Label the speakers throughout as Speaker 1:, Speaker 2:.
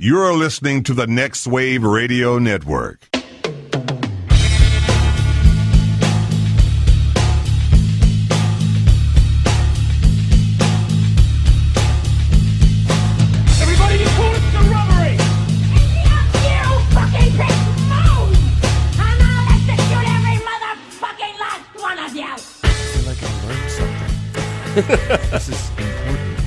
Speaker 1: You're listening to the Next Wave Radio Network.
Speaker 2: Everybody, you call it the robbery!
Speaker 3: feel like I learned something. this is important.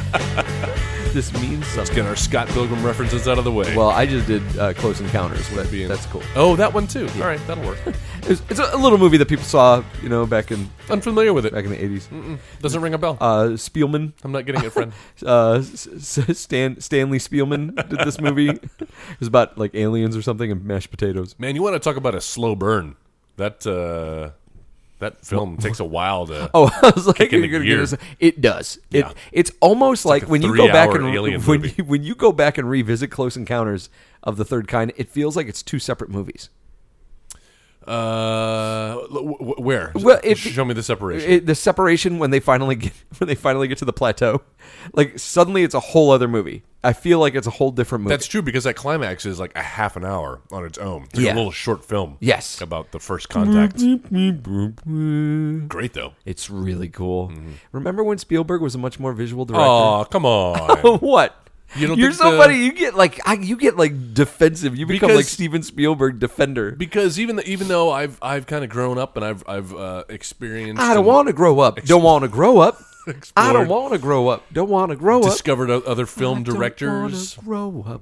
Speaker 3: this means
Speaker 4: Let's
Speaker 3: something.
Speaker 4: get our Scott Pilgrim references out of the way.
Speaker 3: Well, I just did uh, Close Encounters, but
Speaker 4: Being-
Speaker 3: that's cool.
Speaker 4: Oh, that one too. All right, that'll work.
Speaker 3: It's, it's a little movie that people saw, you know, back in
Speaker 4: Unfamiliar with
Speaker 3: back
Speaker 4: it. Mm.
Speaker 3: in the '80s.
Speaker 4: Doesn't ring a bell.
Speaker 3: Uh, Spielman,
Speaker 4: I'm not getting it, friend.
Speaker 3: uh, S- S- Stan Stanley Spielman did this movie. it was about like aliens or something and mashed potatoes.
Speaker 4: Man, you want to talk about a slow burn? That uh, that film takes a while to.
Speaker 3: Oh, I was like,
Speaker 4: in
Speaker 3: you're
Speaker 4: the
Speaker 3: gonna
Speaker 4: gear.
Speaker 3: get us. It does. It
Speaker 4: Yeah.
Speaker 3: it's almost like,
Speaker 4: like a
Speaker 3: when you go back
Speaker 4: three-hour
Speaker 3: and
Speaker 4: alien
Speaker 3: when
Speaker 4: movie.
Speaker 3: you, when you go back and revisit Close Encounters of the Third Kind, it feels like it's two separate movies.
Speaker 4: Uh, wh- wh- where?
Speaker 3: Well, it-
Speaker 4: show me the separation.
Speaker 3: It, the separation when they finally get when they finally get to the plateau, like suddenly it's a whole other movie. I feel like it's a whole different movie.
Speaker 4: That's true because that climax is like a half an hour on its own. It's like a
Speaker 3: Yeah.
Speaker 4: little short film.
Speaker 3: Yes.
Speaker 4: About the first contact. Great though.
Speaker 3: it's really cool.
Speaker 4: Mm-hmm.
Speaker 3: Remember when Spielberg was a much more visual director?
Speaker 4: Oh, come on.
Speaker 3: But what?
Speaker 4: You don't
Speaker 3: You're
Speaker 4: think
Speaker 3: so
Speaker 4: the-
Speaker 3: funny. You get like I, you get like defensive. You become like
Speaker 4: Because-
Speaker 3: Steven Spielberg defender.
Speaker 4: because even th- even though I've I've kind of grown up and I've I've uh, experienced
Speaker 3: I don't
Speaker 4: and
Speaker 3: want to grow up. Don't want to grow up. I
Speaker 4: Explored.
Speaker 3: don't want to grow up. Don't want to grow up.
Speaker 4: discovered o- other film
Speaker 3: I don't
Speaker 4: directors.
Speaker 3: wanna grow up.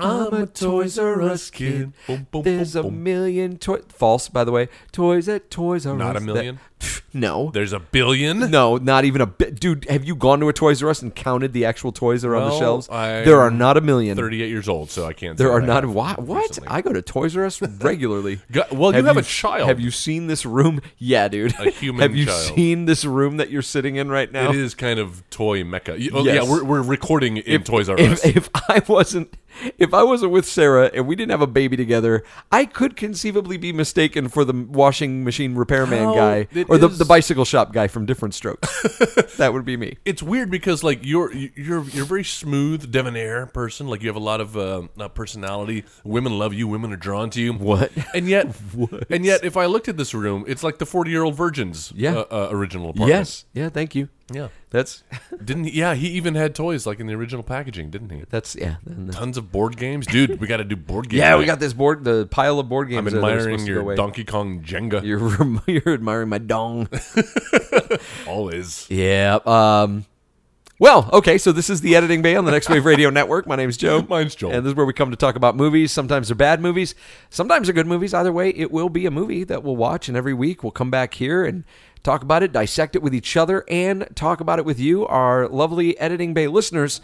Speaker 4: I'm a Toys R Us kid. Boom, boom,
Speaker 3: There's
Speaker 4: boom,
Speaker 3: a
Speaker 4: boom.
Speaker 3: million toy False, by the way. Toys at Toys R Us.
Speaker 4: Not a
Speaker 3: that-
Speaker 4: million?
Speaker 3: Pff, no.
Speaker 4: There's a billion.
Speaker 3: No, not even a bit. Dude, have you gone to a Toys R Us and counted the actual toys that are on the
Speaker 4: Well,
Speaker 3: shelves?
Speaker 4: I'm
Speaker 3: there are not a million.
Speaker 4: 38 years old, so I can't.
Speaker 3: There
Speaker 4: say
Speaker 3: are
Speaker 4: that I
Speaker 3: not.
Speaker 4: have
Speaker 3: Why, what?
Speaker 4: recently.
Speaker 3: I go to Toys R Us regularly.
Speaker 4: Go- well, you have a child.
Speaker 3: Have you seen this room? Yeah, dude.
Speaker 4: A human
Speaker 3: have you
Speaker 4: child.
Speaker 3: seen this room that you're sitting in right now?
Speaker 4: It is kind of toy mecca. You- oh,
Speaker 3: Yes.
Speaker 4: Yeah, we're, we're recording in Toys R Us.
Speaker 3: If, if I wasn't, if I wasn't with Sarah and we didn't have a baby together, I could conceivably be mistaken for the washing machine repairman
Speaker 4: How
Speaker 3: guy
Speaker 4: it
Speaker 3: or the,
Speaker 4: is-
Speaker 3: the bicycle shop guy from Different Strokes. that would be me.
Speaker 4: it's weird because like you're you're you're a very smooth, debonair person. Like you have a lot of uh, not personality. Women love you. Women are drawn to you.
Speaker 3: What?
Speaker 4: And yet, and yet, if I looked at this room, it's like the forty-year-old virgin's
Speaker 3: Yeah.
Speaker 4: uh, uh, original apartment.
Speaker 3: Yes. Yeah. Thank you.
Speaker 4: Yeah.
Speaker 3: That's
Speaker 4: Didn't he, yeah? He even had toys like in the original packaging, didn't he?
Speaker 3: that's yeah. then the-
Speaker 4: Tons of board games, dude. We got to do board games.
Speaker 3: Yeah, we got this board, the pile of board games.
Speaker 4: I'm
Speaker 3: that are
Speaker 4: admiring
Speaker 3: supposed to go
Speaker 4: your
Speaker 3: away.
Speaker 4: Donkey Kong Jenga.
Speaker 3: You're, rem- you're admiring my dong.
Speaker 4: Always.
Speaker 3: yeah. Um. Well, okay, so this is the Editing Bay on the Next Wave Radio Network. My name's Joe.
Speaker 4: Mine's Joel.
Speaker 3: And this is where we come to talk about movies. Sometimes they're bad movies, sometimes they're good movies. Either way, it will be a movie that we'll watch, and every week we'll come back here and talk about it, dissect it with each other, and talk about it with you, our lovely Editing Bay listeners,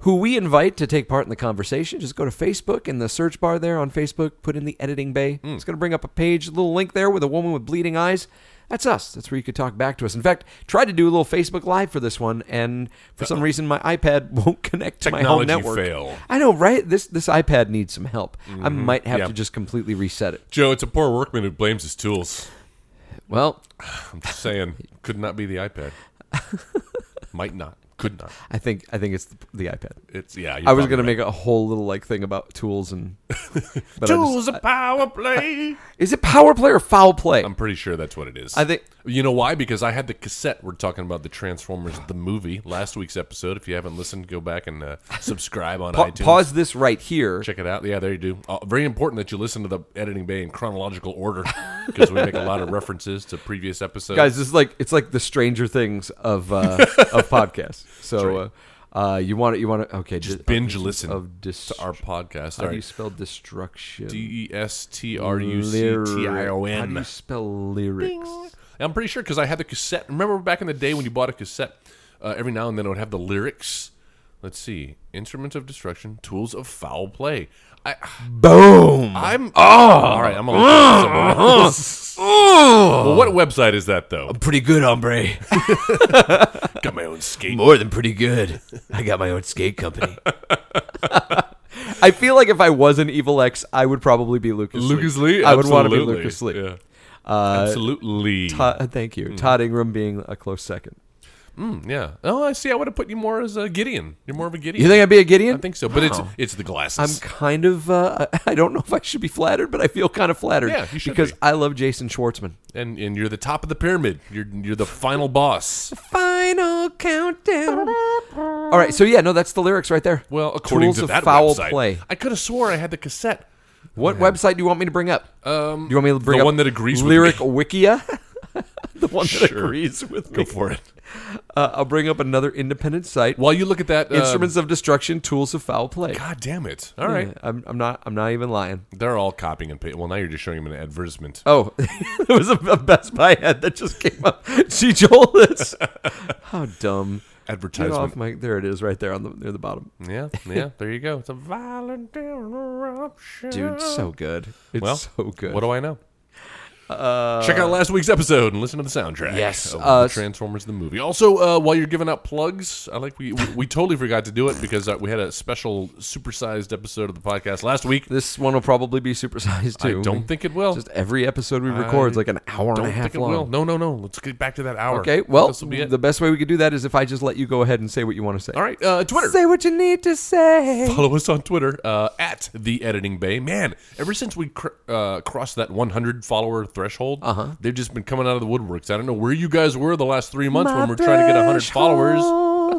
Speaker 3: who we invite to take part in the conversation. Just go to Facebook in the search bar there on Facebook, put in the Editing Bay. It's going to bring up a page, a little link there with a woman with bleeding eyes. That's us. That's where you could talk back to us. In fact, tried to do a little Facebook Live for this one, and for some reason my iPad won't connect to my home
Speaker 4: Technology
Speaker 3: network.
Speaker 4: fail.
Speaker 3: I know, right? This this iPad needs some help. I might have
Speaker 4: Mm-hmm. Yeah.
Speaker 3: to just completely reset it.
Speaker 4: Joe, it's a poor workman who blames his tools.
Speaker 3: Well,
Speaker 4: I'm just saying, could not be the iPad. Might not. Could not.
Speaker 3: I think I think it's the, the iPad.
Speaker 4: It's yeah.
Speaker 3: I was gonna make a whole little like thing about tools and but I just-
Speaker 4: a power play.
Speaker 3: is it power play or foul play?
Speaker 4: I'm pretty sure that's what it is.
Speaker 3: I think-
Speaker 4: you know why? Because I had the cassette. We're talking about the Transformers the movie last week's episode. If you haven't listened, go back and uh, subscribe on
Speaker 3: Pa-
Speaker 4: iTunes.
Speaker 3: pause this right here.
Speaker 4: Check it out. Yeah, there you do. Uh, very important that you listen to the editing bay in chronological order because we make a lot of references to previous episodes.
Speaker 3: guys this is like it's like the stranger things of uh of podcasts so uh, uh you want to you want to okay
Speaker 4: just
Speaker 3: di-
Speaker 4: binge listen
Speaker 3: of dis-
Speaker 4: to our podcast.
Speaker 3: how
Speaker 4: All
Speaker 3: do you
Speaker 4: right.
Speaker 3: spell destruction
Speaker 4: D E S T R U C T I O
Speaker 3: Lyric. how do
Speaker 4: N.
Speaker 3: you spell lyrics
Speaker 4: I'm pretty sure because I had the cassette. Remember back in the day when you bought a cassette, uh, every now and then it would have the lyrics. Let's see: instruments of destruction, tools of foul play. I,
Speaker 3: boom Ah.
Speaker 4: I'm oh, all right. I'm gonna look that up somewhere else. well, what website is that though?
Speaker 3: Uh, pretty good hombre
Speaker 4: Got my own skate.
Speaker 3: more than pretty good i got my own skate company I feel like if I was an Evil X, I would probably be Lucas Lee.
Speaker 4: Lucas Lee.
Speaker 3: I would want to be
Speaker 4: Absolutely.
Speaker 3: Lucas Lee. uh,
Speaker 4: Yeah. Absolutely.
Speaker 3: Todd- thank you. Todd Ingram being a close second.
Speaker 4: Mm, yeah. Oh, I see. I would have put you more as a Gideon. You're more of a Gideon.
Speaker 3: You think I'd be a Gideon?
Speaker 4: I think so, but it's it's the
Speaker 3: I'm
Speaker 4: glasses.
Speaker 3: kind of. Uh, I don't know if I should be flattered, but I feel kind of flattered
Speaker 4: Yeah, you should
Speaker 3: because
Speaker 4: be.
Speaker 3: I love Jason Schwartzman.
Speaker 4: and and you're the top of the pyramid. You're you're the final boss.
Speaker 3: Final countdown. All right, so yeah, no, that's the lyrics right there.
Speaker 4: Well, according
Speaker 3: Tools
Speaker 4: to
Speaker 3: of
Speaker 4: that
Speaker 3: foul
Speaker 4: website,
Speaker 3: play.
Speaker 4: I could have swore I had the cassette.
Speaker 3: What website do you want me to bring up? Um, do you want me to bring
Speaker 4: the
Speaker 3: up
Speaker 4: one that agrees with
Speaker 3: lyric
Speaker 4: me.
Speaker 3: Wikia? the one that
Speaker 4: Sure.
Speaker 3: agrees with
Speaker 4: Go
Speaker 3: me.
Speaker 4: for it.
Speaker 3: Uh, I'll bring up another independent site.
Speaker 4: While you look at that, uh,
Speaker 3: Instruments of Destruction, Tools of Foul Play.
Speaker 4: God damn it! All right,
Speaker 3: Yeah, I'm, I'm not. I'm not even lying.
Speaker 4: they're all copying and pasting. Well, now you're just showing them an advertisement.
Speaker 3: Oh, there was a, a Best Buy ad that just came up. See, Joel, it's how dumb. Get
Speaker 4: advertisement.
Speaker 3: off my. There it is, right there on the near the bottom.
Speaker 4: Yeah, yeah. There you go. It's a violent interruption.
Speaker 3: Dude, so good. It's
Speaker 4: well,
Speaker 3: so good. Uh,
Speaker 4: What do I know? Check out last week's episode and listen to the soundtrack.
Speaker 3: Yes,
Speaker 4: of
Speaker 3: uh,
Speaker 4: the Transformers the movie. Also, uh, while you're giving out plugs, I like we we, we totally forgot to do it because uh, we had a special supersized episode of the podcast last week.
Speaker 3: this one will probably be supersized too.
Speaker 4: I don't think it will.
Speaker 3: Just every episode we record is like an hour and
Speaker 4: don't
Speaker 3: a half
Speaker 4: think it
Speaker 3: long.
Speaker 4: will. No, no, no. Let's get back to that hour.
Speaker 3: Okay, well,
Speaker 4: this will be it.
Speaker 3: the best way we could do that is if I just let you go ahead and say what you want to say.
Speaker 4: All right, uh, Twitter.
Speaker 3: Say what you need to say.
Speaker 4: Follow us on Twitter uh, at the Editing Bay. Man, ever since we cr- uh, crossed that 100 follower threshold, uh-huh. they've just been coming out of the woodworks. I don't know where you guys were the last three months when we're trying to get 100 followers.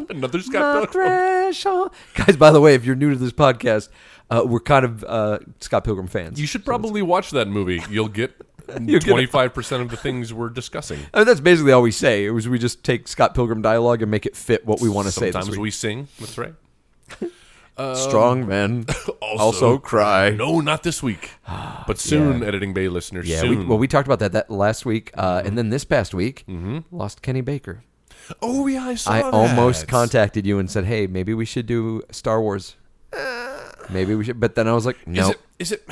Speaker 4: Another
Speaker 3: My
Speaker 4: Scott Pilgrim.
Speaker 3: threshold. Guys, by the way, if you're new to this podcast, uh, we're kind of uh, Scott Pilgrim fans.
Speaker 4: You should probably watch that movie. You'll get
Speaker 3: You'll get-
Speaker 4: 25% of the things we're discussing.
Speaker 3: I mean, that's basically all we say. It was we just take Scott Pilgrim dialogue and make it fit what we want to say. This
Speaker 4: Sometimes
Speaker 3: week.
Speaker 4: we sing. That's right.
Speaker 3: strong men also, cry.
Speaker 4: No, not this week. But soon, Editing Bay listeners.
Speaker 3: Yeah, we,
Speaker 4: soon. Mm-hmm.
Speaker 3: well, we talked about that that last week, uh, and then this past week, lost Kenny Baker.
Speaker 4: oh, yeah, I saw
Speaker 3: I
Speaker 4: Mm-hmm. that.
Speaker 3: almost contacted you and said, "Hey, maybe we should do Star Wars." Maybe we should, but then I was like,
Speaker 4: Uh. Is
Speaker 3: no.
Speaker 4: it? Is it?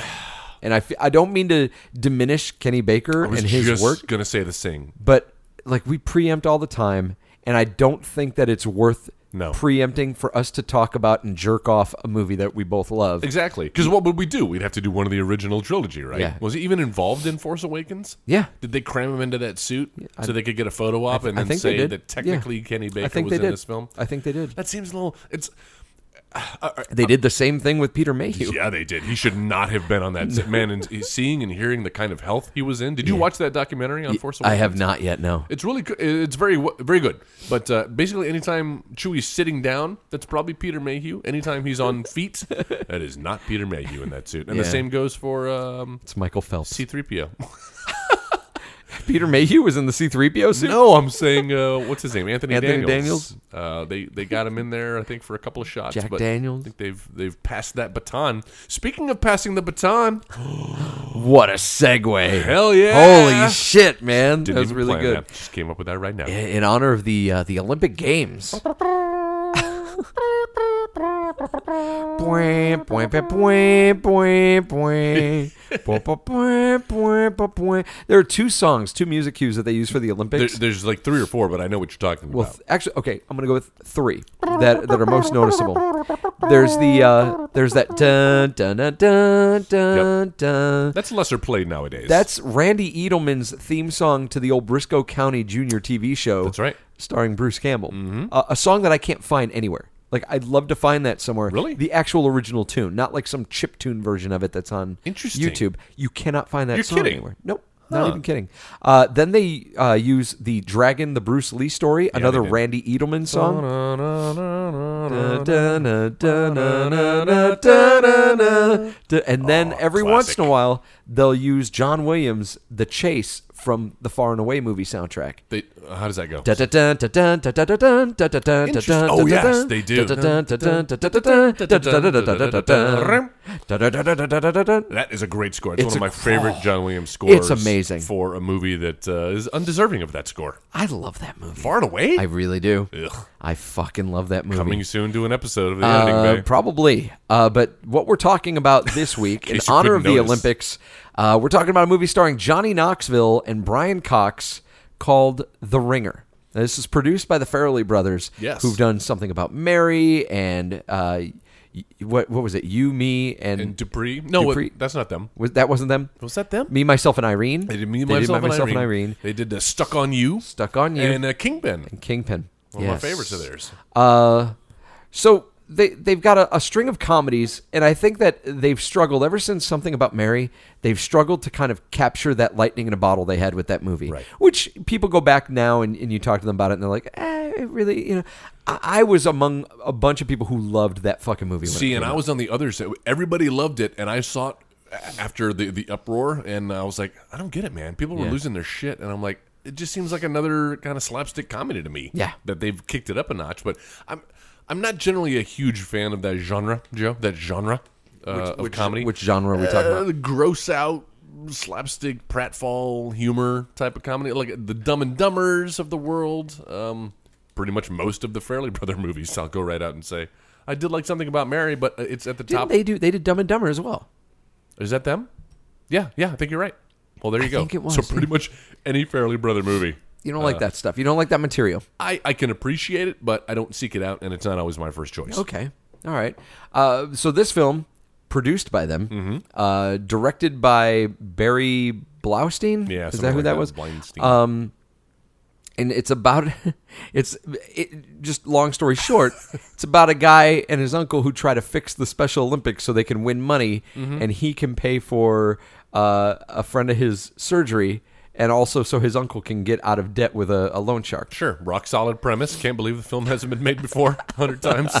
Speaker 3: And I, f- I don't mean to diminish Kenny Baker
Speaker 4: I was
Speaker 3: and his
Speaker 4: just
Speaker 3: work,
Speaker 4: gonna say the sing.
Speaker 3: but like we preempt all the time, and I don't think that it's worth
Speaker 4: No.
Speaker 3: preempting for us to talk about and jerk off a movie that we both love.
Speaker 4: Exactly. Because what would we do? We'd have to do one of the original trilogy, right?
Speaker 3: Yeah.
Speaker 4: Was he even involved in Force Awakens?
Speaker 3: Yeah.
Speaker 4: Did they cram him into that suit so they could get a photo op and
Speaker 3: I
Speaker 4: then
Speaker 3: think they
Speaker 4: say
Speaker 3: did.
Speaker 4: that
Speaker 3: Yeah.
Speaker 4: technically Kenny Baker
Speaker 3: I think
Speaker 4: was
Speaker 3: they
Speaker 4: in
Speaker 3: did.
Speaker 4: this film?
Speaker 3: I think they did.
Speaker 4: That seems a little. It's
Speaker 3: They did the same thing with Peter Mayhew.
Speaker 4: yeah, they did. He should not have been on that set. man. And he's seeing and hearing the kind of health he was in. Did you watch that documentary on Force Awakens?
Speaker 3: I have not yet. No.
Speaker 4: It's really good. It's very w- very good. But uh, basically, anytime Chewie's sitting down, that's probably Peter Mayhew. Anytime he's on feet, that is not Peter Mayhew in that suit. And the
Speaker 3: Yeah.
Speaker 4: same goes for um,
Speaker 3: It's Michael Phelps.
Speaker 4: C-3PO.
Speaker 3: Peter Mayhew was in the C-3PO suit.
Speaker 4: no, I'm saying uh, what's his name, Anthony,
Speaker 3: Anthony
Speaker 4: Daniels. Uh, they they got him in there, I think, for a couple of shots.
Speaker 3: Jack
Speaker 4: but
Speaker 3: Daniels.
Speaker 4: I think they've they've passed that baton. Speaking of passing the baton,
Speaker 3: What a segue!
Speaker 4: Hell yeah.
Speaker 3: Holy shit, man!
Speaker 4: didn't
Speaker 3: that was
Speaker 4: even
Speaker 3: really
Speaker 4: plan
Speaker 3: good.
Speaker 4: that. Just came up with that right now.
Speaker 3: In honor of the uh, the Olympic Games. Boing, boing, boing, boing, boing, boing. Boing, boing, boing, boing, boing, boing. There are two songs, two music cues that they use for the
Speaker 4: There,
Speaker 3: Olympics.
Speaker 4: there's like three or four, but I know what you're talking
Speaker 3: Well,
Speaker 4: about.
Speaker 3: th- actually, okay, I'm gonna go with three that that are most noticeable. There's the uh, there's that dun dun dun dun dun dun.
Speaker 4: That's lesser played nowadays.
Speaker 3: That's Randy Edelman's theme song to the old Briscoe County Junior TV show.
Speaker 4: That's right. Mm-hmm.
Speaker 3: starring Bruce Campbell. Uh, a song that I can't find anywhere. Like I'd love to find that somewhere.
Speaker 4: Really?
Speaker 3: the actual original tune, not like some chip tune version of it that's on
Speaker 4: Interesting.
Speaker 3: YouTube. You cannot find that
Speaker 4: You're
Speaker 3: song
Speaker 4: kidding.
Speaker 3: anywhere. Nope. Not even kidding. Uh, then they uh, use the Dragon, the Bruce Lee story, another
Speaker 4: did.
Speaker 3: Randy Edelman song.
Speaker 4: Da-na-na-na-na-na.
Speaker 3: And then every once in a
Speaker 4: classic.
Speaker 3: while, they'll use John Williams, The Chase from the Far and Away movie soundtrack.
Speaker 4: They, how does that go?
Speaker 3: Oh,
Speaker 4: Oh, yes, they do. That is a great score. It's,
Speaker 3: It's
Speaker 4: one of
Speaker 3: a-
Speaker 4: my favorite
Speaker 3: oh,
Speaker 4: John Williams scores.
Speaker 3: amazing.
Speaker 4: for a movie that uh, is undeserving of that score.
Speaker 3: I love that movie.
Speaker 4: Far and away.
Speaker 3: I really do.
Speaker 4: Ugh.
Speaker 3: I fucking love that movie.
Speaker 4: Coming soon to an episode of the
Speaker 3: Uh,
Speaker 4: Editing Bay.
Speaker 3: probably. Uh, but what we're talking about this week, in,
Speaker 4: case you
Speaker 3: honor of
Speaker 4: couldn't
Speaker 3: the
Speaker 4: notice.
Speaker 3: Olympics, uh, we're talking about a movie starring Johnny Knoxville and Brian Cox called The Ringer. Now, this is produced by the Farrelly brothers,
Speaker 4: Yes.
Speaker 3: who've done something about Mary and uh, y- what what was it? You, me, and,
Speaker 4: and Dupree. No, wait,
Speaker 3: Dupree.
Speaker 4: that's not them.
Speaker 3: was, that wasn't them.
Speaker 4: Was that them?
Speaker 3: Me, myself, and Irene.
Speaker 4: They did me,
Speaker 3: They
Speaker 4: myself, and, Irene.
Speaker 3: and Irene.
Speaker 4: They did uh, Stuck on You.
Speaker 3: Stuck on You
Speaker 4: And uh, Kingpin.
Speaker 3: and Kingpin.
Speaker 4: One
Speaker 3: Yes.
Speaker 4: of my favorites of theirs.
Speaker 3: Uh, so they they've got a, a string of comedies, and I think that they've struggled ever since something about Mary. They've struggled to kind of capture that lightning in a bottle they had with that movie,
Speaker 4: Right.
Speaker 3: which people go back now and, and you talk to them about it, and they're like, eh, it really, you know. I, I was among a bunch of people who loved that fucking movie. When
Speaker 4: See,
Speaker 3: it came
Speaker 4: and I
Speaker 3: out.
Speaker 4: was on the other side. Everybody loved it, and I saw it a- after the the uproar, and I was like, I don't get it, man. People were
Speaker 3: Yeah.
Speaker 4: losing their shit, and I'm like, it just seems like another kind of slapstick comedy to me.
Speaker 3: Yeah.
Speaker 4: that they've kicked it up a notch, but I'm I'm not generally a huge fan of that genre, Joe. That genre uh, of comedy.
Speaker 3: Which genre are we talking
Speaker 4: Uh,
Speaker 3: about?
Speaker 4: the gross out slapstick pratfall humor type of comedy, like the Dumb and Dumbers of the world. Um, pretty much most of the Fairley Brother movies. I'll go right out and say I did like something about Mary, but uh, it's at the
Speaker 3: Didn't
Speaker 4: top.
Speaker 3: they do? They did Dumb and Dumber as well.
Speaker 4: Is that them? Yeah, yeah. I think you're right. Well, there you go.
Speaker 3: think it was,
Speaker 4: so pretty much any Fairley Brother movie. Uh,
Speaker 3: You don't like that stuff. You don't like that material.
Speaker 4: I, I can appreciate it, but I don't seek it out, and it's not always my first choice.
Speaker 3: Okay. All right. Uh, so this film, produced by them,
Speaker 4: Mm-hmm.
Speaker 3: uh, directed by Barry Blaustein.
Speaker 4: Yeah,
Speaker 3: is that
Speaker 4: something
Speaker 3: who
Speaker 4: like
Speaker 3: that, was?
Speaker 4: Blindstein.
Speaker 3: Um, And it's about, it's it, just long story short, it's about a guy and his uncle who try to fix the Special Olympics so they can win money,
Speaker 4: Mm-hmm.
Speaker 3: and he can pay for uh, a friend of his surgery, and also so his uncle can get out of debt with a, a loan shark.
Speaker 4: sure, rock solid premise. Can't believe the film hasn't been made before a hundred times.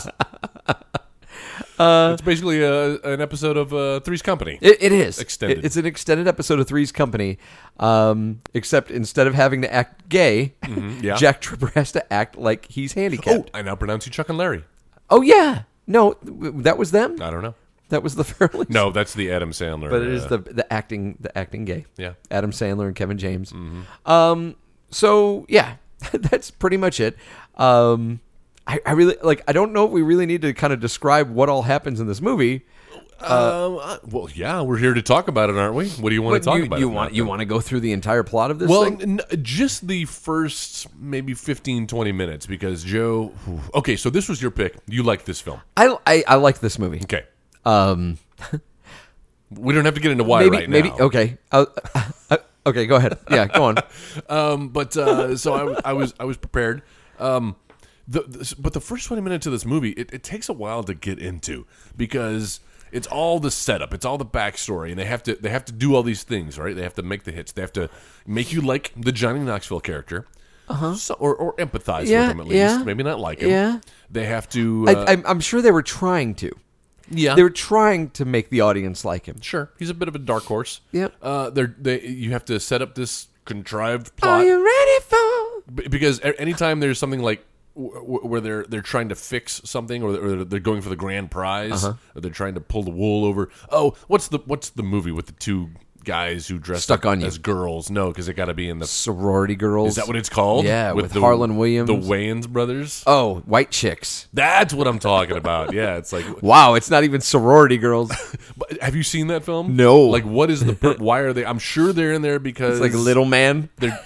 Speaker 4: it's basically uh an episode of uh, Three's Company.
Speaker 3: It, it is
Speaker 4: Extended.
Speaker 3: It- it's an extended episode of Three's Company, um, except instead of having to act gay,
Speaker 4: Mm-hmm, yeah.
Speaker 3: Jack Tripper has to act like he's
Speaker 4: oh,
Speaker 3: handicapped.
Speaker 4: I now pronounce you Chuck and Larry.
Speaker 3: Oh, yeah, no, th- w- that was them.
Speaker 4: I don't know.
Speaker 3: That was the Fairleys.
Speaker 4: No, that's the Adam Sandler.
Speaker 3: but it is
Speaker 4: uh,
Speaker 3: the the acting the acting gay.
Speaker 4: Yeah. Mm-hmm.
Speaker 3: Adam Sandler and Kevin James. Um, so yeah, that's pretty much it. Um, I, I really like. I don't know if we really need to kind of describe what all happens in this movie.
Speaker 4: um, uh, well, yeah, we're here to talk about it, aren't we? What do you want to
Speaker 3: But
Speaker 4: talk
Speaker 3: you,
Speaker 4: about?
Speaker 3: you
Speaker 4: if
Speaker 3: want
Speaker 4: not
Speaker 3: you
Speaker 4: that?
Speaker 3: want to go through the entire plot of this
Speaker 4: Well,
Speaker 3: thing?
Speaker 4: n- n- just the first maybe 15, 20 minutes because Joe. whew. Okay, so this was your pick. You liked this film.
Speaker 3: I, I, I like this movie.
Speaker 4: Okay.
Speaker 3: Um,
Speaker 4: We don't have to get into why
Speaker 3: maybe,
Speaker 4: right
Speaker 3: maybe
Speaker 4: now.
Speaker 3: okay. Uh, uh, okay, go ahead. Yeah, go on.
Speaker 4: Um, but uh, so I, I was I was prepared. Um, the, the- but the first twenty minutes of this movie, it, it takes a while to get into because it's all the setup, it's all the backstory, and they have to they have to do all these things, right? They have to make the hits, they have to make you like the Johnny Knoxville character, uh-huh. so, or or empathize
Speaker 3: Yeah,
Speaker 4: with him at least,
Speaker 3: yeah.
Speaker 4: maybe not like him.
Speaker 3: Yeah.
Speaker 4: They have to. Uh,
Speaker 3: I, I'm, I'm sure they were trying to.
Speaker 4: yeah,
Speaker 3: They were trying to make the audience like him.
Speaker 4: sure. He's a bit of a dark horse.
Speaker 3: Yep.
Speaker 4: Uh, they're, they you have to set up this contrived plot.
Speaker 3: Are you ready for?
Speaker 4: B- because a- anytime there's something like w- w- where they're they're trying to fix something or they're, or they're going for the grand prize
Speaker 3: Uh-huh.
Speaker 4: or they're trying to pull the wool over oh what's the what's the movie with the two guys who dress
Speaker 3: Stuck
Speaker 4: up
Speaker 3: on You.
Speaker 4: as girls no because they got to be in the
Speaker 3: Sorority girls.
Speaker 4: is that what it's called
Speaker 3: Yeah, with Harlan Williams.
Speaker 4: the Wayans brothers
Speaker 3: Oh, white chicks.
Speaker 4: that's what I'm talking about yeah it's like
Speaker 3: Wow, it's not even sorority girls.
Speaker 4: but have you seen that film
Speaker 3: No.
Speaker 4: like what is the per- why are they I'm sure they're in there because
Speaker 3: It's like little man.
Speaker 4: they're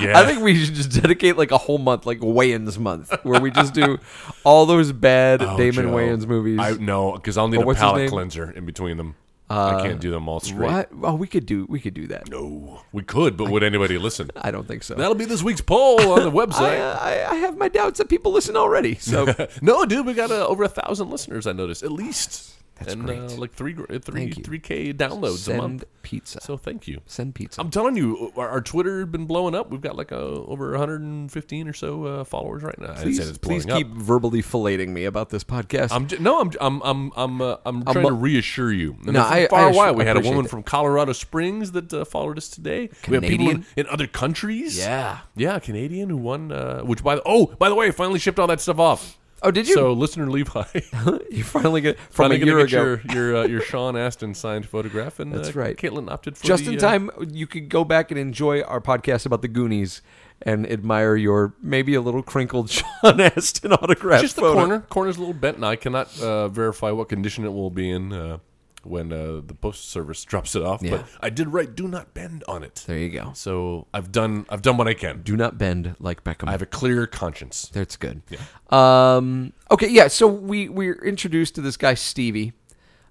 Speaker 4: yeah
Speaker 3: I think we should just dedicate like a whole month, like Wayans month, where we just do all those bad
Speaker 4: Oh,
Speaker 3: Damon
Speaker 4: Joe.
Speaker 3: Wayans movies.
Speaker 4: I no, because I'll need
Speaker 3: Or
Speaker 4: a
Speaker 3: what's his
Speaker 4: palate
Speaker 3: name? Uh,
Speaker 4: cleanser in between them. I can't do them all straight.
Speaker 3: what? Oh, we could do we could do that.
Speaker 4: No, Oh, we could, but would anybody listen?
Speaker 3: I don't think so.
Speaker 4: That'll be this week's poll on the
Speaker 3: I,
Speaker 4: website.
Speaker 3: uh, I, I have my doubts that people listen already. So
Speaker 4: no, dude, we got uh, over a thousand listeners. I noticed at least.
Speaker 3: That's
Speaker 4: and,
Speaker 3: great.
Speaker 4: Uh, like three, gr- uh, three,
Speaker 3: Thank you.
Speaker 4: three k downloads
Speaker 3: send
Speaker 4: a month.
Speaker 3: pizza.
Speaker 4: So thank you.
Speaker 3: send pizza.
Speaker 4: I'm telling you, uh, our, our Twitter been blowing up. We've got like uh over 115 or so uh, followers right now. I didn't
Speaker 3: please
Speaker 4: say it's blowing
Speaker 3: please
Speaker 4: up.
Speaker 3: keep verbally filleting me about this podcast.
Speaker 4: I'm j- no, I'm I'm I'm I'm, uh, I'm trying to
Speaker 3: mu-
Speaker 4: reassure you. And
Speaker 3: No,
Speaker 4: no,
Speaker 3: I-
Speaker 4: I, far
Speaker 3: I assure-
Speaker 4: away, we had a
Speaker 3: appreciate
Speaker 4: woman
Speaker 3: that.
Speaker 4: from Colorado Springs that uh, followed us today. We have people in,
Speaker 3: Canadian?
Speaker 4: in other countries.
Speaker 3: Yeah.
Speaker 4: yeah, a Canadian who won. Uh, which by the oh, by the way, finally shipped all that stuff off.
Speaker 3: oh, did you?
Speaker 4: So listener Levi,
Speaker 3: you finally get from a
Speaker 4: finally
Speaker 3: year
Speaker 4: gonna get
Speaker 3: ago.
Speaker 4: your your uh, your Sean Aston signed photograph, and
Speaker 3: That's
Speaker 4: uh,
Speaker 3: right.
Speaker 4: Caitlin opted for
Speaker 3: just
Speaker 4: the,
Speaker 3: in
Speaker 4: uh,
Speaker 3: time, you could go back and enjoy our podcast about the Goonies and admire your maybe a little crinkled Sean Astin autograph.
Speaker 4: just the
Speaker 3: photo.
Speaker 4: corner. Corner's a little bent, and I cannot uh, verify what condition it will be in uh, when uh, the post service drops it off.
Speaker 3: Yeah.
Speaker 4: But I did write, do not bend on it.
Speaker 3: There you go.
Speaker 4: So I've done I've done what I can.
Speaker 3: Do not bend like Beckham.
Speaker 4: I have a clear conscience.
Speaker 3: That's good. Um, okay, yeah. So we we're introduced to this guy Stevie,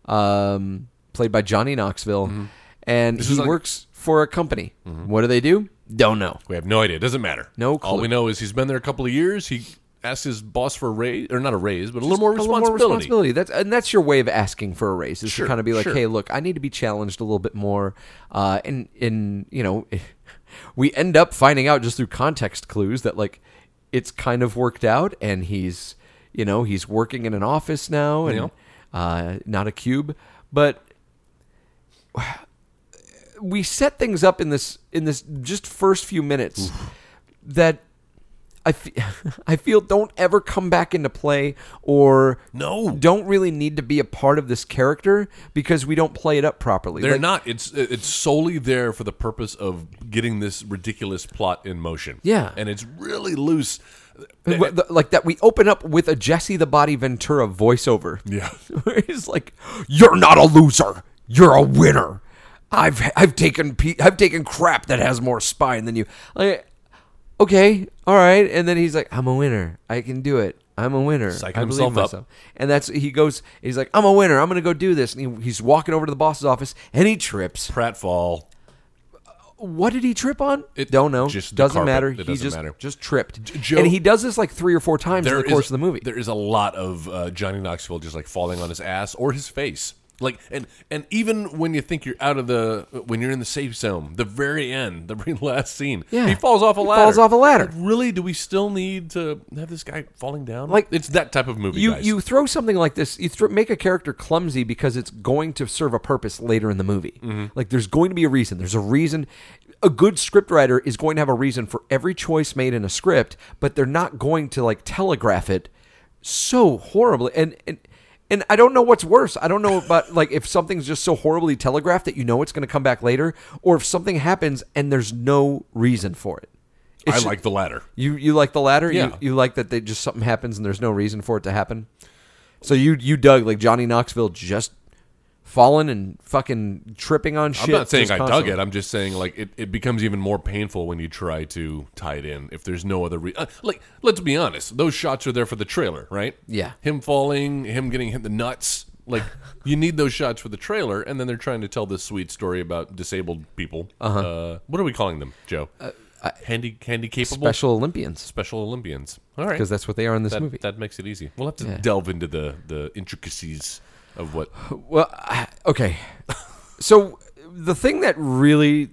Speaker 3: um, played by Johnny Knoxville, and
Speaker 4: Mm-hmm.
Speaker 3: he
Speaker 4: is like- Mm-hmm.
Speaker 3: works for a company. What do they do? Don't know.
Speaker 4: We have no idea. It doesn't matter.
Speaker 3: No
Speaker 4: All
Speaker 3: clue.
Speaker 4: we know is he's been there a couple of years. He asks his boss for a raise, or not a raise, but a little more
Speaker 3: A little more
Speaker 4: responsibility.
Speaker 3: responsibility. That's and that's your way of asking for a raise is
Speaker 4: Sure,
Speaker 3: to kind of be like,
Speaker 4: sure.
Speaker 3: hey, look, I need to be challenged a little bit more. Uh, and and you know, we end up finding out just through context clues that like it's kind of worked out, and he's you know he's working in an office now and uh, not a cube, but we set things up in this in this just first few minutes that. I fe- I feel don't ever come back into play or
Speaker 4: No.
Speaker 3: don't really need to be a part of this character because we don't play it up properly.
Speaker 4: They're
Speaker 3: Like,
Speaker 4: not. It's it's solely there for the purpose of getting this ridiculous plot in motion.
Speaker 3: Yeah.
Speaker 4: and it's really loose.
Speaker 3: wh- the- like that we open up with a Jesse the Body Ventura voiceover.
Speaker 4: Yeah.
Speaker 3: Where he's like, "You're not a loser. You're a winner. I've I've taken pe- I've taken crap that has more spine than you." Like, okay, all right. And then he's like, "I'm a winner. I can do it. I'm a winner. I believe
Speaker 4: himself up.
Speaker 3: myself." And that's he goes. He's like, "I'm a winner. I'm gonna go do this." And he, he's walking over to the boss's office, and he trips.
Speaker 4: Pratfall.
Speaker 3: What did he trip on?
Speaker 4: It-
Speaker 3: Don't know.
Speaker 4: just the
Speaker 3: doesn't
Speaker 4: carpet.
Speaker 3: matter.
Speaker 4: It
Speaker 3: he
Speaker 4: doesn't
Speaker 3: just
Speaker 4: matter.
Speaker 3: just tripped.
Speaker 4: Joe-
Speaker 3: and he does this like three or four times in
Speaker 4: There
Speaker 3: the
Speaker 4: is
Speaker 3: course of the movie.
Speaker 4: There is a lot of uh, Johnny Knoxville just like falling on his ass or his face. Like and and even when you think you're out of the when you're in the safe zone, the very end, the very last scene,
Speaker 3: Yeah.
Speaker 4: he falls off a
Speaker 3: He
Speaker 4: ladder.
Speaker 3: falls off a ladder.
Speaker 4: Like, really? Do we still need to have this guy falling down?
Speaker 3: Like-
Speaker 4: it's that type of movie.
Speaker 3: you
Speaker 4: guys.
Speaker 3: you throw something like this you throw, make a character clumsy because it's going to serve a purpose later in the movie
Speaker 4: Mm-hmm.
Speaker 3: like there's going to be a reason there's a reason a good scriptwriter is going to have a reason for every choice made in a script but they're not going to like telegraph it so horribly and and and I don't know what's worse. I don't know about like if something's just so horribly telegraphed that you know it's going to come back later, or if something happens and there's no reason for it.
Speaker 4: I
Speaker 3: It's-
Speaker 4: like the ladder.
Speaker 3: you you like the latter?
Speaker 4: Yeah.
Speaker 3: You, you like that they just something happens and there's no reason for it to happen. So you you dug like Johnny Knoxville just falling and fucking tripping on shit.
Speaker 4: I'm not saying
Speaker 3: just
Speaker 4: I
Speaker 3: constantly.
Speaker 4: dug it. I'm just saying like it, it becomes even more painful when you try to tie it in if there's no other re- uh, like let's be honest. Those shots are there for the trailer, right?
Speaker 3: Yeah.
Speaker 4: Him falling, him getting hit in the nuts. Like you need those shots for the trailer and then they're trying to tell this sweet story about disabled people. Uh-huh. what are we calling them, Joe? handy handy capable
Speaker 3: Uh, Special Olympians
Speaker 4: Special Olympians. All right.
Speaker 3: because that's what they are in this
Speaker 4: that,
Speaker 3: movie.
Speaker 4: that makes it easy. We'll have to
Speaker 3: Yeah.
Speaker 4: delve into the the intricacies of what
Speaker 3: Well, I- okay. So the thing that really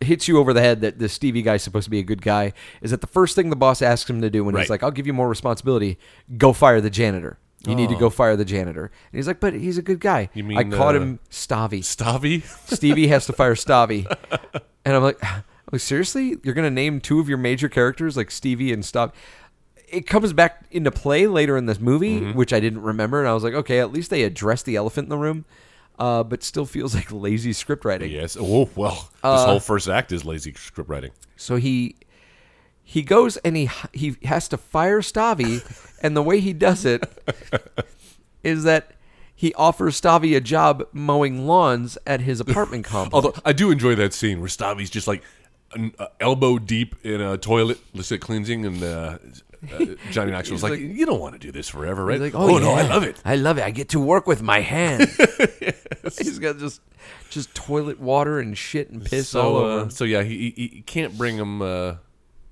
Speaker 3: hits you over the head that the Stevie guy's supposed to be a good guy is that the first thing the boss asks him to do when he's
Speaker 4: Right.
Speaker 3: like, "I'll give you more responsibility, go fire the janitor." You need to go fire the janitor, and he's like, "But he's a good guy."
Speaker 4: Oh. You
Speaker 3: I
Speaker 4: mean,
Speaker 3: caught
Speaker 4: uh,
Speaker 3: him Stavi.
Speaker 4: Stavi
Speaker 3: Stevie has to fire Stavi. And I'm like, I'm like, seriously? You're going to name two of your major characters, like Stevie and Stavi? It comes back into play later in this movie, which I didn't remember. And I was like, okay, at least they addressed the elephant in the room, uh, but still feels like lazy script writing.
Speaker 4: Yes. Oh well, this
Speaker 3: Uh,
Speaker 4: whole first act is lazy script writing.
Speaker 3: So he he goes and he he has to fire Stavi, and the way he does it is that he offers Stavi a job mowing lawns at his apartment complex.
Speaker 4: Although I do enjoy that scene where Stavi's just like an, uh, elbow deep in a toilet, let's say cleansing, and uh, uh, Johnny Knoxville's like, "You don't want to do this forever, right?"
Speaker 3: He's like,
Speaker 4: oh no, I
Speaker 3: yeah.
Speaker 4: love it.
Speaker 3: I love it. I get to work with my hand. He's got just just toilet water and shit and piss all
Speaker 4: So,
Speaker 3: over.
Speaker 4: uh,
Speaker 3: him.
Speaker 4: so yeah, he, he, he can't bring him uh,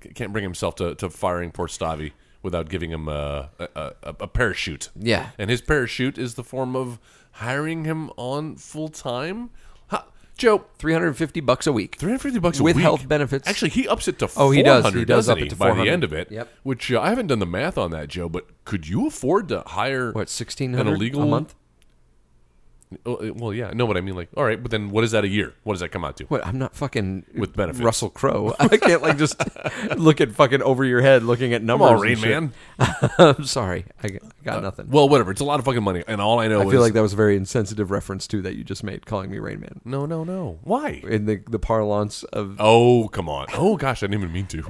Speaker 4: c- can't bring himself to, to firing poor Stavi without giving him uh, a, a, a parachute.
Speaker 3: Yeah.
Speaker 4: and his parachute is the form of hiring him on full time. Ha, Joe,
Speaker 3: 350 bucks a week.
Speaker 4: Three hundred fifty bucks a
Speaker 3: With
Speaker 4: week.
Speaker 3: health benefits.
Speaker 4: Actually, he ups it to
Speaker 3: Oh, he does. He does
Speaker 4: does
Speaker 3: up it to
Speaker 4: by the
Speaker 3: 400.
Speaker 4: end of it.
Speaker 3: Yep.
Speaker 4: Which uh, I haven't done the math on that, Joe. But could you afford to hire
Speaker 3: What,
Speaker 4: an
Speaker 3: 1600
Speaker 4: illegal
Speaker 3: a month?
Speaker 4: Oh, uh, Well, yeah, no, but I mean, like, all right, but then what is that a year? What does that come out to?
Speaker 3: What? I'm not fucking
Speaker 4: With benefits.
Speaker 3: Russell Crowe. I can't like just look at fucking over your head looking at
Speaker 4: Come
Speaker 3: numbers.
Speaker 4: on,
Speaker 3: and
Speaker 4: Rain
Speaker 3: shit.
Speaker 4: Man. Uh,
Speaker 3: I'm sorry. I got, I got nothing.
Speaker 4: Well, whatever. It's a lot of fucking money, and all I know
Speaker 3: I
Speaker 4: is
Speaker 3: feel like that was a very insensitive reference too that you just made calling me Rain Man
Speaker 4: No, no, no. Why?
Speaker 3: in the the parlance of
Speaker 4: Oh, come on. Oh gosh, I didn't even mean to.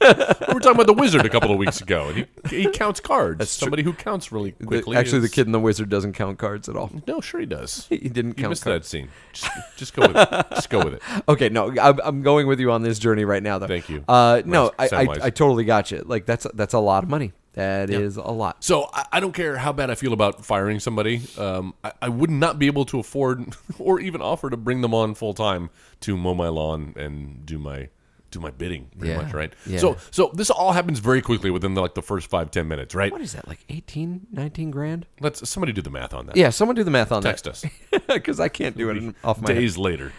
Speaker 4: we were talking about the wizard a couple of weeks ago, and he, he counts cards. Somebody who counts really
Speaker 3: the-
Speaker 4: quickly.
Speaker 3: actually the
Speaker 4: is-
Speaker 3: kid and the wizard doesn't count cards at all.
Speaker 4: No, sure he does.
Speaker 3: He didn't
Speaker 4: You
Speaker 3: count
Speaker 4: missed
Speaker 3: cards.
Speaker 4: that scene. Just, just go with it. Just go with it.
Speaker 3: Okay, no, I'm, I'm going with you on this journey right now, though.
Speaker 4: Thank you.
Speaker 3: Uh, no, I,
Speaker 4: Nice.
Speaker 3: I,
Speaker 4: Soundwise.
Speaker 3: I totally got you. Like that's that's a lot of money. That is a lot.
Speaker 4: So I, I don't care how bad I feel about firing somebody. Um, I, I would not be able to afford or even offer to bring them on full time to mow my lawn and do my do my bidding pretty
Speaker 3: Yeah.
Speaker 4: much, right?
Speaker 3: Yeah.
Speaker 4: So so this all happens very quickly within the, like the first five ten minutes, right?
Speaker 3: What is that, like 18, 19 grand?
Speaker 4: Let's somebody do the math on that.
Speaker 3: Yeah, someone do the math on
Speaker 4: Uh, Text
Speaker 3: that.
Speaker 4: us
Speaker 3: Because I can't do it in- off my
Speaker 4: days later.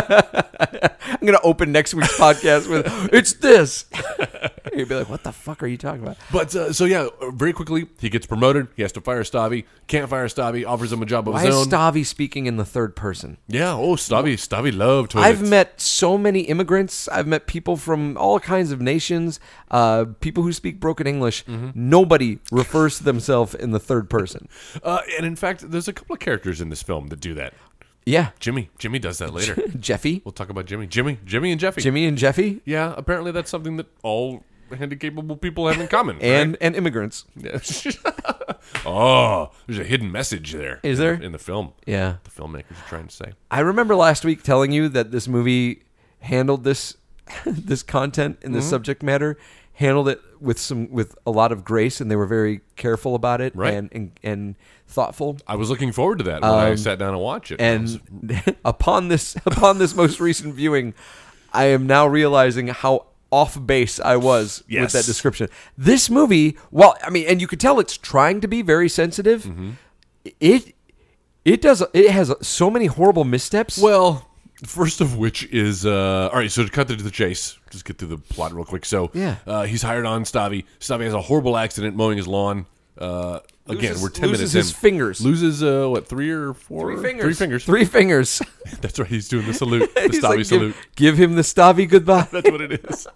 Speaker 3: I'm going to open next week's podcast with, it's this. You'd be like, what the fuck are you talking about?
Speaker 4: But uh, so yeah, uh, very quickly he gets promoted. He has to fire Stavi. Can't fire Stavi. Offers him a job of
Speaker 3: Why
Speaker 4: his
Speaker 3: is
Speaker 4: own.
Speaker 3: Stavi speaking in the third person?
Speaker 4: yeah. Oh, Stavi. Stavi loved toilets.
Speaker 3: I've met so many immigrants. I've met people from all kinds of nations, uh, people who speak broken English.
Speaker 4: Mm-hmm.
Speaker 3: Nobody refers to themselves in the third person.
Speaker 4: Uh, and in fact, there's a couple of characters in this film that do that.
Speaker 3: Yeah.
Speaker 4: Jimmy. Jimmy does that later.
Speaker 3: Jeffy.
Speaker 4: we'll talk about Jimmy. Jimmy. Jimmy and Jeffy.
Speaker 3: Jimmy and Jeffy
Speaker 4: Yeah. Apparently, that's something that all handicapable people have in common.
Speaker 3: and, and immigrants.
Speaker 4: right? oh, there's a hidden message there.
Speaker 3: Is
Speaker 4: in the-
Speaker 3: there?
Speaker 4: in the film?
Speaker 3: Yeah.
Speaker 4: The filmmakers are trying to say.
Speaker 3: I remember last week telling you that this movie handled this this content and this subject matter handled it with some with a lot of grace and they were very careful about it
Speaker 4: Right.
Speaker 3: and, and and thoughtful
Speaker 4: I was looking forward to that when I sat down and watched it. I was-
Speaker 3: Um, and upon this upon this most recent viewing i am now realizing how off base i was with
Speaker 4: Yes.
Speaker 3: that description this movie well i mean and you could tell it's trying to be very sensitive
Speaker 4: Mm-hmm.
Speaker 3: it it does it has so many horrible missteps
Speaker 4: Well, first of which is uh, all right. So to cut to the chase, just get through the plot real quick. So
Speaker 3: Yeah.
Speaker 4: uh, he's hired on Stavi. Stavi has a horrible accident mowing his lawn. Uh, again,
Speaker 3: Loses-
Speaker 4: we're ten
Speaker 3: loses
Speaker 4: minutes in.
Speaker 3: his fingers.
Speaker 4: Loses uh, what three or four? Three fingers.
Speaker 3: three fingers
Speaker 4: That's right. He's doing the salute, the
Speaker 3: He's
Speaker 4: Stavi
Speaker 3: like, give-
Speaker 4: salute.
Speaker 3: give, him the stavi goodbye
Speaker 4: That's what it is.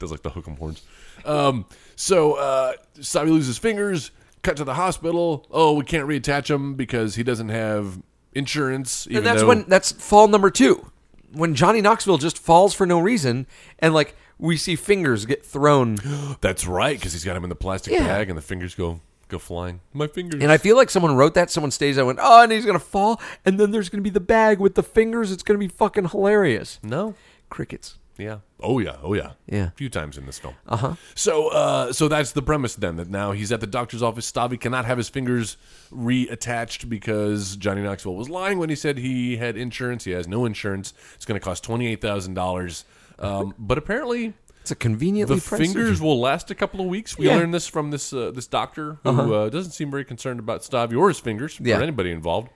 Speaker 4: Does like the hook'em horns. Um, so uh, Stavi loses fingers. Cut to the hospital. Oh, we can't reattach him because he doesn't have insurance. Even
Speaker 3: and that's
Speaker 4: though-
Speaker 3: when that's fall number two when johnny knoxville just falls for no reason and like we see fingers get thrown
Speaker 4: That's right, because he's got him in the plastic
Speaker 3: Yeah.
Speaker 4: bag, and the fingers go go flying. My fingers.
Speaker 3: And I feel like someone wrote that. Someone stays. I went, oh, and he's gonna fall, and then there's gonna be the bag with the fingers. It's gonna be fucking hilarious.
Speaker 4: no.
Speaker 3: Crickets.
Speaker 4: Yeah. Oh yeah. Oh yeah.
Speaker 3: Yeah.
Speaker 4: A few times in this film. Uh-huh. So, uh So that's the premise then. That now he's at the doctor's office. Stavi cannot have his fingers reattached because Johnny Knoxville was lying when he said he had insurance. He has no insurance. It's going to cost twenty eight thousand dollars. Um, but apparently,
Speaker 3: It's a conveniently
Speaker 4: the
Speaker 3: priced
Speaker 4: fingers will last a couple of weeks. We
Speaker 3: Yeah. Uh-huh.
Speaker 4: learned this from this uh, this doctor who uh doesn't seem very concerned about Stavi or his fingers
Speaker 3: Yeah.
Speaker 4: or anybody involved.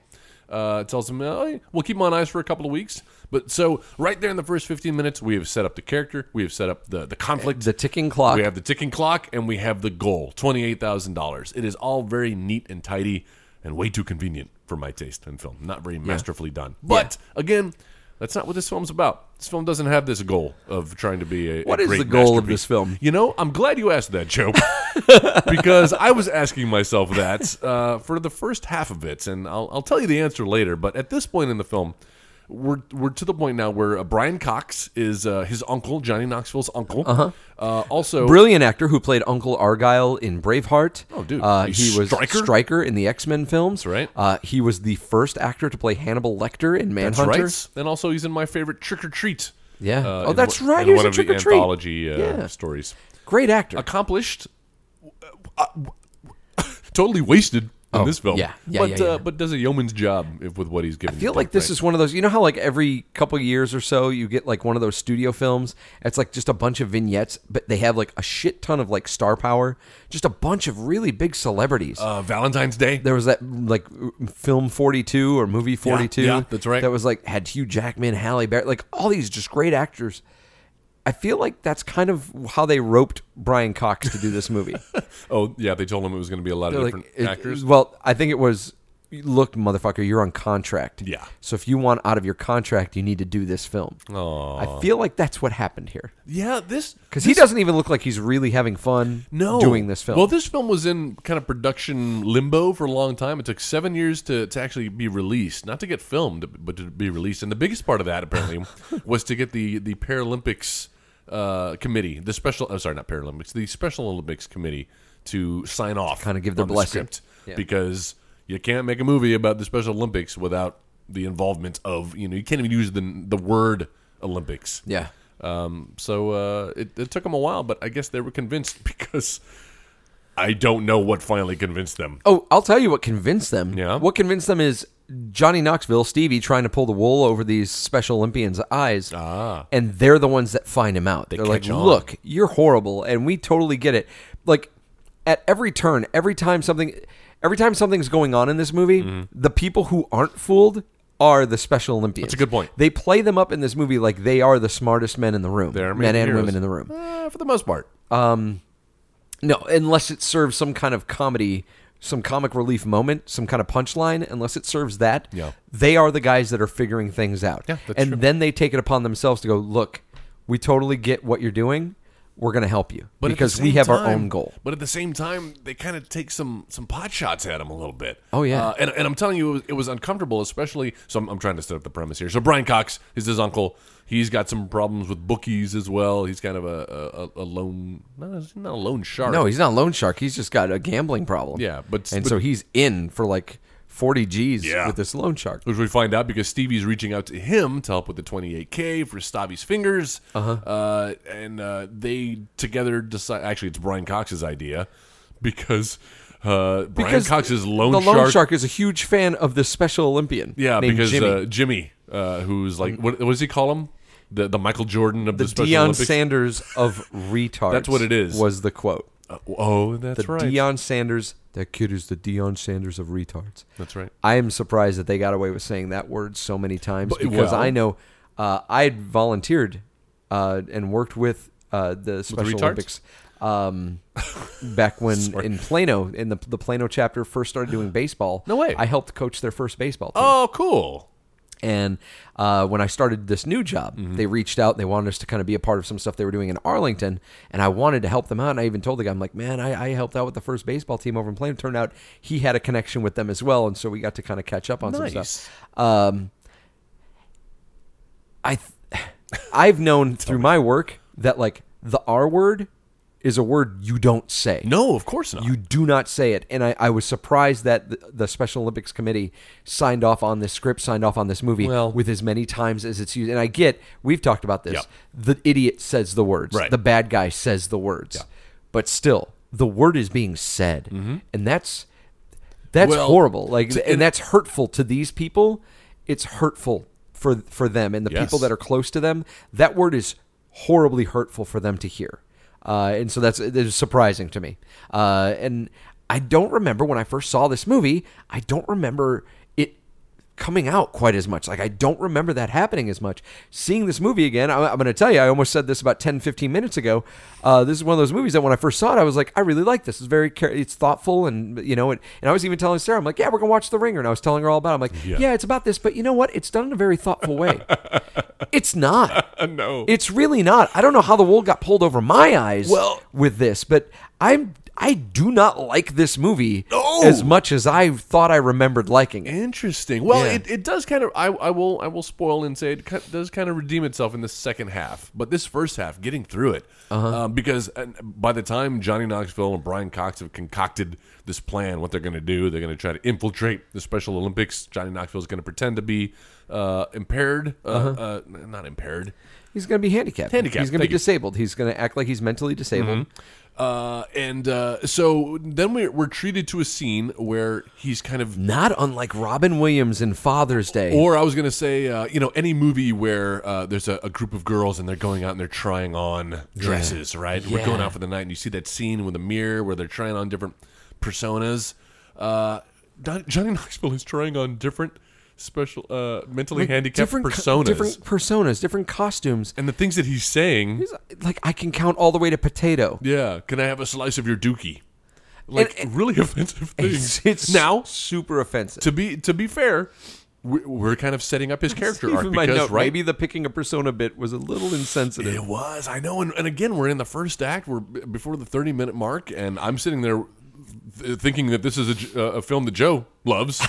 Speaker 4: Uh, tells him, oh, we'll keep him on ice for a couple of weeks. But so right there in the first 15 minutes, we have set up the character, we have set up the, the conflict,
Speaker 3: The ticking clock.
Speaker 4: we have the ticking clock, and we have the goal $28,000. It is all very neat and tidy and way too convenient for my taste in film. Not very masterfully done. But again, that's not what this film's about. This film doesn't have this goal of trying to be a. a
Speaker 3: What is
Speaker 4: great
Speaker 3: the goal of
Speaker 4: masterpiece.
Speaker 3: this film?
Speaker 4: You know, I'm glad you asked that, Joe, because I was asking myself that uh, for the first half of it, and I'll, I'll tell you the answer later. But at this point in the film, we're we're to the point now where uh, Brian Cox is uh, his uncle, Johnny Knoxville's uncle. Uh-huh. Uh, also,
Speaker 3: Brilliant actor who played Uncle Argyle in Braveheart.
Speaker 4: Oh, dude.
Speaker 3: Uh,
Speaker 4: He's
Speaker 3: he was
Speaker 4: Stryker?
Speaker 3: Striker in the X Men films.
Speaker 4: right.
Speaker 3: Uh, he was the first actor to play Hannibal Lecter in
Speaker 4: that's
Speaker 3: Manhunter.
Speaker 4: right. And also, he's in my favorite Trick or Treat.
Speaker 3: Yeah.
Speaker 4: uh,
Speaker 3: Oh,
Speaker 4: in
Speaker 3: that's
Speaker 4: one-
Speaker 3: right.
Speaker 4: in
Speaker 3: He was
Speaker 4: one
Speaker 3: in
Speaker 4: of
Speaker 3: Trick
Speaker 4: the
Speaker 3: or Treat.
Speaker 4: anthology uh,
Speaker 3: Yeah.
Speaker 4: stories.
Speaker 3: Great actor.
Speaker 4: accomplished, totally wasted in this film.
Speaker 3: Oh, yeah. Yeah,
Speaker 4: but
Speaker 3: yeah, yeah.
Speaker 4: Uh, but does a yeoman's job if, with what he's given.
Speaker 3: I feel like this is one of those. You know how like every couple years or so you get like one of those studio films. It's like just a bunch of vignettes, but they have like a shit ton of like star power, just a bunch of really big celebrities.
Speaker 4: uh, Valentine's Day.
Speaker 3: there was that like film 42 or movie 42
Speaker 4: yeah, that's right.
Speaker 3: that was like had Hugh Jackman, Halle Berry, like all these just great actors. I feel like that's kind of how they roped Brian Cox to do this movie.
Speaker 4: Oh yeah, they told him it was going to be a lot of
Speaker 3: They're
Speaker 4: different
Speaker 3: it-
Speaker 4: actors.
Speaker 3: Well, I think it was. Look, motherfucker, you're on contract.
Speaker 4: Yeah.
Speaker 3: So if you want out of your contract, you need to do this film. I feel like that's what happened here
Speaker 4: yeah, this
Speaker 3: because he doesn't even look like he's really having fun.
Speaker 4: no
Speaker 3: doing this film.
Speaker 4: Well, this film was in kind of production limbo for a long time. It took seven years to, to actually be released, not to get filmed, but to be released. And the biggest part of that apparently was to get the the Paralympics uh, committee, the special. I'm sorry, not Paralympics, the Special Olympics committee to sign off,
Speaker 3: Kinda give their
Speaker 4: on the
Speaker 3: blessing.
Speaker 4: script because you can't make a movie about the Special Olympics without the involvement of you know you can't even use the the word Olympics.
Speaker 3: yeah.
Speaker 4: Um, so uh, it, it took them a while, but I guess they were convinced because I don't know what finally convinced them.
Speaker 3: Oh, I'll tell you what convinced them.
Speaker 4: Yeah?
Speaker 3: What convinced them is Johnny Knoxville, Stevie, trying to pull the wool over these Special Olympians' eyes. Ah. And they're the ones that find him out. They are
Speaker 4: catch
Speaker 3: like,
Speaker 4: on.
Speaker 3: look, you're horrible, and we totally get it. Like, at every turn, every time something. Every time something's going on in this movie, the people who aren't fooled are the Special
Speaker 4: Mm-hmm.
Speaker 3: Olympians.
Speaker 4: That's a good point.
Speaker 3: They play them up in this movie like they are the smartest men in the room,
Speaker 4: They're
Speaker 3: men and
Speaker 4: heroes.
Speaker 3: women in the room.
Speaker 4: Uh, for the most part.
Speaker 3: No, unless it serves some kind of comedy, some comic relief moment, some kind of punchline, unless it serves that,
Speaker 4: Yeah.
Speaker 3: they are the guys that are figuring things out.
Speaker 4: Yeah, that's
Speaker 3: and
Speaker 4: true. then
Speaker 3: then they take it upon themselves to go, look, we totally get what you're doing. We're going to help you
Speaker 4: But at the
Speaker 3: because we
Speaker 4: same
Speaker 3: have our
Speaker 4: time-
Speaker 3: own goal.
Speaker 4: But at the same time, they kind of take some some pot shots at him a little bit.
Speaker 3: Oh, yeah.
Speaker 4: Uh, and, and I'm telling you, it was, it was uncomfortable, especially. So I'm, I'm trying to set up the premise here. So Brian Cox is his uncle. He's got some problems with bookies as well. He's kind of a a, a- a lone, not a, not a lone shark.
Speaker 3: No, he's not a loan shark. He's just got a gambling problem.
Speaker 4: Yeah, but-
Speaker 3: and
Speaker 4: but-
Speaker 3: so he's in for like 40 G's
Speaker 4: Yeah.
Speaker 3: with this loan shark.
Speaker 4: Which we find out because Stevie's reaching out to him to help with the 28K for Stavi's fingers. Uh-huh. and uh, they together decide. Actually, it's Brian Cox's idea because uh, Brian
Speaker 3: Because
Speaker 4: Cox's lone,
Speaker 3: the loan
Speaker 4: shark,
Speaker 3: shark. is a huge fan of the Special Olympian.
Speaker 4: Yeah,
Speaker 3: named
Speaker 4: because
Speaker 3: Jimmy.
Speaker 4: Jimmy, uh, Jimmy uh, who's like, what, what does he call him? The, the Michael Jordan of the,
Speaker 3: the
Speaker 4: Special
Speaker 3: Deion
Speaker 4: Olympics.
Speaker 3: Sanders of retards.
Speaker 4: That's what it is.
Speaker 3: Was the quote.
Speaker 4: Uh, oh, that's
Speaker 3: the
Speaker 4: right.
Speaker 3: Deion Sanders. That kid is the Deion Sanders of retards.
Speaker 4: That's right.
Speaker 3: I am surprised that they got away with saying that word so many times
Speaker 4: But-
Speaker 3: because
Speaker 4: well-
Speaker 3: I know uh, I had volunteered uh, and worked with uh, the Special
Speaker 4: retards?
Speaker 3: Olympics um, back when in Plano, in the, the Plano chapter first started doing baseball.
Speaker 4: No way.
Speaker 3: I helped coach their first baseball team.
Speaker 4: Oh, cool.
Speaker 3: And uh, when I started this new job,
Speaker 4: Mm-hmm.
Speaker 3: they reached out. They wanted us to kind of be a part of some stuff they were doing in Arlington, and I wanted to help them out. And I even told the guy, "I'm like, man, I, I helped out with the first baseball team over in Plain." Turned out he had a connection with them as well, and so we got to kind of catch up on some
Speaker 4: Nice.
Speaker 3: stuff. Um, I, th- I've known through my work that like the R word is a word you don't say.
Speaker 4: No, of course not.
Speaker 3: You do not say it. And I, I was surprised that the, the Special Olympics Committee signed off on this script, signed off on this movie
Speaker 4: Well-
Speaker 3: with as many times as it's used. And I get, we've talked about this.
Speaker 4: Yeah.
Speaker 3: The idiot says the words,
Speaker 4: Right.
Speaker 3: the bad guy says the words. But still, the word is being said. And that's. That's
Speaker 4: Mm-hmm. Well,
Speaker 3: horrible. Like
Speaker 4: to-
Speaker 3: and that's hurtful to these people. It's hurtful for for them and the
Speaker 4: Yes.
Speaker 3: people that are close to them. That word is horribly hurtful for them to hear, uh, and so that's it is surprising to me. Uh, and I don't remember when I first saw this movie. I don't remember it coming out quite as much. Like I don't remember that happening as much. Seeing this movie again, I'm, I'm going to tell you. I almost said this about 10, 15 minutes ago. Uh, this is one of those movies that when I first saw it, I was like, I really like this. It's very, care- it's thoughtful, and you know, it, and I was even telling Sarah, I'm like, yeah, we're going to watch The Ringer, and I was telling her all about. it. I'm like, yeah. it's about this, but you know what? It's done in a very thoughtful way. it's not.
Speaker 4: no.
Speaker 3: It's really not. I don't know how the wool got pulled over my eyes
Speaker 4: Well-
Speaker 3: with this, but I'm. I do not like this movie
Speaker 4: No.
Speaker 3: as much as I thought I remembered liking it.
Speaker 4: Interesting. Well,
Speaker 3: Yeah.
Speaker 4: it, it does kind of. I, I will I will spoil and say it ki- does kind of redeem itself in the second half. But this first half, getting through it, um, because uh, by the time Johnny Knoxville and Brian Cox have concocted this plan, what they're going to do, they're going to try to infiltrate the Special Olympics. Johnny Knoxville is going to pretend to be uh, impaired, uh, uh, n- not impaired.
Speaker 3: He's going to be handicapped.
Speaker 4: Handicapped,
Speaker 3: He's going to
Speaker 4: thank
Speaker 3: be
Speaker 4: you.
Speaker 3: disabled. He's going to act like he's mentally disabled.
Speaker 4: Uh, and uh, so then we're, we're treated to a scene where he's kind of
Speaker 3: Not unlike Robin Williams in Father's Day.
Speaker 4: Or I was going to say, uh, you know, any movie where uh, there's a, a group of girls and they're going out and they're trying on dresses, right? We're going out for the night, and you see that scene with the mirror where they're trying on different personas. Uh, Don- Johnny Knoxville is trying on different special, uh, mentally handicapped
Speaker 3: different co-
Speaker 4: personas.
Speaker 3: different personas, different costumes.
Speaker 4: and the things that he's saying,
Speaker 3: He's like I can count all the way to potato.
Speaker 4: yeah, can I have a slice of your dookie? Like
Speaker 3: And-
Speaker 4: really offensive things.
Speaker 3: It's, it's
Speaker 4: now
Speaker 3: super offensive.
Speaker 4: to be to be fair, we're, we're kind of setting up his character arc
Speaker 3: Even my
Speaker 4: because
Speaker 3: note,
Speaker 4: right
Speaker 3: maybe the picking a persona bit was a little insensitive.
Speaker 4: It was. I know. And, and again, we're in the first act. We're b- before the 30 minute mark, and I'm sitting there th- thinking that this is a, J- uh, a film that Joe loves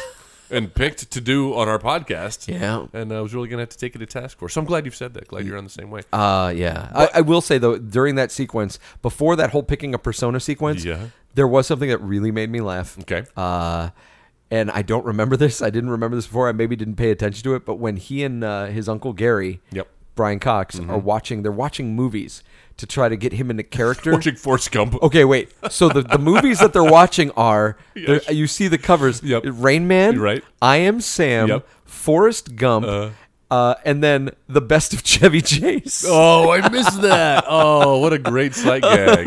Speaker 4: and picked to do on our podcast.
Speaker 3: Yeah. Mm.
Speaker 4: And uh, I was really going to have to take it to task for. So I'm glad you've said that. Glad you're on the same way.
Speaker 3: Uh, yeah. I, I will say though, during that sequence, before that whole picking a persona sequence,
Speaker 4: Yeah.
Speaker 3: there was something that really made me laugh.
Speaker 4: Okay.
Speaker 3: Uh, and I don't remember this. I didn't remember this before. I maybe didn't pay attention to it. But when he and uh, his uncle Gary,
Speaker 4: Yep. Mm-hmm.
Speaker 3: Brian Cox are watching. They're watching movies to try to get him into character.
Speaker 4: Watching Forrest Gump.
Speaker 3: Okay, wait. So the, the movies that they're watching are they're- you see the covers.
Speaker 4: Yep.
Speaker 3: Rain Man.
Speaker 4: You're right.
Speaker 3: I Am Sam.
Speaker 4: Yep.
Speaker 3: Forrest Gump. Uh, and then the best of Chevy Chase.
Speaker 4: Oh, I missed that. Oh, what a great sight gag.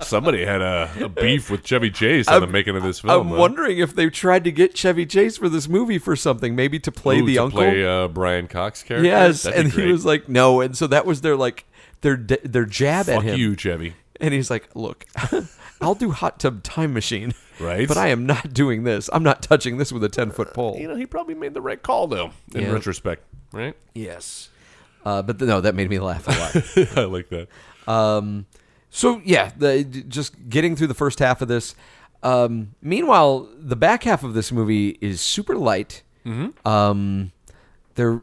Speaker 4: Somebody had a, a beef with Chevy Chase on the making of this film.
Speaker 3: I'm
Speaker 4: huh?
Speaker 3: wondering if they tried to get Chevy Chase for this movie for something, maybe to play
Speaker 4: Ooh,
Speaker 3: the
Speaker 4: to
Speaker 3: uncle.
Speaker 4: play uh, Brian Cox character.
Speaker 3: yes,
Speaker 4: That'd be
Speaker 3: and he
Speaker 4: great.
Speaker 3: was like, "No," and so that was their like their d- their jab at
Speaker 4: "Fuck
Speaker 3: him.
Speaker 4: you, Chevy."
Speaker 3: And he's like, "Look, I'll do hot tub time machine,
Speaker 4: Right.
Speaker 3: But I am not doing this. I'm not touching this with a ten foot pole."
Speaker 4: You know, he probably made the right call though. In
Speaker 3: Yeah.
Speaker 4: retrospect, right?
Speaker 3: Yes, uh, but th- no, that made me laugh a lot.
Speaker 4: I like that.
Speaker 3: So yeah, the, d- just getting through the first half of this. Um, meanwhile, the back half of this movie is super light. Um, they're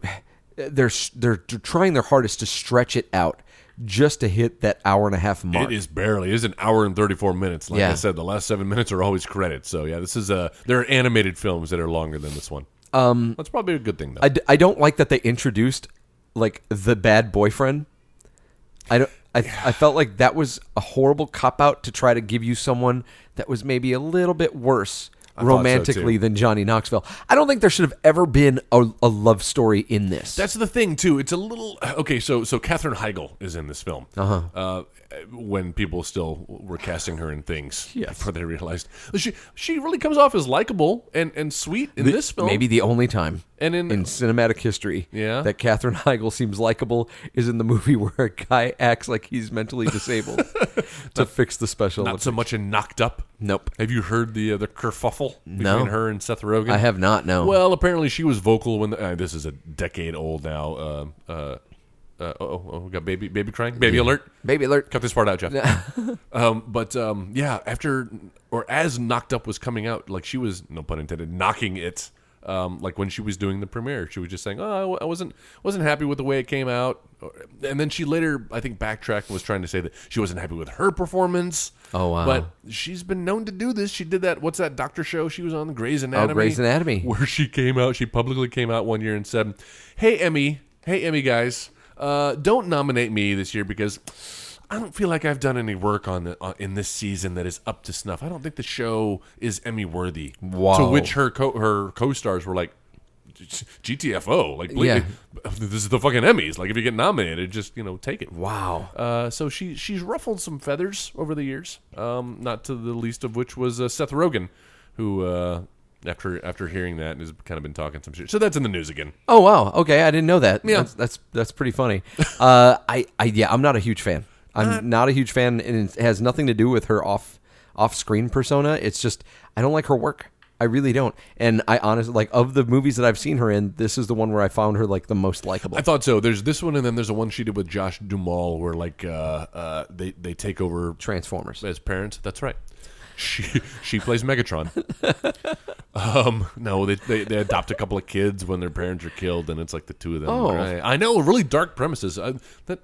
Speaker 3: they're s- they're t- trying their hardest to stretch it out just to hit that hour and a half mark.
Speaker 4: It is barely. It is an hour and thirty-four minutes. Like
Speaker 3: Yeah.
Speaker 4: I said, the last seven minutes are always credits. So yeah, this is uh There are animated films that are longer than this one. Um, that's probably a good thing though.
Speaker 3: I, d- I don't like that they introduced like the bad boyfriend. I don't. I, I felt like that was a horrible cop out to try to give you someone that was maybe a little bit worse
Speaker 4: so,
Speaker 3: romantically
Speaker 4: too.
Speaker 3: than Johnny Knoxville. I don't think there should have ever been a, a love story in this.
Speaker 4: That's the thing too. It's a little okay. So so Katherine Heigl is in this film. Uh-huh. When people still were casting her in things
Speaker 3: Yes.
Speaker 4: before they realized she she really comes off as likable and and sweet in this film.
Speaker 3: maybe the only time
Speaker 4: And in-
Speaker 3: cinematic history
Speaker 4: Yeah.
Speaker 3: that Katherine Heigl seems likable is in the movie where a guy acts like he's mentally disabled to fix the special.
Speaker 4: not so much in Knocked Up.
Speaker 3: Nope.
Speaker 4: Have you heard the uh, the kerfuffle between
Speaker 3: No.
Speaker 4: her and Seth Rogen?
Speaker 3: I have not. No.
Speaker 4: Well, apparently she was vocal when the, uh, this is a decade old now. Uh, uh, uh, oh, oh, we got baby baby crying, baby alert.
Speaker 3: baby alert.
Speaker 4: Cut this part out, Jeff. um, but um, yeah, after or as Knocked Up was coming out, like she was, no pun intended, knocking it. Um, like when she was doing the premiere, she was just saying, "Oh, I w- I wasn't wasn't happy with the way it came out," Or- and then she later, I think, backtracked and was trying to say that she wasn't happy with her performance.
Speaker 3: Oh, wow.
Speaker 4: But she's been known to do this. She did that. What's that doctor show she was on? Grey's Anatomy.
Speaker 3: Oh, Grey's Anatomy.
Speaker 4: Where she came out, she publicly came out one year and said, "Hey Emmy, hey Emmy guys, uh, don't nominate me this year because I don't feel like I've done any work on the on, in this season that is up to snuff. I don't think the show is Emmy worthy."
Speaker 3: Wow.
Speaker 4: To which her co- her co-stars were like. GTFO, like
Speaker 3: Yeah.
Speaker 4: blatantly, this is the fucking Emmys. Like if you get nominated, just you know take it.
Speaker 3: wow.
Speaker 4: Uh, so she she's ruffled some feathers over the years, um, not to the least of which was uh, Seth Rogen, who uh, after after hearing that has kind of been talking some shit. So that's in the news again.
Speaker 3: Oh wow. Okay, I didn't know that. Yeah, that's that's, that's pretty funny. Uh, I, I yeah, I'm not a huge fan. I'm not a huge fan, and it has nothing to do with her off off screen persona. It's just I don't like her work. I really don't. And I honestly like of the movies that I've seen her in, this is the one where I found her like the most likable.
Speaker 4: I thought so. There's this one, and then there's the one she did with Josh Duhamel, where like uh, uh, they they take over
Speaker 3: Transformers.
Speaker 4: as parents. That's right. She she plays Megatron. um, no, they, they they adopt a couple of kids when their parents are killed, and it's like the two of them.
Speaker 3: Oh.
Speaker 4: I, I know, really dark premises. I, that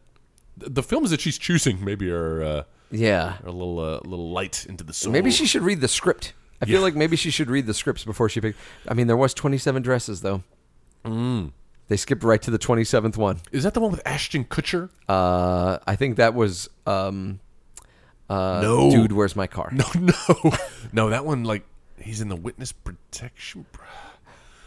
Speaker 4: the films that she's choosing maybe are. Uh,
Speaker 3: Yeah.
Speaker 4: a little uh, little light into the soul.
Speaker 3: Maybe she should read the script. I
Speaker 4: Yeah.
Speaker 3: feel like maybe she should read the scripts before she picked. I mean, there was 27 dresses though. Mm. They skipped right to the 27th one.
Speaker 4: is that the one with Ashton Kutcher.
Speaker 3: Uh, I think that was um, uh,
Speaker 4: No.
Speaker 3: dude, where's my car?
Speaker 4: Oh. no, no, no. That one like he's in the witness protection. pro-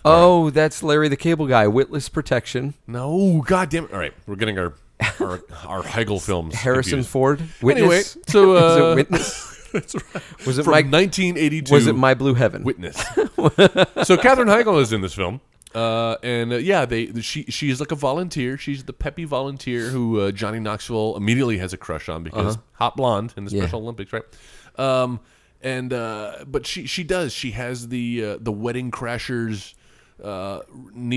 Speaker 3: Oh, that's Larry the Cable Guy, witless protection.
Speaker 4: No, goddamn it! All right, we're getting our our, our Heigl films.
Speaker 3: Harrison
Speaker 4: confused.
Speaker 3: Ford, witness.
Speaker 4: Anyway, so
Speaker 3: Was it
Speaker 4: uh,
Speaker 3: witness?
Speaker 4: that's right.
Speaker 3: Was it
Speaker 4: from
Speaker 3: my-
Speaker 4: 1982?
Speaker 3: was it My Blue Heaven?
Speaker 4: witness? so Katherine Heigl is in this film. Uh, and uh, yeah, they she she is like a volunteer. She's the peppy volunteer who uh, Johnny Knoxville immediately has a crush on because hot blonde in the Special Olympics, right? Um, and uh, but she she does she has the uh, the wedding crashers uh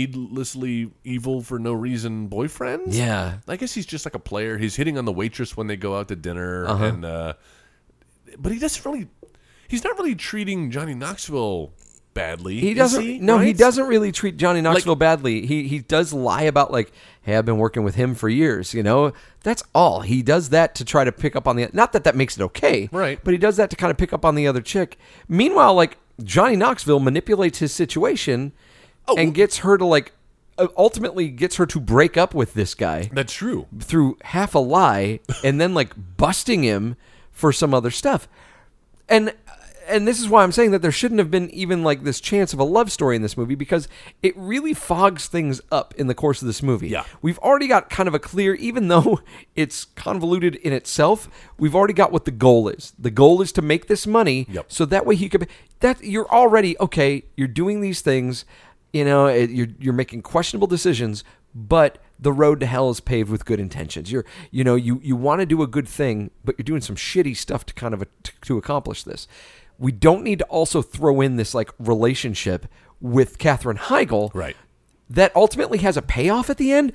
Speaker 4: needlessly evil for no reason boyfriend
Speaker 3: Yeah.
Speaker 4: i guess he's just like a player he's hitting on the waitress when they go out to dinner and uh but he doesn't really he's not really treating johnny knoxville badly
Speaker 3: He
Speaker 4: is
Speaker 3: doesn't. no, he
Speaker 4: right?
Speaker 3: doesn't really treat Johnny Knoxville badly. He he does lie about like, hey, I've been working with him for years. You know, that's all he does that to try to pick up on the. Not that that makes it okay,
Speaker 4: Right.
Speaker 3: But he does that to kind of pick up on the other chick.
Speaker 4: Oh,
Speaker 3: Meanwhile, like Johnny Knoxville manipulates his situation and gets her to like uh, ultimately gets her to break up with this guy
Speaker 4: That's true.
Speaker 3: through half a lie and then like busting him for some other stuff. And and this is why I'm saying that there shouldn't have been even like this chance of a love story in this movie because it really fogs things up in the course of this movie.
Speaker 4: Yeah.
Speaker 3: We've already got kind of a clear even though it's convoluted in itself, we've already got what the goal is. The goal is to make this money
Speaker 4: Yep.
Speaker 3: so that way he could that you're already okay, you're doing these things, you know, it- you're you're making questionable decisions, but the road to hell is paved with good intentions. You're you know, you you want to do a good thing, but you're doing some shitty stuff to kind of a, to, to accomplish this. We don't need to also throw in this like relationship with Katherine Heigl
Speaker 4: Right.
Speaker 3: that ultimately has a payoff at the end.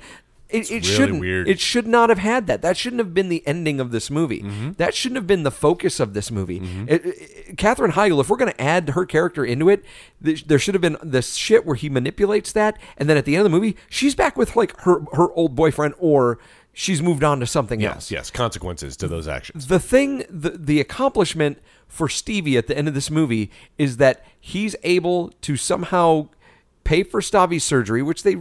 Speaker 3: It, it
Speaker 4: really
Speaker 3: shouldn't.
Speaker 4: weird.
Speaker 3: It should not have had that. That shouldn't have been the ending of this movie.
Speaker 4: Mm-hmm.
Speaker 3: That shouldn't have been the focus of this movie. It- it- Katherine Heigl, if we're going to add her character into it, th- there should have been this shit where he manipulates that, and then at the end of the movie, she's back with like her her old boyfriend, or she's moved on to something
Speaker 4: Yes,
Speaker 3: else
Speaker 4: yes. Consequences to those actions.
Speaker 3: the thing the, the accomplishment for stevie at the end of this movie is that he's able to somehow pay for stavi's surgery which they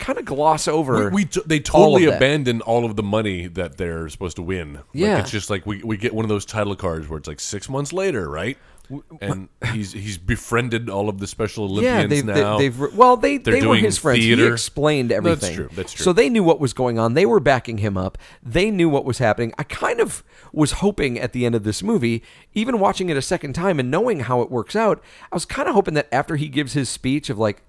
Speaker 3: kind of gloss over
Speaker 4: We, we t- they
Speaker 3: all of
Speaker 4: totally
Speaker 3: that.
Speaker 4: abandon all of the money that they're supposed to win. Like,
Speaker 3: Yeah.
Speaker 4: it's just like we, we get one of those title cards where it's like six months later, right? And he's he's befriended all of the Special Olympians
Speaker 3: yeah, they've, they-
Speaker 4: now.
Speaker 3: they've re- well, they
Speaker 4: They're
Speaker 3: they were
Speaker 4: doing
Speaker 3: his friends. He
Speaker 4: theater.
Speaker 3: explained
Speaker 4: That's
Speaker 3: everything.
Speaker 4: true, that's true.
Speaker 3: So they knew what was going on. They were backing him up. They knew what was happening. I kind of was hoping at the end of this movie, even watching it a second time and knowing how it works out, I was kind of hoping that after he gives his speech of like.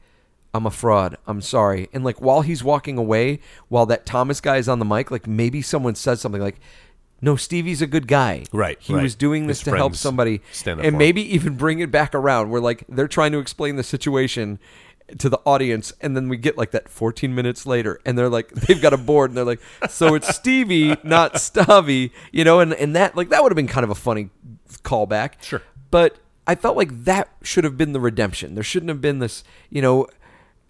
Speaker 3: I'm a fraud. I'm sorry. And like while he's walking away, while that Thomas guy is on the mic, like maybe someone says something like, "No, Stevie's a good guy.
Speaker 4: Right,
Speaker 3: He
Speaker 4: right.
Speaker 3: was doing this
Speaker 4: His
Speaker 3: to help
Speaker 4: friends
Speaker 3: somebody,
Speaker 4: stand up
Speaker 3: and
Speaker 4: for him.
Speaker 3: maybe." maybe even bring it back around where like they're trying to explain the situation to the audience and then we get like that 14 minutes later and they're like they've got a board and they're like so it's stevie not stavi you know and, and that like that would have been kind of a funny callback
Speaker 4: Sure.
Speaker 3: but i felt like that should have been the redemption there shouldn't have been this you know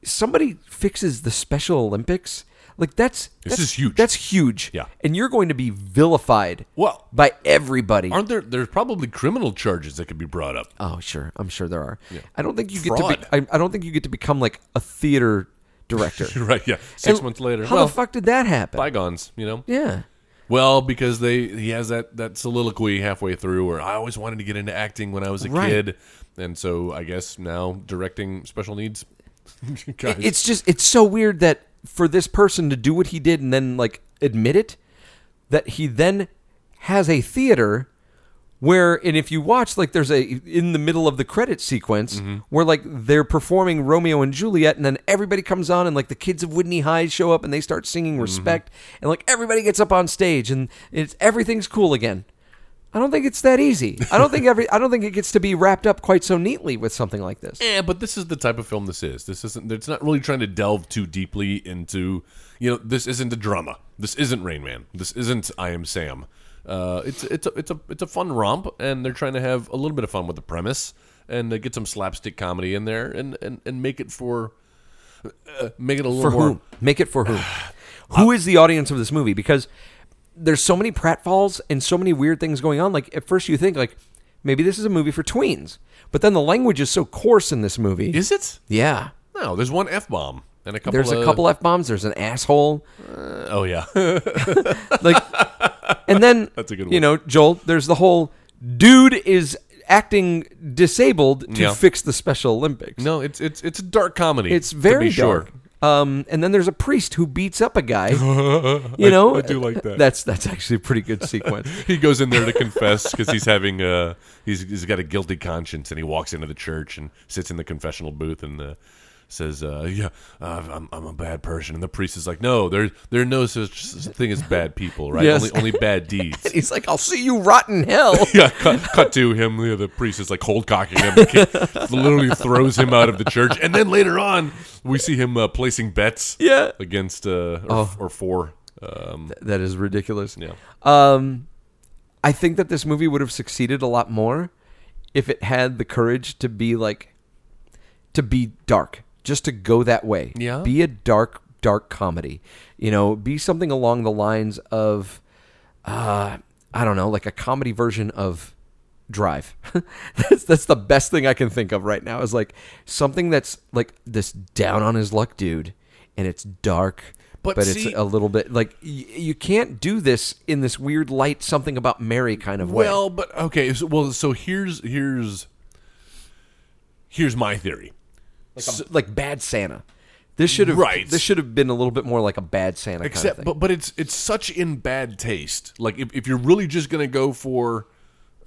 Speaker 3: somebody fixes the special olympics like that's
Speaker 4: This
Speaker 3: that's-
Speaker 4: is huge.
Speaker 3: that's huge
Speaker 4: Yeah.
Speaker 3: and you're going to be vilified
Speaker 4: Well-
Speaker 3: by everybody
Speaker 4: Aren't there? There's probably criminal charges that could be brought up.
Speaker 3: Oh, sure. I'm sure there are. I don't think you
Speaker 4: Fraud.
Speaker 3: get to. Be, I, I don't think you get to become like a theater director.
Speaker 4: right? Yeah. Six
Speaker 3: And
Speaker 4: months later.
Speaker 3: How
Speaker 4: well,
Speaker 3: the fuck did that happen?
Speaker 4: bygones, you know.
Speaker 3: yeah.
Speaker 4: Well, because they he has that that soliloquy halfway through where I always wanted to get into acting when I was a
Speaker 3: Right.
Speaker 4: kid, and so I guess now directing special needs. guys.
Speaker 3: It's just it's so weird that for this person to do what he did and then like admit it, that he then has a theater where and if you watch like there's a in the middle of the credit sequence where like they're performing Romeo and Juliet and then everybody comes on and like the kids of Whitney High show up and they start singing respect and like everybody gets up on stage and it's everything's cool again. I don't think it's that easy. I don't think every I don't think it gets to be wrapped up quite so neatly with something like this.
Speaker 4: Yeah, Eh, but this is the type of film this is. This isn't. It's not really trying to delve too deeply into. You know, this isn't a drama. This isn't Rain Man. This isn't I Am Sam. Uh, it's it's a, it's a it's a fun romp, and they're trying to have a little bit of fun with the premise, and they get some slapstick comedy in there, and and, and make it for uh, make it a little
Speaker 3: for
Speaker 4: more.
Speaker 3: whom? Make it for whom? Who is the audience of this movie? Because there's so many pratfalls and so many weird things going on. Like at first you think like maybe this is a movie for tweens, but then the language is so coarse in this movie.
Speaker 4: Is it?
Speaker 3: yeah.
Speaker 4: No, there's one f bomb and a couple.
Speaker 3: There's a
Speaker 4: of-
Speaker 3: couple f bombs. There's an asshole.
Speaker 4: Oh yeah,
Speaker 3: Like, and then
Speaker 4: That's a good
Speaker 3: You
Speaker 4: one.
Speaker 3: know, Joel. There's the whole dude is acting disabled to
Speaker 4: Yeah.
Speaker 3: fix the Special Olympics.
Speaker 4: no, it's it's it's a dark comedy.
Speaker 3: It's
Speaker 4: to
Speaker 3: very
Speaker 4: be sure.
Speaker 3: dark. Um, and then there's a priest who beats up a guy. You know,
Speaker 4: I do like that.
Speaker 3: That's that's actually a pretty good sequence.
Speaker 4: he goes in there to confess because he's having uh he's he's got a guilty conscience and he walks into the church and sits in the confessional booth and uh, says uh yeah uh, I'm I'm a bad person and the priest is like no there there are no such thing as bad people right
Speaker 3: Yes.
Speaker 4: only only bad deeds.
Speaker 3: He's like, I'll see you rot in hell.
Speaker 4: Yeah, cut, cut to him. The, the priest is like cold cocking him, and kick- literally throws him out of the church. And then later on, we see him uh, placing bets.
Speaker 3: Yeah. Oh.
Speaker 4: against uh, or, or for um,
Speaker 3: that is ridiculous.
Speaker 4: yeah.
Speaker 3: Um, I think that this movie would have succeeded a lot more if it had the courage to be like, to be dark, just to go that way.
Speaker 4: Yeah.
Speaker 3: Be a dark, dark comedy. You know, be something along the lines of, uh, I don't know, like a comedy version of Drive. that's that's the best thing I can think of right now. Is like something that's like this down on his luck dude and it's dark. But,
Speaker 4: But
Speaker 3: it's
Speaker 4: see-
Speaker 3: a little bit like y- you can't do this in this weird light something about Mary kind of way.
Speaker 4: Well, but okay. So, well, so here's here's here's my theory.
Speaker 3: like, a- like bad Santa. This should have
Speaker 4: Right.
Speaker 3: this should have been a little bit more like a bad Santa
Speaker 4: Except,
Speaker 3: kind of thing.
Speaker 4: but but it's it's such in bad taste. Like if, if you're really just gonna go for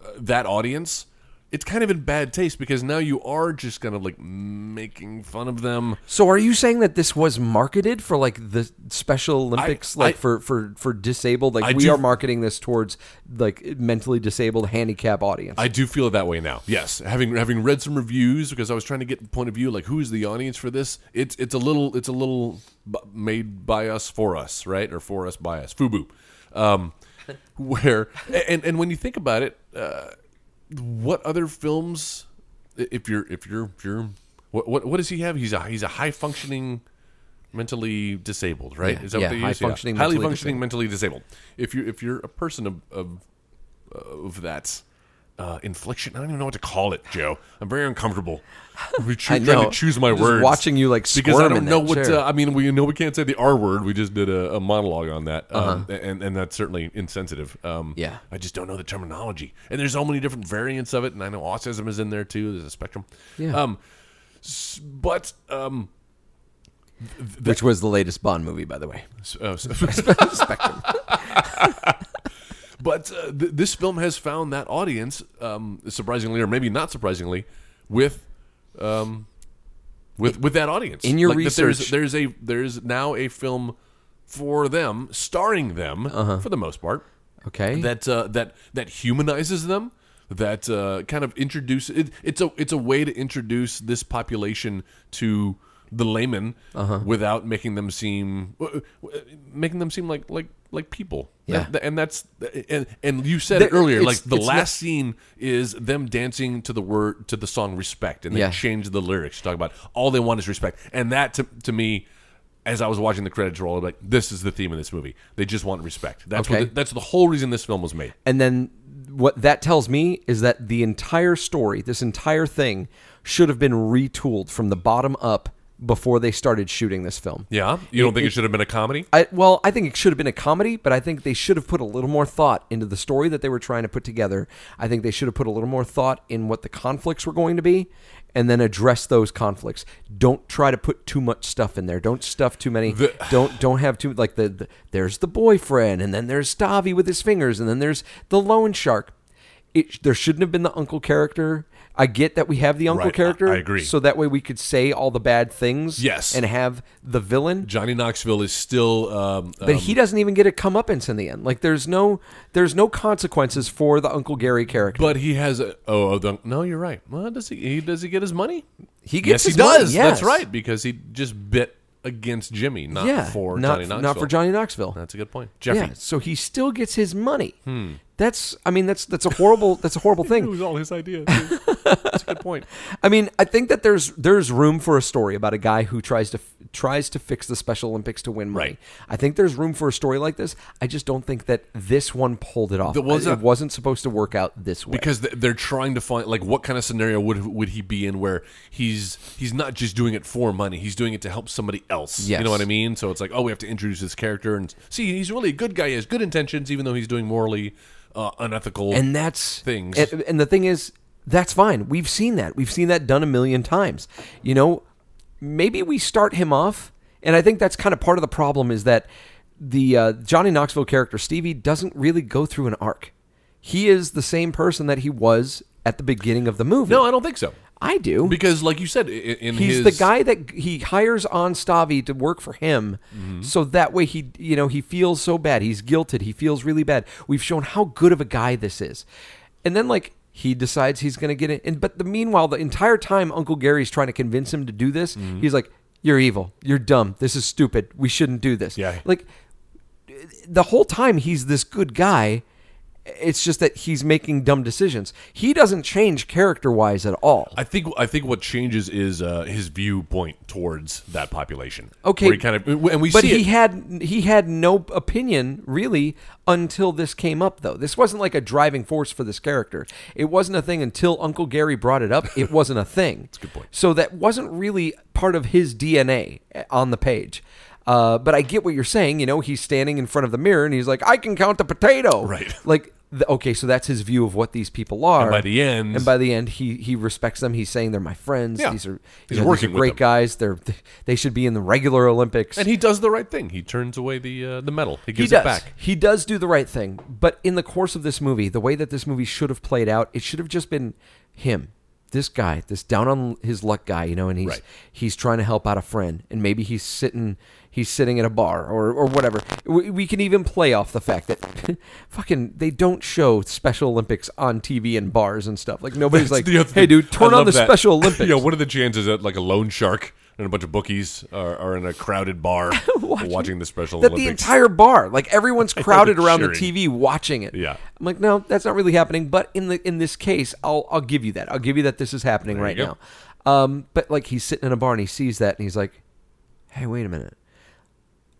Speaker 4: uh, that audience, it's kind of in bad taste because now you are just kind of like making fun of them.
Speaker 3: so are you saying that this was marketed for like the Special Olympics,
Speaker 4: I-
Speaker 3: like
Speaker 4: I-
Speaker 3: for for for disabled? Like
Speaker 4: I
Speaker 3: we
Speaker 4: do-
Speaker 3: are marketing this towards like mentally disabled, handicap audience.
Speaker 4: I do feel that way now. Yes, having having read some reviews because I was trying to get the point of view, like who is the audience for this? It's it's a little it's a little b- made by us for us, right, or for us by us. Fubu, um, where and and when you think about it, uh, what other films? i- If you're if you're if you're what what, what does he have? He's a he's a high functioning. Mentally disabled, right?
Speaker 3: Yeah,
Speaker 4: is that
Speaker 3: yeah,
Speaker 4: what they use?
Speaker 3: high-functioning
Speaker 4: highly
Speaker 3: mentally
Speaker 4: functioning,
Speaker 3: disabled.
Speaker 4: mentally disabled. If you if you're a person of, of of that uh, infliction. I don't even know what to call it, Joe. I'm very uncomfortable. We choo-
Speaker 3: I
Speaker 4: trying
Speaker 3: know.
Speaker 4: to choose my
Speaker 3: Just
Speaker 4: words.
Speaker 3: watching you, like,
Speaker 4: because I
Speaker 3: squirm
Speaker 4: don't
Speaker 3: in
Speaker 4: know
Speaker 3: that
Speaker 4: what.
Speaker 3: chair.
Speaker 4: Uh, I mean, we know we can't say the R word. We just did a, a monologue on that, um, and and that's certainly insensitive. Um,
Speaker 3: Uh-huh. Yeah.
Speaker 4: I just don't know the terminology, and there's so many different variants of it, and I know autism is in there too. There's a spectrum.
Speaker 3: Yeah.
Speaker 4: Um, s- but um,
Speaker 3: which was the latest Bond movie, by the way.
Speaker 4: s- uh, s-
Speaker 3: Spectrum.
Speaker 4: But uh, th- this film has found that audience, um, surprisingly or maybe not surprisingly, with um, with with that audience.
Speaker 3: In your
Speaker 4: like that
Speaker 3: research-
Speaker 4: there's, there's a there's now a film for them, starring them for the most part,
Speaker 3: Uh-huh. Okay.
Speaker 4: that uh, that that humanizes them. That uh, kind of introduces it, it's a it's a way to introduce this population to the layman
Speaker 3: Uh-huh.
Speaker 4: without making them seem w- w- making them seem like like like people.
Speaker 3: Yeah.
Speaker 4: That- and that's and and you said it
Speaker 3: There-
Speaker 4: earlier.
Speaker 3: it's-
Speaker 4: Like the
Speaker 3: it's
Speaker 4: last
Speaker 3: not-
Speaker 4: scene is them dancing to the word to the song "Respect," and they
Speaker 3: Yeah.
Speaker 4: change the lyrics to talk about all they want is respect. And that to to me. As I was watching the credits roll, I'm like, this is the theme of this movie. They just want respect. That's
Speaker 3: Okay.
Speaker 4: what the, that's the whole reason this film was made.
Speaker 3: And then what that tells me is that the entire story, this entire thing, should have been retooled from the bottom up before they started shooting this film.
Speaker 4: Yeah, you don't think it, should have been a comedy?
Speaker 3: I, well, I think it should have been a comedy, but I think they should have put a little more thought into the story that they were trying to put together. I think they should have put a little more thought in what the conflicts were going to be and then address those conflicts. Don't try to put too much stuff in there. Don't stuff too many. don't don't have too like the, the there's the boyfriend and then there's Stavi with his fingers and then there's the loan shark. It, there shouldn't have been the uncle character. I get that we have the uncle
Speaker 4: Right, I-
Speaker 3: character.
Speaker 4: I agree.
Speaker 3: So that way we could say all the bad things.
Speaker 4: Yes.
Speaker 3: And have the villain
Speaker 4: Johnny Knoxville is still. Um,
Speaker 3: but he doesn't even get a comeuppance in the end. Like there's no there's no consequences for the Uncle Gary character.
Speaker 4: but he has a oh, oh the, no you're right well does he, he does he get his money
Speaker 3: He
Speaker 4: yes
Speaker 3: gets
Speaker 4: he
Speaker 3: his money,
Speaker 4: does that's
Speaker 3: yes.
Speaker 4: right because he just bit against Jimmy not
Speaker 3: yeah,
Speaker 4: for
Speaker 3: not,
Speaker 4: Johnny Knoxville
Speaker 3: not for Johnny Knoxville.
Speaker 4: that's a good point Jeffrey Hmm.
Speaker 3: Yeah, so he still gets his money. That's I mean that's that's a horrible that's a horrible
Speaker 4: it
Speaker 3: thing.
Speaker 4: was all his idea too. that's a good point
Speaker 3: I mean I think that there's there's room for a story about a guy who tries to f- tries to fix the Special Olympics to win money.
Speaker 4: Right.
Speaker 3: I think there's room for a story like this. I just don't think that this one pulled it off.
Speaker 4: There was
Speaker 3: it
Speaker 4: a-
Speaker 3: wasn't supposed to work out this way.
Speaker 4: because th- they're trying to find like what kind of scenario would would he be in where he's he's not just doing it for money he's doing it to help somebody else
Speaker 3: Yes.
Speaker 4: you know what i mean so it's like oh we have to introduce this character and see he's really a good guy he has good intentions even though he's doing morally uh, unethical
Speaker 3: and that's
Speaker 4: things.
Speaker 3: And, and the thing is, that's fine. We've seen that. We've seen that done a million times. You know, maybe we start him off, and I think that's kind of part of the problem is that the uh, Johnny Knoxville character Stevie doesn't really go through an arc. He is the same person that he was at the beginning of the movie.
Speaker 4: no i don't think so
Speaker 3: I do.
Speaker 4: because like you said i- i- in
Speaker 3: He's
Speaker 4: his
Speaker 3: the guy that g- he hires on Stavi to work for him,
Speaker 4: Mm-hmm.
Speaker 3: so that way he, you know, he feels so bad. He's guilted. He feels really bad. We've shown how good of a guy this is, and then like he decides he's going to get it. And but the meanwhile, the entire time Uncle Gary's trying to convince him to do this,
Speaker 4: Mm-hmm.
Speaker 3: he's like, "You're evil. You're dumb. This is stupid. We shouldn't do this."
Speaker 4: Yeah.
Speaker 3: Like the whole time he's this good guy. It's just that he's making dumb decisions. He doesn't change character wise at all.
Speaker 4: I think I think what changes is uh, his viewpoint towards that population.
Speaker 3: Okay,
Speaker 4: where he kind of and we
Speaker 3: but
Speaker 4: see
Speaker 3: he
Speaker 4: it.
Speaker 3: had he had no opinion really until this came up though. This wasn't like a driving force for this character. It wasn't a thing until Uncle Gary brought it up. It wasn't a thing. That's a good
Speaker 4: point.
Speaker 3: So that wasn't really part of his DNA eh, on the page. Uh, but I get what you're saying. You know, he's standing in front of the mirror and he's like, "I can count the potato."
Speaker 4: Right.
Speaker 3: Like, th- okay, so that's his view of what these people are.
Speaker 4: by the end-
Speaker 3: and by the end, he he respects them. He's saying they're my friends.
Speaker 4: Yeah.
Speaker 3: These are you
Speaker 4: He's
Speaker 3: know, these
Speaker 4: working
Speaker 3: are
Speaker 4: with
Speaker 3: great
Speaker 4: them.
Speaker 3: guys. They're they should be in the regular Olympics.
Speaker 4: And he does the right thing. He turns away the uh, the medal. He
Speaker 3: He
Speaker 4: gives
Speaker 3: does.
Speaker 4: it back.
Speaker 3: He does do the right thing. But in the course of this movie, the way that this movie should have played out, it should have just been him, this guy, this down on his luck guy, you know, and he's
Speaker 4: Right.
Speaker 3: he's trying to help out a friend, and maybe he's sitting he's sitting at a bar or or whatever. We, we can even play off the fact that fucking they don't show Special Olympics on TV and bars and stuff. Like nobody's like,
Speaker 4: The other
Speaker 3: hey,
Speaker 4: thing-
Speaker 3: dude,
Speaker 4: I
Speaker 3: turn on
Speaker 4: love
Speaker 3: the
Speaker 4: that.
Speaker 3: Special Olympics.
Speaker 4: yeah, what are the chances that like a loan shark and a bunch of bookies are, are in a crowded bar watching, the Special
Speaker 3: that
Speaker 4: Olympics?
Speaker 3: the entire bar, like everyone's crowded around the
Speaker 4: cheering.
Speaker 3: TV watching it.
Speaker 4: Yeah.
Speaker 3: I'm like, no, that's not really happening. But in the in this case, I'll I'll give you that. I'll give you that this is happening right
Speaker 4: you go.
Speaker 3: now. Um, but like he's sitting in a bar and he sees that and he's like, hey, wait a minute,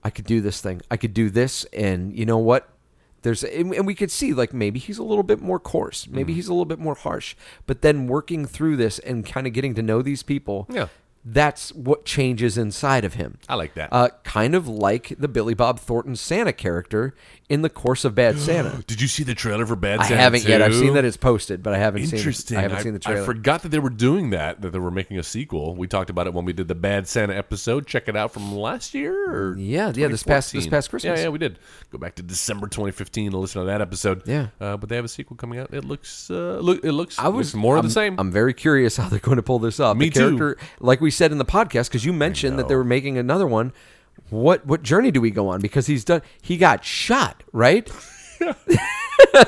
Speaker 3: I could do this thing. I could do this, and you know what? There's and and we could see like maybe he's a little bit more coarse,
Speaker 4: Mm-hmm.
Speaker 3: maybe he's a little bit more harsh. But then working through this and kind of getting to know these people,
Speaker 4: Yeah.
Speaker 3: that's what changes inside of him.
Speaker 4: I like that.
Speaker 3: Uh, kind of like the Billy Bob Thornton Santa character in the course of Bad Santa.
Speaker 4: Did you see the trailer for Bad
Speaker 3: I
Speaker 4: Santa
Speaker 3: haven't yet. I've
Speaker 4: 2?
Speaker 3: seen that it's posted, but I haven't
Speaker 4: Interesting.
Speaker 3: seen. I haven't seen the trailer.
Speaker 4: I forgot that they were doing that. That they were making a sequel. We talked about it when we did the Bad Santa episode. Check it out from last year. Or
Speaker 3: Mm, Yeah, yeah, this past-
Speaker 4: 2014.
Speaker 3: this past Christmas.
Speaker 4: Yeah, yeah, we did. Go back to December 2015 to listen to that episode.
Speaker 3: Yeah.
Speaker 4: uh, but they have a sequel coming out. It looks uh, look. It looks.
Speaker 3: I was
Speaker 4: looks more of
Speaker 3: I'm-
Speaker 4: the same.
Speaker 3: I'm very curious how they're going to pull this off.
Speaker 4: Me
Speaker 3: the character, like we said in the podcast, because you mentioned that they were making another one. What what journey do we go on? Because he's done. He got shot, right?
Speaker 4: and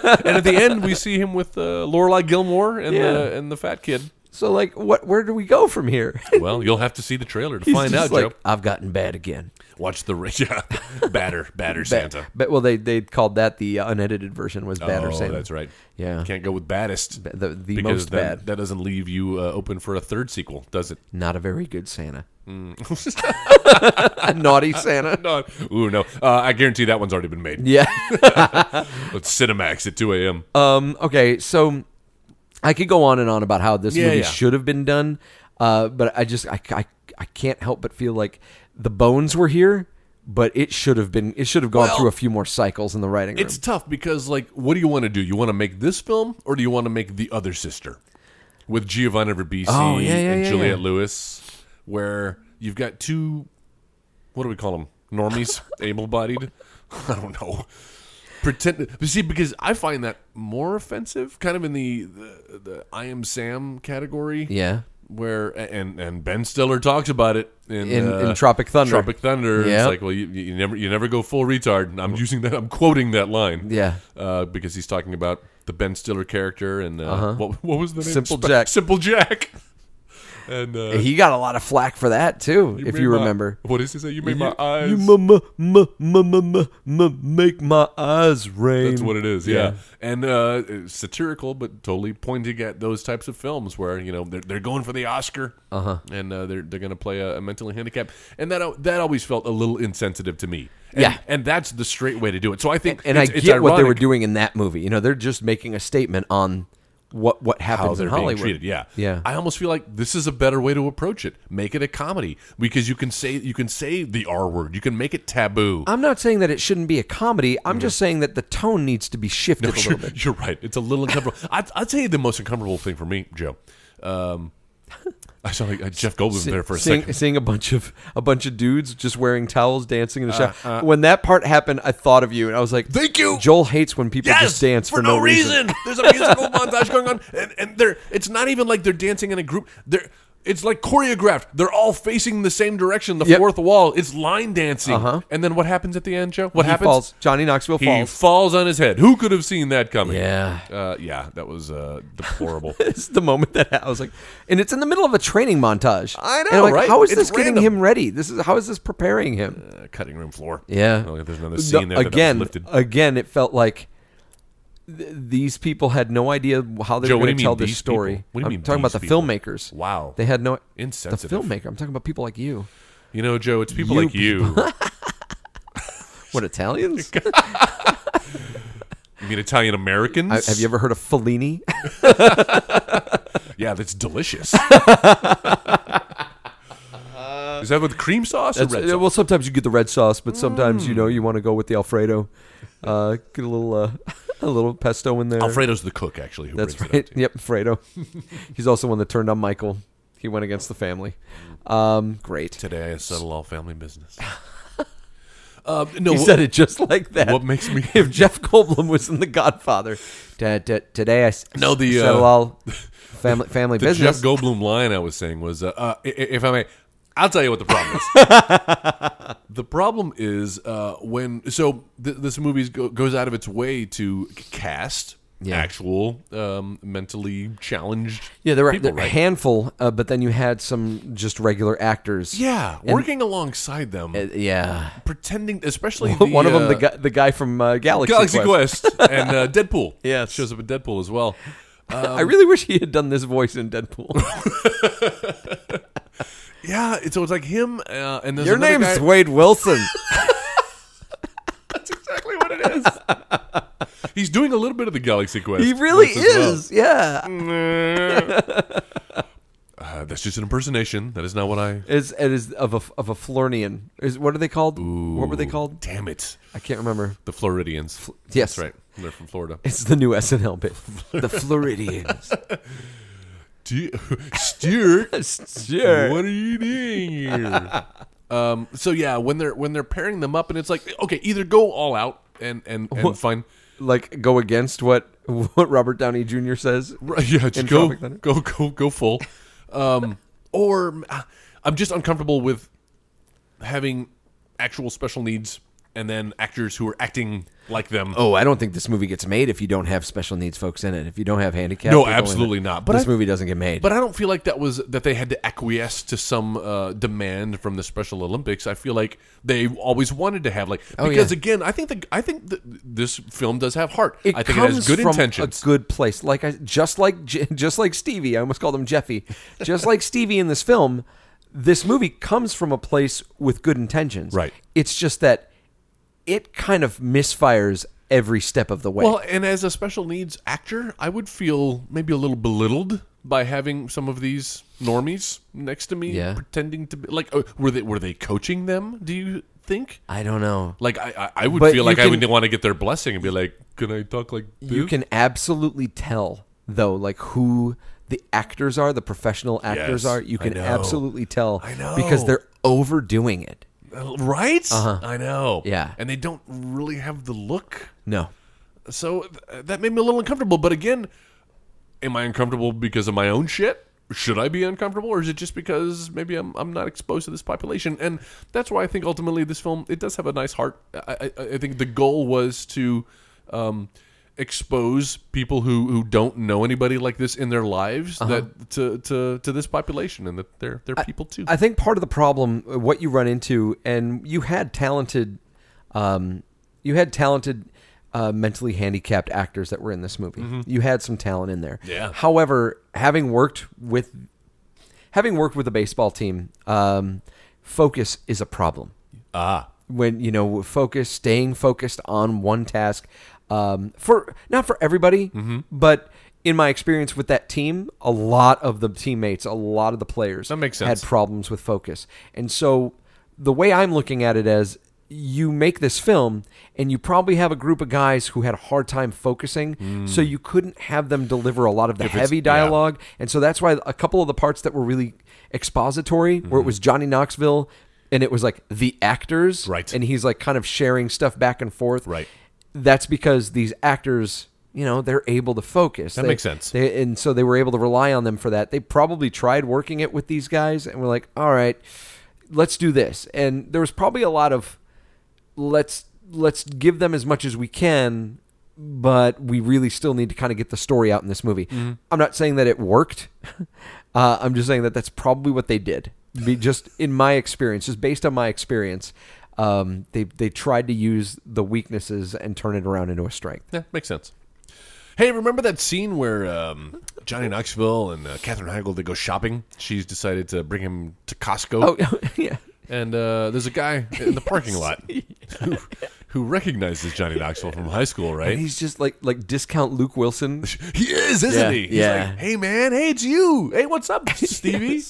Speaker 4: at the end, we see him with uh, Lorelai Gilmore and
Speaker 3: Yeah.
Speaker 4: the and the fat kid.
Speaker 3: So like, what? Where do we go from here?
Speaker 4: Well, you'll have to see the trailer to
Speaker 3: He's
Speaker 4: find
Speaker 3: just
Speaker 4: out,
Speaker 3: like,
Speaker 4: Joe.
Speaker 3: I've gotten bad again.
Speaker 4: Watch the ra- yeah, batter batter Santa.
Speaker 3: But well, they they called that the uh, unedited version was bad
Speaker 4: oh,
Speaker 3: or Santa.
Speaker 4: that's right.
Speaker 3: Yeah.
Speaker 4: can't go with baddest.
Speaker 3: The the
Speaker 4: because
Speaker 3: most
Speaker 4: that,
Speaker 3: bad.
Speaker 4: that doesn't leave you uh, open for a third sequel, does it?
Speaker 3: Not a very good Santa. a naughty Santa.
Speaker 4: No. Ooh, no. Uh, I guarantee that one's already been made.
Speaker 3: Yeah.
Speaker 4: It's Cinemax at 2 a.m.
Speaker 3: Um, okay, so I could go on and on about how this
Speaker 4: Yeah,
Speaker 3: movie
Speaker 4: yeah.
Speaker 3: should have been done, uh, but I just I, I, I can't help but feel like the bones were here, but it should have been it should have gone
Speaker 4: Well,
Speaker 3: through a few more cycles in the writing room.
Speaker 4: it's tough because, like, what do you want to do? You want to make this film or do you want to make The Other Sister with Giovanna Ribisi
Speaker 3: Oh, yeah, yeah,
Speaker 4: and
Speaker 3: yeah,
Speaker 4: Juliette
Speaker 3: yeah.
Speaker 4: Lewis, where you've got two, what do we call them? Normies? Able bodied? I don't know. Pretend, but see, because I find that more offensive, kind of in the, the, the I am Sam category.
Speaker 3: yeah.
Speaker 4: where and and Ben Stiller talks about it in
Speaker 3: In-
Speaker 4: uh,
Speaker 3: in Tropic Thunder.
Speaker 4: Tropic Thunder.
Speaker 3: Yeah.
Speaker 4: It's like, well, you, you never you never go full retard. And I'm using that. I'm quoting that line.
Speaker 3: Yeah.
Speaker 4: uh, because he's talking about the Ben Stiller character and uh, what what was the name?
Speaker 3: Uh-huh. Simple
Speaker 4: Spe-
Speaker 3: Jack.
Speaker 4: Simple Jack. And uh,
Speaker 3: He got a lot of flack for that too, if
Speaker 4: made
Speaker 3: you
Speaker 4: my-
Speaker 3: remember.
Speaker 4: what is he say? You made my eyes.
Speaker 3: You m- m- m- m- m- m- make my eyes rain.
Speaker 4: That's what it is, yeah. And uh, it's satirical, but totally pointing at those types of films where you know they're, they're going for the Oscar, uh-huh. and uh, they're they're going to play a, a mentally handicapped, and that al- that always felt a little insensitive to me. And,
Speaker 3: Yeah.
Speaker 4: and that's the straight way to do it. So I think,
Speaker 3: and
Speaker 4: it's,
Speaker 3: I
Speaker 4: it's
Speaker 3: get what they were
Speaker 4: ironic
Speaker 3: doing in that movie. You know, they're just making a statement on what what happens
Speaker 4: How they're
Speaker 3: in Hollywood.
Speaker 4: being treated, yeah,
Speaker 3: yeah.
Speaker 4: I almost feel like this is a better way to approach it. Make it a comedy because you can say you can say the R word. You can make it taboo.
Speaker 3: I'm not saying that it shouldn't be a comedy.
Speaker 4: Mm-hmm.
Speaker 3: I'm just saying that the tone needs to be shifted a
Speaker 4: you're,
Speaker 3: little bit.
Speaker 4: you're right. It's a little uncomfortable. I, I'll tell you the most uncomfortable thing for me, Joe. Um, I sound like uh, Jeff Goldblum there for a
Speaker 3: seeing,
Speaker 4: second.
Speaker 3: seeing a bunch of a bunch of dudes just wearing towels dancing in the shower. when that part happened, I thought of you and I was like,
Speaker 4: Uh, Thank you!
Speaker 3: Joel hates when people just dance for,
Speaker 4: no reason. There's a musical montage going on, and, and they're it's not even like they're dancing in a group. They're it's like choreographed. They're all facing the same direction, the
Speaker 3: Yep. Uh-huh.
Speaker 4: fourth wall. It's line dancing, and then what happens at the end, Joe? What
Speaker 3: He
Speaker 4: happens?
Speaker 3: falls. Johnny Knoxville
Speaker 4: He
Speaker 3: falls.
Speaker 4: falls on his head. Who could have seen that coming?
Speaker 3: Yeah.
Speaker 4: uh, yeah, that was uh, deplorable.
Speaker 3: It's the moment that I was like, and it's in the middle of a training montage.
Speaker 4: I
Speaker 3: And
Speaker 4: know,
Speaker 3: I'm like,
Speaker 4: right?
Speaker 3: How is
Speaker 4: It's
Speaker 3: this getting
Speaker 4: random.
Speaker 3: him ready? This is how is this preparing him?
Speaker 4: uh, cutting room floor.
Speaker 3: Yeah.
Speaker 4: Oh, there's another
Speaker 3: No,
Speaker 4: scene there that was
Speaker 3: again,
Speaker 4: lifted.
Speaker 3: Again, it felt like th- these people had no idea how they
Speaker 4: Joe,
Speaker 3: were
Speaker 4: what do you
Speaker 3: going to
Speaker 4: mean
Speaker 3: tell this
Speaker 4: these
Speaker 3: story.
Speaker 4: people? What do you
Speaker 3: I'm
Speaker 4: mean
Speaker 3: talking about
Speaker 4: these
Speaker 3: the
Speaker 4: people?
Speaker 3: filmers.
Speaker 4: Wow.
Speaker 3: They had no
Speaker 4: Insensitive.
Speaker 3: The filmmaker. I'm talking about people like you.
Speaker 4: You know, Joe, it's people
Speaker 3: You
Speaker 4: like you.
Speaker 3: What Italians?
Speaker 4: I mean, Italian Americans.
Speaker 3: I, have you ever heard of Fellini?
Speaker 4: Yeah, that's delicious. Is that with cream sauce or
Speaker 3: That's-
Speaker 4: red
Speaker 3: yeah,
Speaker 4: sauce? Mm.
Speaker 3: Well, sometimes you get the red sauce, but sometimes you know you want to go with the Alfredo. Uh, get a little uh, a little pesto in there.
Speaker 4: Alfredo's the cook, actually, who
Speaker 3: That's
Speaker 4: brings
Speaker 3: right.
Speaker 4: it up. to you.
Speaker 3: Yep, Fredo. He's also one that turned on Michael. He went against the family.
Speaker 4: Mm.
Speaker 3: Um, great.
Speaker 4: Today I settle all family business. Uh, no,
Speaker 3: He
Speaker 4: wh-
Speaker 3: said it just like that.
Speaker 4: what makes me-
Speaker 3: If Jeff Goldblum was in The Godfather, "Ta- ta- today I s-
Speaker 4: No, the,
Speaker 3: settle
Speaker 4: uh,
Speaker 3: all family family
Speaker 4: the
Speaker 3: business.
Speaker 4: Jeff Goldblum line I was saying was, uh, uh, i- i- if I may, I'll tell you what the problem is. the problem is uh, when so th- this movie go- goes out of its way to c- cast
Speaker 3: Yeah.
Speaker 4: actual um, mentally challenged.
Speaker 3: yeah, there were
Speaker 4: people,
Speaker 3: there were a
Speaker 4: right?
Speaker 3: handful, uh, but then you had some just regular actors.
Speaker 4: yeah, working alongside them,
Speaker 3: Uh, yeah.
Speaker 4: pretending, especially the,
Speaker 3: One of them,
Speaker 4: uh,
Speaker 3: the guy, the guy from uh, Galaxy,
Speaker 4: Galaxy
Speaker 3: Quest.
Speaker 4: Quest, and uh, Deadpool.
Speaker 3: Yes.
Speaker 4: shows up in Deadpool as well.
Speaker 3: I really wish he had done this voice in Deadpool.
Speaker 4: Yeah, it's, so it's like him, uh, and there's
Speaker 3: Your
Speaker 4: another
Speaker 3: name's
Speaker 4: guy-
Speaker 3: Wade Wilson.
Speaker 4: That's exactly what it is. He's doing a little bit of the Galaxy Quest.
Speaker 3: he really
Speaker 4: quest as well.
Speaker 3: is. Yeah.
Speaker 4: Uh, that's just an impersonation. That is not what I.
Speaker 3: Is it is of a of a Flornian? Is what are they called? What were they called?
Speaker 4: Damn it.
Speaker 3: I can't remember.
Speaker 4: The Floridians.
Speaker 3: Yes.
Speaker 4: That's right. They're from Florida.
Speaker 3: It's the new SNL bit. the Floridians.
Speaker 4: Do you, Stuart,
Speaker 3: sure.
Speaker 4: what are you doing here? um, so yeah, when they're when they're pairing them up, and it's like, okay, either go all out and and and find.
Speaker 3: Like go against what what Robert Downey Jr. says.
Speaker 4: Right, yeah, just
Speaker 3: In
Speaker 4: go,
Speaker 3: Tropic Thunder?
Speaker 4: go, go, go full. Um, or mm, ah, I'm just uncomfortable with having actual special needs and then actors who are acting like them.
Speaker 3: Oh, I don't think this movie gets made if you don't have special needs folks in it. If you don't have handicapped.
Speaker 4: No,
Speaker 3: people in it,
Speaker 4: absolutely not. But
Speaker 3: this
Speaker 4: I-
Speaker 3: movie doesn't get made.
Speaker 4: But I don't feel like that was that they had to acquiesce to some uh, demand from the Special Olympics. I feel like they always wanted to have like because
Speaker 3: Oh, yeah.
Speaker 4: again, I think the I think the, this film does have heart.
Speaker 3: it
Speaker 4: I think
Speaker 3: comes
Speaker 4: it has good
Speaker 3: from
Speaker 4: intentions.
Speaker 3: a good place. Like I just like J- just like Stevie, I almost called him Jeffy. Just like Stevie in this film, this movie comes from a place with good intentions.
Speaker 4: Right.
Speaker 3: It's just that it kind of misfires every step of the way.
Speaker 4: Well, and as a special needs actor, I would feel maybe a little belittled by having some of these normies next to me
Speaker 3: Yeah.
Speaker 4: pretending to be like oh, were they were they coaching them? Do you think?
Speaker 3: I don't know.
Speaker 4: Like I, I I would
Speaker 3: But
Speaker 4: feel like
Speaker 3: you
Speaker 4: I
Speaker 3: can-
Speaker 4: would want to get their blessing and be like, can I talk like this?
Speaker 3: You can absolutely tell though like who the actors are, the professional actors
Speaker 4: Yes,
Speaker 3: are. You
Speaker 4: I
Speaker 3: can
Speaker 4: know.
Speaker 3: absolutely tell
Speaker 4: I know.
Speaker 3: because they're overdoing it.
Speaker 4: Uh, right? I know.
Speaker 3: Uh-huh. Yeah.
Speaker 4: and they don't really have the look.
Speaker 3: No.
Speaker 4: So th- that made me a little uncomfortable. But again, am I uncomfortable because of my own shit? Should I be uncomfortable, or is it just because maybe I'm I'm not exposed to this population? And that's why I think ultimately this film it does have a nice heart. I I, I think the goal was to um, expose people who, who don't know anybody like this in their lives that to, to to this population and that they're they're people too.
Speaker 3: Uh-huh. I think part of the problem, uh, what you run into, and you had talented, um, you had talented, uh, mentally handicapped actors that were in this movie. You had some talent in there.
Speaker 4: Mm-hmm. Yeah.
Speaker 3: However, having worked with, having worked with a baseball team, um, focus is a problem.
Speaker 4: ah,
Speaker 3: When you know focus, staying focused on one task, um, for not for everybody,
Speaker 4: Mm-hmm.
Speaker 3: but in my experience with that team, a lot of the teammates, a lot of the players
Speaker 4: That makes
Speaker 3: had
Speaker 4: sense.
Speaker 3: problems with focus. And so the way I'm looking at it as you make this film and you probably have a group of guys who had a hard time focusing so you couldn't have them deliver a lot of the
Speaker 4: Mm. it's-
Speaker 3: heavy
Speaker 4: yeah.
Speaker 3: dialogue and so that's why a couple of the parts that were really expository where it
Speaker 4: Mm-hmm.
Speaker 3: was Johnny Knoxville and it was like the actors
Speaker 4: Right.
Speaker 3: and he's like kind of sharing stuff back and forth
Speaker 4: Right.
Speaker 3: that's because these actors you know they're able to focus that
Speaker 4: makes sense.
Speaker 3: they, and so they were able to rely on them for that. They probably tried working it with these guys and were like, "All right, let's do this." And there was probably a lot of let's let's give them as much as we can, but we really still need to kind of get the story out in this movie.
Speaker 4: Mm-hmm.
Speaker 3: I'm not saying that it worked. uh, I'm just saying that that's probably what they did. Be just in my experience, just based on my experience, um, they they tried to use the weaknesses and turn it around into a strength.
Speaker 4: Yeah, makes sense. Hey, remember that scene where um, Johnny Knoxville and uh, Catherine Heigl they go shopping? She's decided to bring him to Costco,
Speaker 3: Oh, yeah.
Speaker 4: and uh, there's a guy in the parking lot who, who recognizes Johnny Knoxville from high school, right?
Speaker 3: And he's just like like discount Luke Wilson.
Speaker 4: He is, isn't
Speaker 5: Yeah,
Speaker 4: he? He's
Speaker 5: yeah.
Speaker 4: like, hey man, hey it's you. Hey, what's up, Stevie?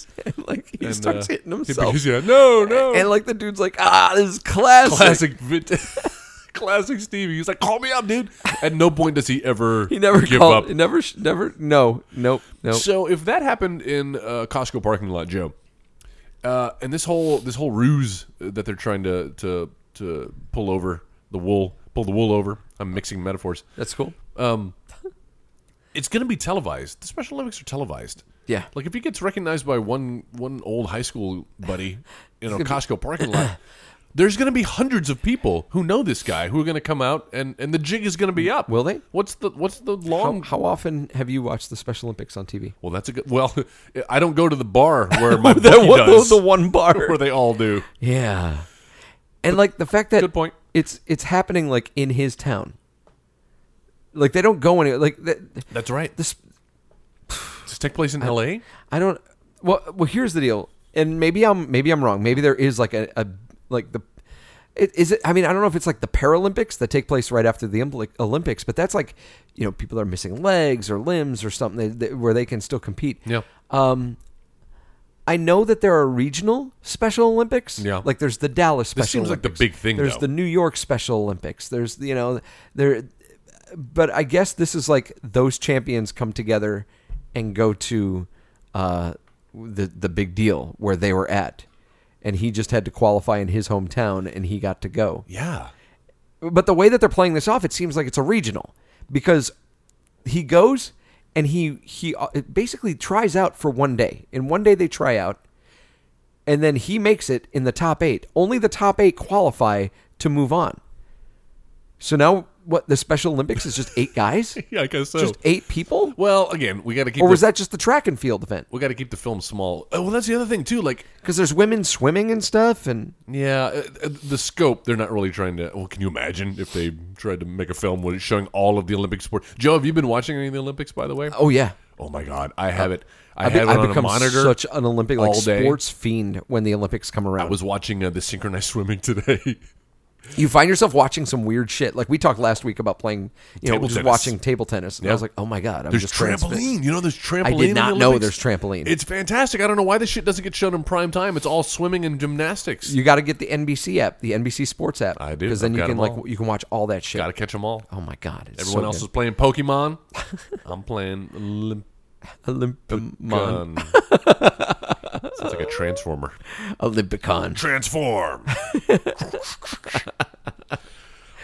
Speaker 3: like he
Speaker 4: And,
Speaker 3: starts
Speaker 4: uh,
Speaker 3: hitting himself.
Speaker 4: Yeah, no, no.
Speaker 3: And like the dude's like, ah, this is classic.
Speaker 4: classic, vit- classic Stevie. He's like, call me up, dude. At no point does he ever
Speaker 3: He never
Speaker 4: give
Speaker 3: called.
Speaker 4: up.
Speaker 3: He never, sh- never. No, nope, nope.
Speaker 4: So if that happened in uh, Costco parking lot, Joe, uh, and this whole this whole ruse that they're trying to to to pull over the wool, pull the wool over. I'm mixing metaphors.
Speaker 3: That's cool.
Speaker 4: It's going to be televised. The Special Olympics are televised.
Speaker 3: Yeah.
Speaker 4: Like if he gets recognized by one one old high school buddy in a Costco parking lot, there's going to be hundreds of people who know this guy who are going to come out and and the jig is going to be up.
Speaker 3: Will they?
Speaker 4: What's the what's the
Speaker 3: How,
Speaker 4: long?
Speaker 3: how often have you watched the Special Olympics on TV?
Speaker 4: well, that's a good. Well, I don't go to the bar where my
Speaker 3: The,
Speaker 4: buddy
Speaker 3: one-
Speaker 4: does.
Speaker 3: the one bar.
Speaker 4: where they all do.
Speaker 3: yeah. And like the fact that
Speaker 4: Good point.
Speaker 3: It's it's happening like in his town. Like they don't go anywhere. Like that,
Speaker 4: That's right.
Speaker 3: this.
Speaker 4: Does it take place in L.A.?
Speaker 3: I don't. Well, well, here's the deal, and maybe I'm maybe I'm wrong. Maybe there is like a, a like the. It, is it? I mean, I don't know if it's like the Paralympics that take place right after the Olympli- Olympics, but that's like, you know, people are missing legs or limbs or something that, that, where they can still compete.
Speaker 4: Yeah.
Speaker 3: Um, I know that there are regional Special Olympics.
Speaker 4: Yeah.
Speaker 3: Like there's the Dallas Special.
Speaker 4: This seems like the
Speaker 3: Olympics.
Speaker 4: big thing,
Speaker 3: There's
Speaker 4: though.
Speaker 3: the New York Special Olympics. There's you know there, but I guess this is like those champions come together and go to uh, the the big deal where they were at, and he just had to qualify in his hometown and he got to go.
Speaker 4: Yeah.
Speaker 3: But the way that they're playing this off, it seems like it's a regional because he goes and he he uh, basically tries out for one day. In one day they try out, and then he makes it in the top eight. Only the top eight qualify to move on. So now what? The Special Olympics is just eight guys,
Speaker 4: Yeah, I guess so.
Speaker 3: just eight people,
Speaker 4: well, again, we got to keep.
Speaker 3: or was
Speaker 4: the,
Speaker 3: that just the track and field event?
Speaker 4: We got to keep the film small. Oh, well, that's the other thing too. Like,
Speaker 3: Because there's women swimming and stuff, and
Speaker 4: yeah, uh, uh, the scope. They're not really trying to. Well, can you imagine if they tried to make a film with showing all of the Olympic sports? Joe, have you been watching any of the Olympics? By the way.
Speaker 3: oh yeah,
Speaker 4: Oh my God, I have it. I
Speaker 3: I've
Speaker 4: have
Speaker 3: be-
Speaker 4: it on
Speaker 3: I've
Speaker 4: a
Speaker 3: become
Speaker 4: monitor.
Speaker 3: such an Olympic like
Speaker 4: all day.
Speaker 3: sports fiend when the Olympics come
Speaker 4: I
Speaker 3: around.
Speaker 4: was watching uh, the synchronized swimming today.
Speaker 3: you find yourself watching some weird shit. Like we talked last week about playing, you know,
Speaker 4: Table
Speaker 3: just
Speaker 4: tennis.
Speaker 3: watching table tennis. And I was like, oh my god, I'm
Speaker 4: There's
Speaker 3: just transfixed.
Speaker 4: trampoline. You know, there's trampoline. in the
Speaker 3: not know
Speaker 4: Olympics.
Speaker 3: there's trampoline.
Speaker 4: It's fantastic. I don't know why this shit doesn't get shown in prime time. It's all swimming and gymnastics.
Speaker 3: You got to get the NBC app, the NBC Sports app.
Speaker 4: I do.
Speaker 3: because then
Speaker 4: I've
Speaker 3: you
Speaker 4: got
Speaker 3: can
Speaker 4: 'em
Speaker 3: like
Speaker 4: all.
Speaker 3: you can watch all that shit.
Speaker 4: Got to catch them all.
Speaker 3: Oh my god, it's
Speaker 4: Everyone else is playing Pokemon. I'm playing Olympic.
Speaker 3: Olympicon.
Speaker 4: Sounds like a transformer.
Speaker 3: Olympicon.
Speaker 4: Transform.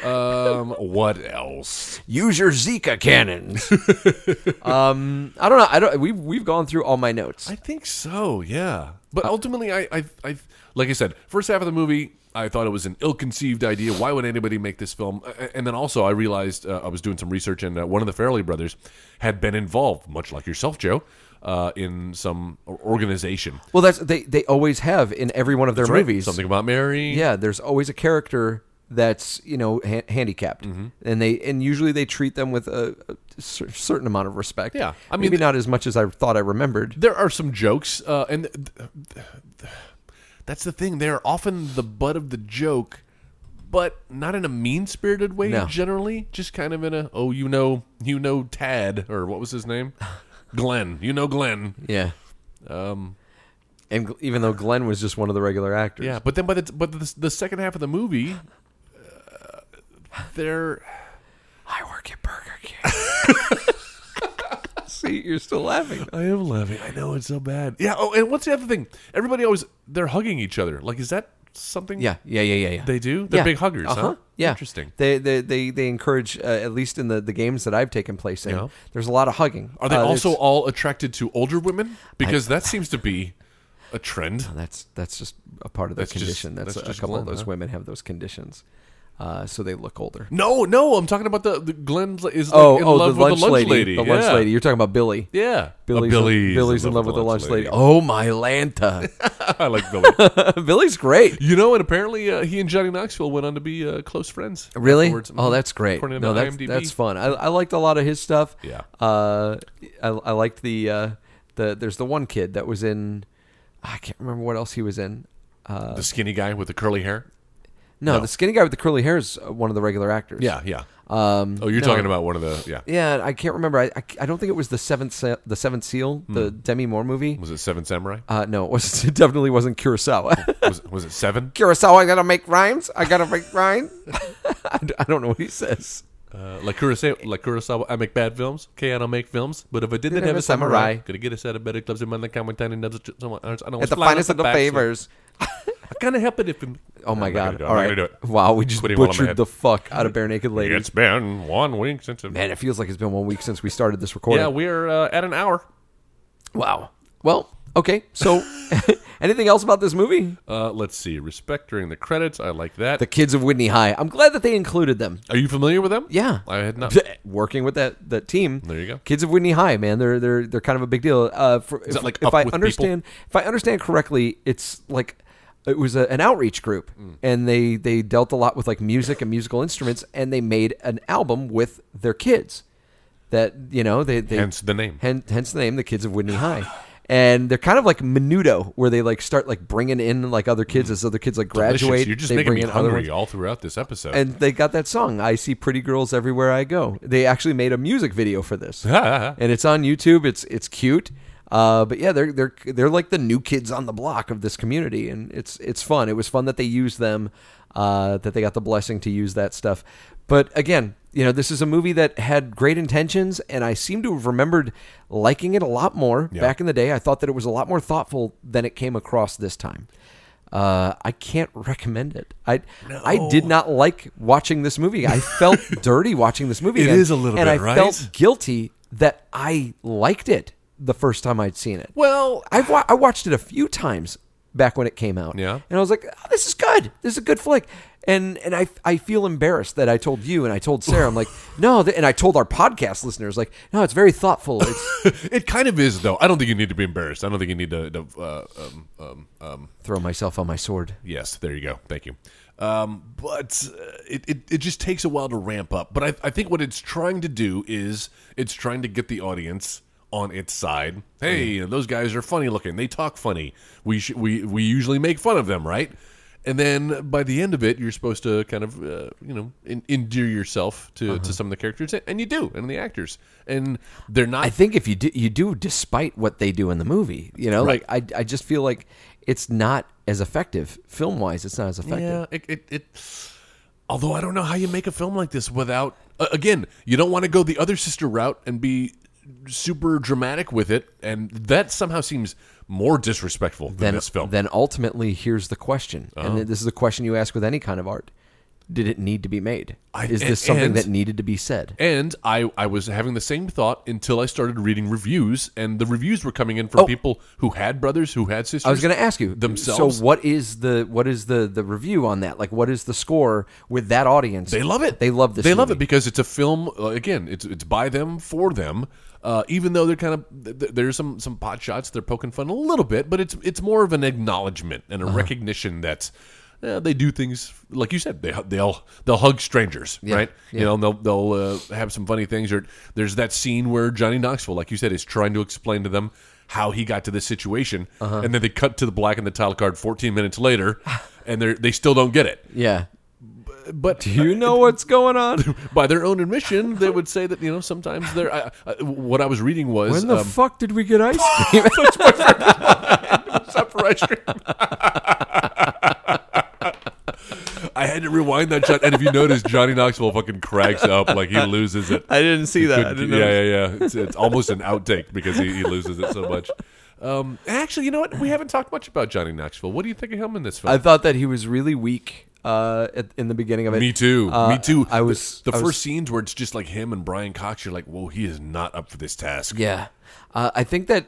Speaker 4: um, what else?
Speaker 3: Use your Zika cannons. um, I don't know. I don't. We've we've gone through all my notes.
Speaker 4: I think so. Yeah, but ultimately, I, I, I, like I said, first half of the movie, I thought it was an ill-conceived idea. Why would anybody make this film? Uh, And then also, I realized uh, I was doing some research, and uh, one of the Farrelly brothers had been involved, much like yourself, Joe, uh, in some organization.
Speaker 3: well, that's they they always have in every one of their
Speaker 4: That's right.
Speaker 3: movies.
Speaker 4: Something about Mary.
Speaker 3: yeah there's always a character that's you know ha- handicapped
Speaker 4: Mm-hmm.
Speaker 3: and they and usually they treat them with a, a cer- certain amount of respect
Speaker 4: Yeah. I
Speaker 3: i mean
Speaker 4: mean,
Speaker 3: maybe
Speaker 4: th-
Speaker 3: not as much as i thought i remembered
Speaker 4: there are some jokes, uh, and th- th- th- that's the thing. They're often the butt of the joke, but not in a mean spirited way.
Speaker 3: No.
Speaker 4: Generally, just kind of in a oh, you know, you know, Tad or what was his name, Glenn. You know, Glenn.
Speaker 3: yeah um and Gl- even though glenn was just one of the regular actors
Speaker 4: Yeah, but then by the t- but the, the second half of the movie, uh, they're
Speaker 3: i work at burger king see you're still laughing
Speaker 4: I am laughing. I know it's so bad. Yeah. Oh, and what's the other thing? Everybody always they're hugging each other. Like, is that something?
Speaker 3: yeah yeah yeah yeah, yeah. Uh-huh.
Speaker 4: They do? They're big huggers, huh?
Speaker 3: yeah
Speaker 4: Interesting.
Speaker 3: they they they, they encourage uh, at least in the, the games that i've taken place in
Speaker 4: Yeah.
Speaker 3: there's a lot of hugging
Speaker 4: Are they
Speaker 3: Uh,
Speaker 4: also
Speaker 3: it's-
Speaker 4: all attracted to older women? Because that seems to be a trend.
Speaker 3: Uh, That's that's just a part of their
Speaker 4: That's just-
Speaker 3: condition. that's,
Speaker 4: that's
Speaker 3: a,
Speaker 4: just
Speaker 3: couple of
Speaker 4: Glenn,
Speaker 3: those
Speaker 4: huh?
Speaker 3: women have those conditions, uh, so they look older.
Speaker 4: No, no, I'm talking about the, the Glenn is like
Speaker 3: Oh,
Speaker 4: in
Speaker 3: oh,
Speaker 4: love
Speaker 3: the lunch,
Speaker 4: with the lunch
Speaker 3: lady,
Speaker 4: lady.
Speaker 3: the lunch
Speaker 4: yeah.
Speaker 3: lady. You're talking about Billy.
Speaker 4: Yeah,
Speaker 3: Billy's,
Speaker 4: Uh, Billy's,
Speaker 3: Billy's in love with the lunch lady. Oh my lanta!
Speaker 4: I like Billy.
Speaker 3: Billy's great.
Speaker 4: you know, and apparently uh, he and Johnny Knoxville went on to be uh, close friends.
Speaker 3: Really?
Speaker 4: afterwards. Mm-hmm.
Speaker 3: Oh, that's great.
Speaker 4: According to
Speaker 3: No, that's
Speaker 4: IMDb.
Speaker 3: that's fun. I, I liked a lot of his stuff.
Speaker 4: Yeah.
Speaker 3: Uh, I, I liked the uh, the there's the one kid that was in. I can't remember what else he was in.
Speaker 4: the skinny guy with the curly hair.
Speaker 3: No, the skinny guy with the curly hair is uh, one of the regular actors.
Speaker 4: Yeah, yeah. Um, oh, you're talking about one of the yeah.
Speaker 3: Yeah, I can't remember. I, I, I don't think it was the seventh Se- the seventh seal, the Demi Moore movie.
Speaker 4: Hmm. Was it Seven Samurai?
Speaker 3: Uh, no, it, was, it definitely wasn't Kurosawa.
Speaker 4: was, was it Seven?
Speaker 3: Kurosawa, I gotta make rhymes. I gotta make rhymes. I d- I don't know what he says.
Speaker 4: Uh, like Kurosawa, like Kurosawa, I make bad films. Okay, I don't make films. But if I didn't have a samurai, could I get us out of better clubs in Monday, Comitani, Nubs, someone else? I don't
Speaker 3: At the finest of the favors.
Speaker 4: I can't help it if. I'm
Speaker 3: Oh my
Speaker 4: not gonna
Speaker 3: god!
Speaker 4: do it. I'm
Speaker 3: All
Speaker 4: not
Speaker 3: right,
Speaker 4: gonna do it.
Speaker 3: wow, we just
Speaker 4: Quitting while I'm
Speaker 3: butchered
Speaker 4: ahead.
Speaker 3: the fuck out of bare naked ladies.
Speaker 4: It's been one week since. It,
Speaker 3: Man, it feels like it's been one week since we started this recording.
Speaker 4: yeah, we're uh, at an hour.
Speaker 3: Wow. Well, okay. So, anything else about this movie?
Speaker 4: Uh, let's see. Respect during the credits. I like that.
Speaker 3: The kids of Whitney High. I'm glad that they included them.
Speaker 4: Are you familiar with them?
Speaker 3: Yeah,
Speaker 4: I had not.
Speaker 3: Th- working with that that team.
Speaker 4: There you go.
Speaker 3: Kids of Whitney High, man. They're they're they're kind of a big deal. Uh, for,
Speaker 4: that
Speaker 3: if,
Speaker 4: like
Speaker 3: if
Speaker 4: Up
Speaker 3: I
Speaker 4: With
Speaker 3: understand, if I understand correctly, it's like it was a, an outreach group,
Speaker 4: Mm.
Speaker 3: and they they dealt a lot with like music and musical instruments, and they made an album with their kids. That you know they, they
Speaker 4: Hence the name.
Speaker 3: hen- hence the name, the kids of Whitney High. And they're kind of like Menudo, where they like start like bringing in like other kids as other kids like
Speaker 4: Mm. Delicious.
Speaker 3: graduate.
Speaker 4: You're just
Speaker 3: they
Speaker 4: making
Speaker 3: bring
Speaker 4: me
Speaker 3: in other
Speaker 4: hungry
Speaker 3: ones.
Speaker 4: all throughout this episode.
Speaker 3: And they got that song, I See Pretty Girls Everywhere I Go. They actually made a music video for this. and it's on YouTube. It's it's cute. Uh, but yeah, they're they're they're like the new kids on the block of this community, and it's it's fun. It was fun that they used them, uh, that they got the blessing to use that stuff. But again, you know, this is a movie that had great intentions, and I seem to have remembered liking it a lot more back in the day. I thought that it was a lot more thoughtful than it came across this time. Uh, I can't recommend it. I I did not like watching this movie. I felt dirty watching this movie.
Speaker 4: It
Speaker 3: again,
Speaker 4: is a little
Speaker 3: and
Speaker 4: bit,
Speaker 3: I
Speaker 4: right?
Speaker 3: felt guilty that I liked it the first time I'd seen it.
Speaker 4: Well-
Speaker 3: I've wa- I watched it a few times back when it came out.
Speaker 4: Yeah.
Speaker 3: and I was like, oh, "This is good. This is a good flick." And and I I feel embarrassed that I told you and I told Sarah. I'm like, no, th-, and I told our podcast listeners, like, no, it's very thoughtful. It's
Speaker 4: it kind of is, though. I don't think you need to be embarrassed. I don't think you need to. to uh, um, um, um,
Speaker 3: throw myself on my sword.
Speaker 4: yes, there you go. Thank you. Um, but uh, it, it, it just takes a while to ramp up. But I, I think what it's trying to do is it's trying to get the audience on its side. Hey, those guys are funny looking. They talk funny. We sh- we we usually make fun of them, right? And then by the end of it, you're supposed to kind of uh, you know en- endear yourself to, to some of the characters, and you do, and the actors, and they're not.
Speaker 3: I think if you do, you do despite what they do in the movie. You know,
Speaker 4: Right.
Speaker 3: like I I just feel like it's not as effective film wise. It's not as effective.
Speaker 4: Yeah, it, it, it. Although I don't know how you make a film like this without. Uh, again, you don't want to go the other sister route and be super dramatic with it, and that somehow seems more disrespectful than,
Speaker 3: then,
Speaker 4: this film. Oh.
Speaker 3: then ultimately, here's the question, and this is a question you ask with any kind of art: Did it need to be made?
Speaker 4: I-
Speaker 3: is
Speaker 4: and-
Speaker 3: this something
Speaker 4: and-
Speaker 3: that needed to be said?
Speaker 4: and I, I was having the same thought until I started reading reviews, and the reviews were coming in from people who had brothers, who had sisters.
Speaker 3: Oh. I was going to ask you
Speaker 4: themselves.
Speaker 3: So, what is the what is the the review on that? Like, what is the score with that audience?
Speaker 4: They love it.
Speaker 3: They love this.
Speaker 4: They love it
Speaker 3: movie.
Speaker 4: because it's a film. Uh, again, it's it's by them for them. Uh, even though they're kind of th- th- there's some some pot shots, they're poking fun a little bit, but it's it's more of an acknowledgement and a
Speaker 3: Uh-huh.
Speaker 4: recognition that. uh, they do things like you said. They hu- they'll they'll hug strangers, right? You know, and they'll they'll uh, have some funny things. Or there's that scene where Johnny Knoxville, like you said, is trying to explain to them how he got to this situation,
Speaker 3: Uh-huh.
Speaker 4: and then they cut to the black and the title card 14 minutes later, and they they still don't get it.
Speaker 3: yeah.
Speaker 4: But
Speaker 3: Do you know what's going on?
Speaker 4: by their own admission, they would say that you know sometimes they're. I, I, what I was reading was
Speaker 3: When the
Speaker 4: um,
Speaker 3: fuck did we get ice cream?
Speaker 4: except for ice cream. I had to rewind that shot, and if you notice, Johnny Knoxville fucking cracks up like he loses it.
Speaker 3: I didn't see that.
Speaker 4: yeah, yeah, yeah. It's, it's almost an outtake because he, he loses it so much. Um, actually, you know what? We haven't talked much about Johnny Knoxville. What do you think of him in this film?
Speaker 3: I thought that he was really weak uh, at, in the beginning of it.
Speaker 4: Me too.
Speaker 3: Uh,
Speaker 4: Me too.
Speaker 3: I was
Speaker 4: the, the
Speaker 3: I
Speaker 4: first
Speaker 3: was-
Speaker 4: scenes where it's just like him and Brian Cox. You're like, whoa, he is not up for this task.
Speaker 3: Yeah, uh, I think that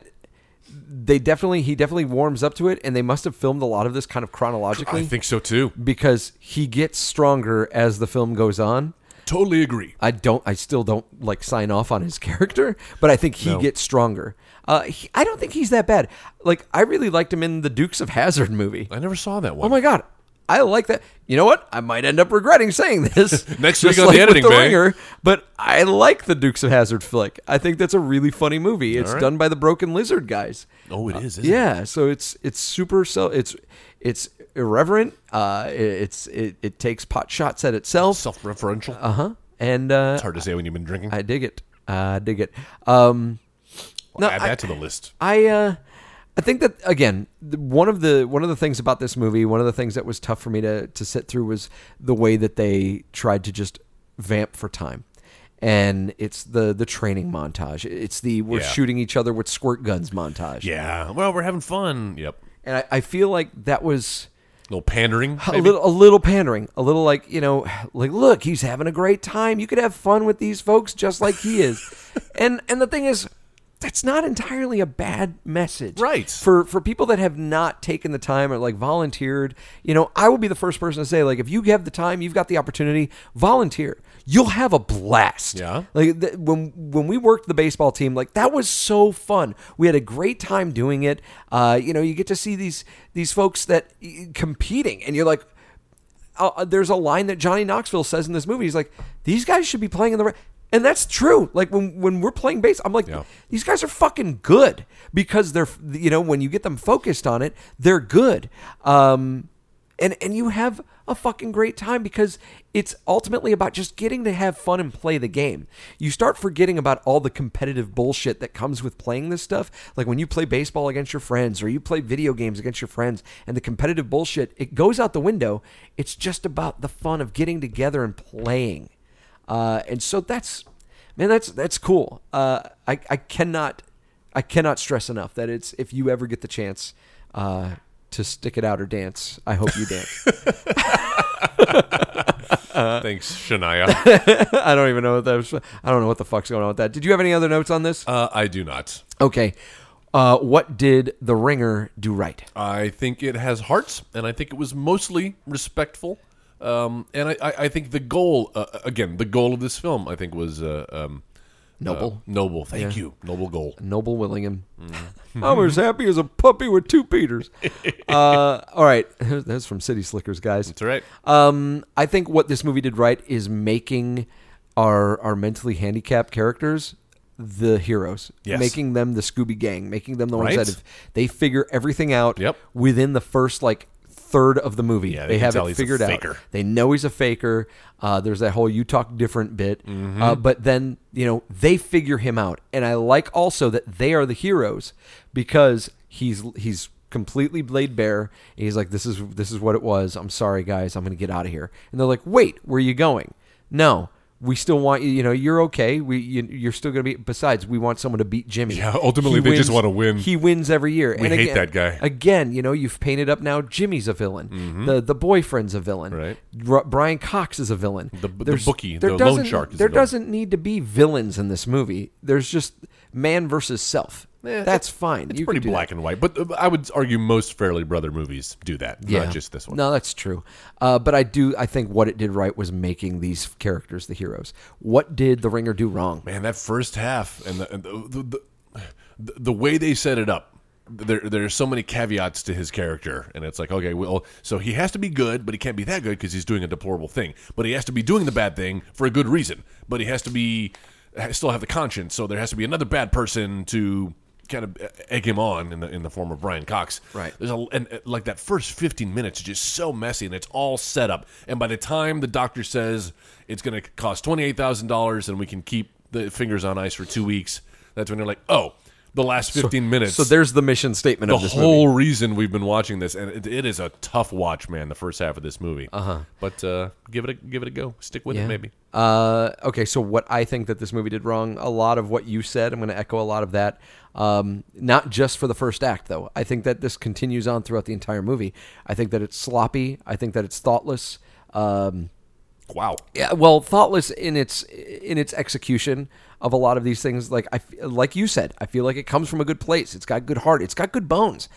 Speaker 3: they definitely he definitely warms up to it, and they must have filmed a lot of this kind of chronologically
Speaker 4: I think so too.
Speaker 3: because he gets stronger as the film goes on.
Speaker 4: Totally agree.
Speaker 3: I don't. I still don't like sign off on his character, but I think he gets stronger. Uh, he, I don't think he's that bad. Like I really liked him in the Dukes of Hazard movie.
Speaker 4: I never saw that one.
Speaker 3: Oh my god, I like that. You know what? I might end up regretting saying this
Speaker 4: Next week
Speaker 3: Just
Speaker 4: on The
Speaker 3: with
Speaker 4: Editing
Speaker 3: the
Speaker 4: Bay.
Speaker 3: Ringer, but I like the Dukes of Hazard flick. I think that's a really funny movie. It's
Speaker 4: right.
Speaker 3: done by the Broken Lizard guys.
Speaker 4: Oh, it is. Isn't
Speaker 3: Yeah, so it's it's super. So it's it's irreverent. Uh, it, it's it, it takes pot shots at itself.
Speaker 4: Self-referential.
Speaker 3: Uh huh. And uh,
Speaker 4: it's hard to say when you've been drinking.
Speaker 3: I dig it. I dig it. Um,
Speaker 4: Well,
Speaker 3: no,
Speaker 4: add
Speaker 3: I-
Speaker 4: that to the list.
Speaker 3: I uh, I think that again, the, one of the one of the things about this movie, one of the things that was tough for me to to sit through was the way that they tried to just vamp for time. And it's the the training montage. It's the we're
Speaker 4: Yeah.
Speaker 3: shooting each other with squirt guns montage.
Speaker 4: Yeah. Well, we're having fun. Yep.
Speaker 3: And I, I feel like that was
Speaker 4: A little pandering.
Speaker 3: a
Speaker 4: maybe?
Speaker 3: little a little pandering, a little like, you know, like look, he's having a great time. You could have fun with these folks just like he is. and and the thing is that's not entirely a bad message.
Speaker 4: Right.
Speaker 3: For for people that have not taken the time or like volunteered, you know, I will be the first person to say like if you have the time, you've got the opportunity, volunteer. You'll have a blast.
Speaker 4: Yeah.
Speaker 3: Like th- when when we worked the baseball team, like that was so fun. We had a great time doing it. Uh, you know, you get to see these these folks that y- competing, and you're like, uh, there's a line that Johnny Knoxville says in this movie. He's like, these guys should be playing in the. Re-. And that's true. Like when, when we're playing base, I'm like,
Speaker 4: Yeah.
Speaker 3: these guys are fucking good because they're, you know, when you get them focused on it, they're good. Um, and, and you have a fucking great time because it's ultimately about just getting to have fun and play the game. You start forgetting about all the competitive bullshit that comes with playing this stuff. Like when you play baseball against your friends or you play video games against your friends and the competitive bullshit, it goes out the window. It's just about the fun of getting together and playing. Uh, and so that's, man, that's, that's cool. Uh, I, I cannot, I cannot stress enough that it's, if you ever get the chance, uh, to stick it out or dance, I hope you dance.
Speaker 4: Thanks, Shania.
Speaker 3: I don't even know what that was. I don't know what the fuck's going on with that. Did you have any other notes on this?
Speaker 4: uh, I do not.
Speaker 3: okay. Uh, what did The Ringer do right?
Speaker 4: I think it has hearts, and I think it was mostly respectful. Um, and I, I, I think the goal, uh, again, the goal of this film, I think was uh, um,
Speaker 3: Noble.
Speaker 4: noble. Thank you, noble goal.
Speaker 3: Noble Willingham. I'm as happy as a puppy with two Peters. uh, all right. That's from City Slickers, guys.
Speaker 4: That's right.
Speaker 3: Um, I think what this movie did right is making our our mentally handicapped characters the heroes,
Speaker 4: Yes.
Speaker 3: making them the Scooby Gang, making them the ones
Speaker 4: Right.
Speaker 3: that have, they figure everything out
Speaker 4: Yep.
Speaker 3: within the first like third of the movie.
Speaker 4: Yeah,
Speaker 3: they
Speaker 4: they can
Speaker 3: have
Speaker 4: tell
Speaker 3: it
Speaker 4: he's a
Speaker 3: figured out.
Speaker 4: faker.
Speaker 3: They know he's a faker. Uh, there's that whole "you talk different" bit, uh,
Speaker 4: Mm-hmm.
Speaker 3: but then you know they figure him out, and I like also that they are the heroes because he's he's completely laid bare. And he's like, "This is this is what it was. I'm sorry, guys. I'm going to get out of here." And they're like, "Wait, where are you going?" No. We still want you. You know, you're okay. We, you, you're still going to be. Besides, we want someone to beat Jimmy.
Speaker 4: Yeah, ultimately,
Speaker 3: He
Speaker 4: they just wanna win.
Speaker 3: He wins every year.
Speaker 4: We hate that guy.
Speaker 3: Again, you know, you've painted up now. Jimmy's a villain. The the boyfriend's a villain.
Speaker 4: Mm-hmm. Right.
Speaker 3: R- Brian Cox is a villain.
Speaker 4: The- the
Speaker 3: There's-
Speaker 4: bookie,
Speaker 3: there
Speaker 4: the loan
Speaker 3: doesn't-
Speaker 4: shark is a
Speaker 3: there
Speaker 4: villain.
Speaker 3: doesn't need to be villains in this movie. There's just man versus self. That's fine.
Speaker 4: Eh, It's
Speaker 3: You
Speaker 4: pretty
Speaker 3: can do
Speaker 4: black
Speaker 3: that.
Speaker 4: and white, but uh, I would argue most Fairly Brother movies do that,
Speaker 3: Yeah.
Speaker 4: not just this one.
Speaker 3: No, that's true. Uh, but I do. I think what it did right was making these characters the heroes. What did The Ringer do wrong?
Speaker 4: Man, that first half and the and the, the, the, the way they set it up. There, there are so many caveats to his character, and it's like, okay, well, so he has to be good, but he can't be that good because he's doing a deplorable thing. But he has to be doing the bad thing for a good reason. But he has to be ha- still have the conscience, so there has to be another bad person to kind of e-, egg him on in the in the form of Brian Cox.
Speaker 3: Right.
Speaker 4: There's a and uh, like that first 15 minutes is just so messy and it's all set up. And by the time the doctor says it's going to cost $28,000 and we can keep the fingers on ice for 2 weeks, that's when you're like, "Oh, the last 15 minutes."
Speaker 3: So there's the mission statement
Speaker 4: the
Speaker 3: of this
Speaker 4: whole
Speaker 3: movie.
Speaker 4: reason we've been watching this and it, it is a tough watch, man, the first half of this movie. Uh-huh. But uh give it a give it a go. Stick with
Speaker 3: Yeah.
Speaker 4: it maybe.
Speaker 3: Uh, okay, so what I think that this movie did wrong, a lot of what you said, I'm going to echo a lot of that. Um, not just for the first act, though. I think that this continues on throughout the entire movie. I think that it's sloppy. I think that it's thoughtless. Um,
Speaker 4: Wow.
Speaker 3: yeah, well, thoughtless in its in its execution of a lot of these things. Like I, f- like you said, I feel like it comes from a good place. It's got good heart. It's got good bones.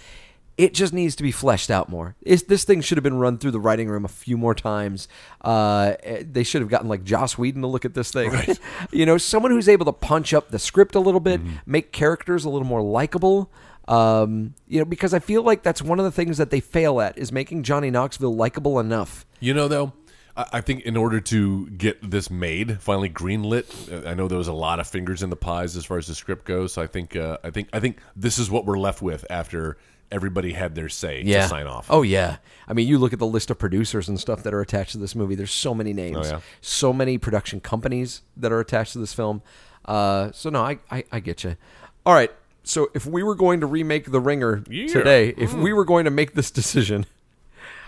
Speaker 3: It just needs to be fleshed out more. It's, this thing should have been run through the writing room a few more times. Uh, eh, they should have gotten like Joss Whedon to look at this thing. you know, someone who's able to punch up the script a little bit, make characters a little more likable. Um, you know, because I feel like that's one of the things that they fail at is making Johnny Knoxville likable enough.
Speaker 4: You know, though, I, I think in order to get this made, finally greenlit, uh, I know there was a lot of fingers in the pies as far as the script goes. So I think, uh, I think, I think this is what we're left with after everybody had their say
Speaker 3: yeah.
Speaker 4: to sign off.
Speaker 3: Oh yeah. I mean, you look at the list of producers and stuff that are attached to this movie. There's so many names,
Speaker 4: Oh, yeah.
Speaker 3: so many production companies that are attached to this film. Uh, so no, I, I I get you. All right. So if we were going to remake The Ringer
Speaker 4: Yeah. Hmm.
Speaker 3: today, if we were going to make this decision,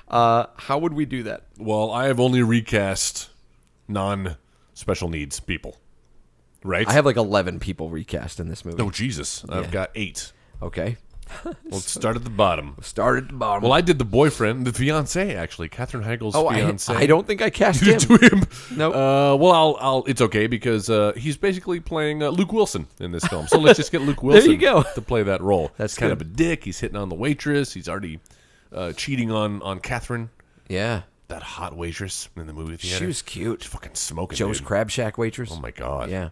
Speaker 3: uh, how would we do that?
Speaker 4: Well, I have only recast non special needs people. Right?
Speaker 3: I have like 11 people recast in this movie.
Speaker 4: Oh Jesus. I've got eight.
Speaker 3: Okay.
Speaker 4: Let's start at the bottom.
Speaker 3: Start at the bottom.
Speaker 4: Well, I did the boyfriend, the fiance actually, Catherine Heigl's
Speaker 3: oh, I,
Speaker 4: fiance.
Speaker 3: I don't think I cast him.
Speaker 4: to him.
Speaker 3: Nope.
Speaker 4: Uh, well, I'll, I'll. It's okay because uh, he's basically playing uh, Luke Wilson in this film. So let's just get Luke Wilson.
Speaker 3: you go.
Speaker 4: to play that role.
Speaker 3: That's
Speaker 4: he's kind
Speaker 3: good.
Speaker 4: of a dick. He's hitting on the waitress. He's already uh, cheating on on Catherine,
Speaker 3: Yeah.
Speaker 4: that hot waitress in the movie theater.
Speaker 3: She was
Speaker 4: She's
Speaker 3: cute.
Speaker 4: fucking smoking.
Speaker 3: Joe's
Speaker 4: dude.
Speaker 3: Crab Shack waitress.
Speaker 4: Oh my god.
Speaker 3: Yeah.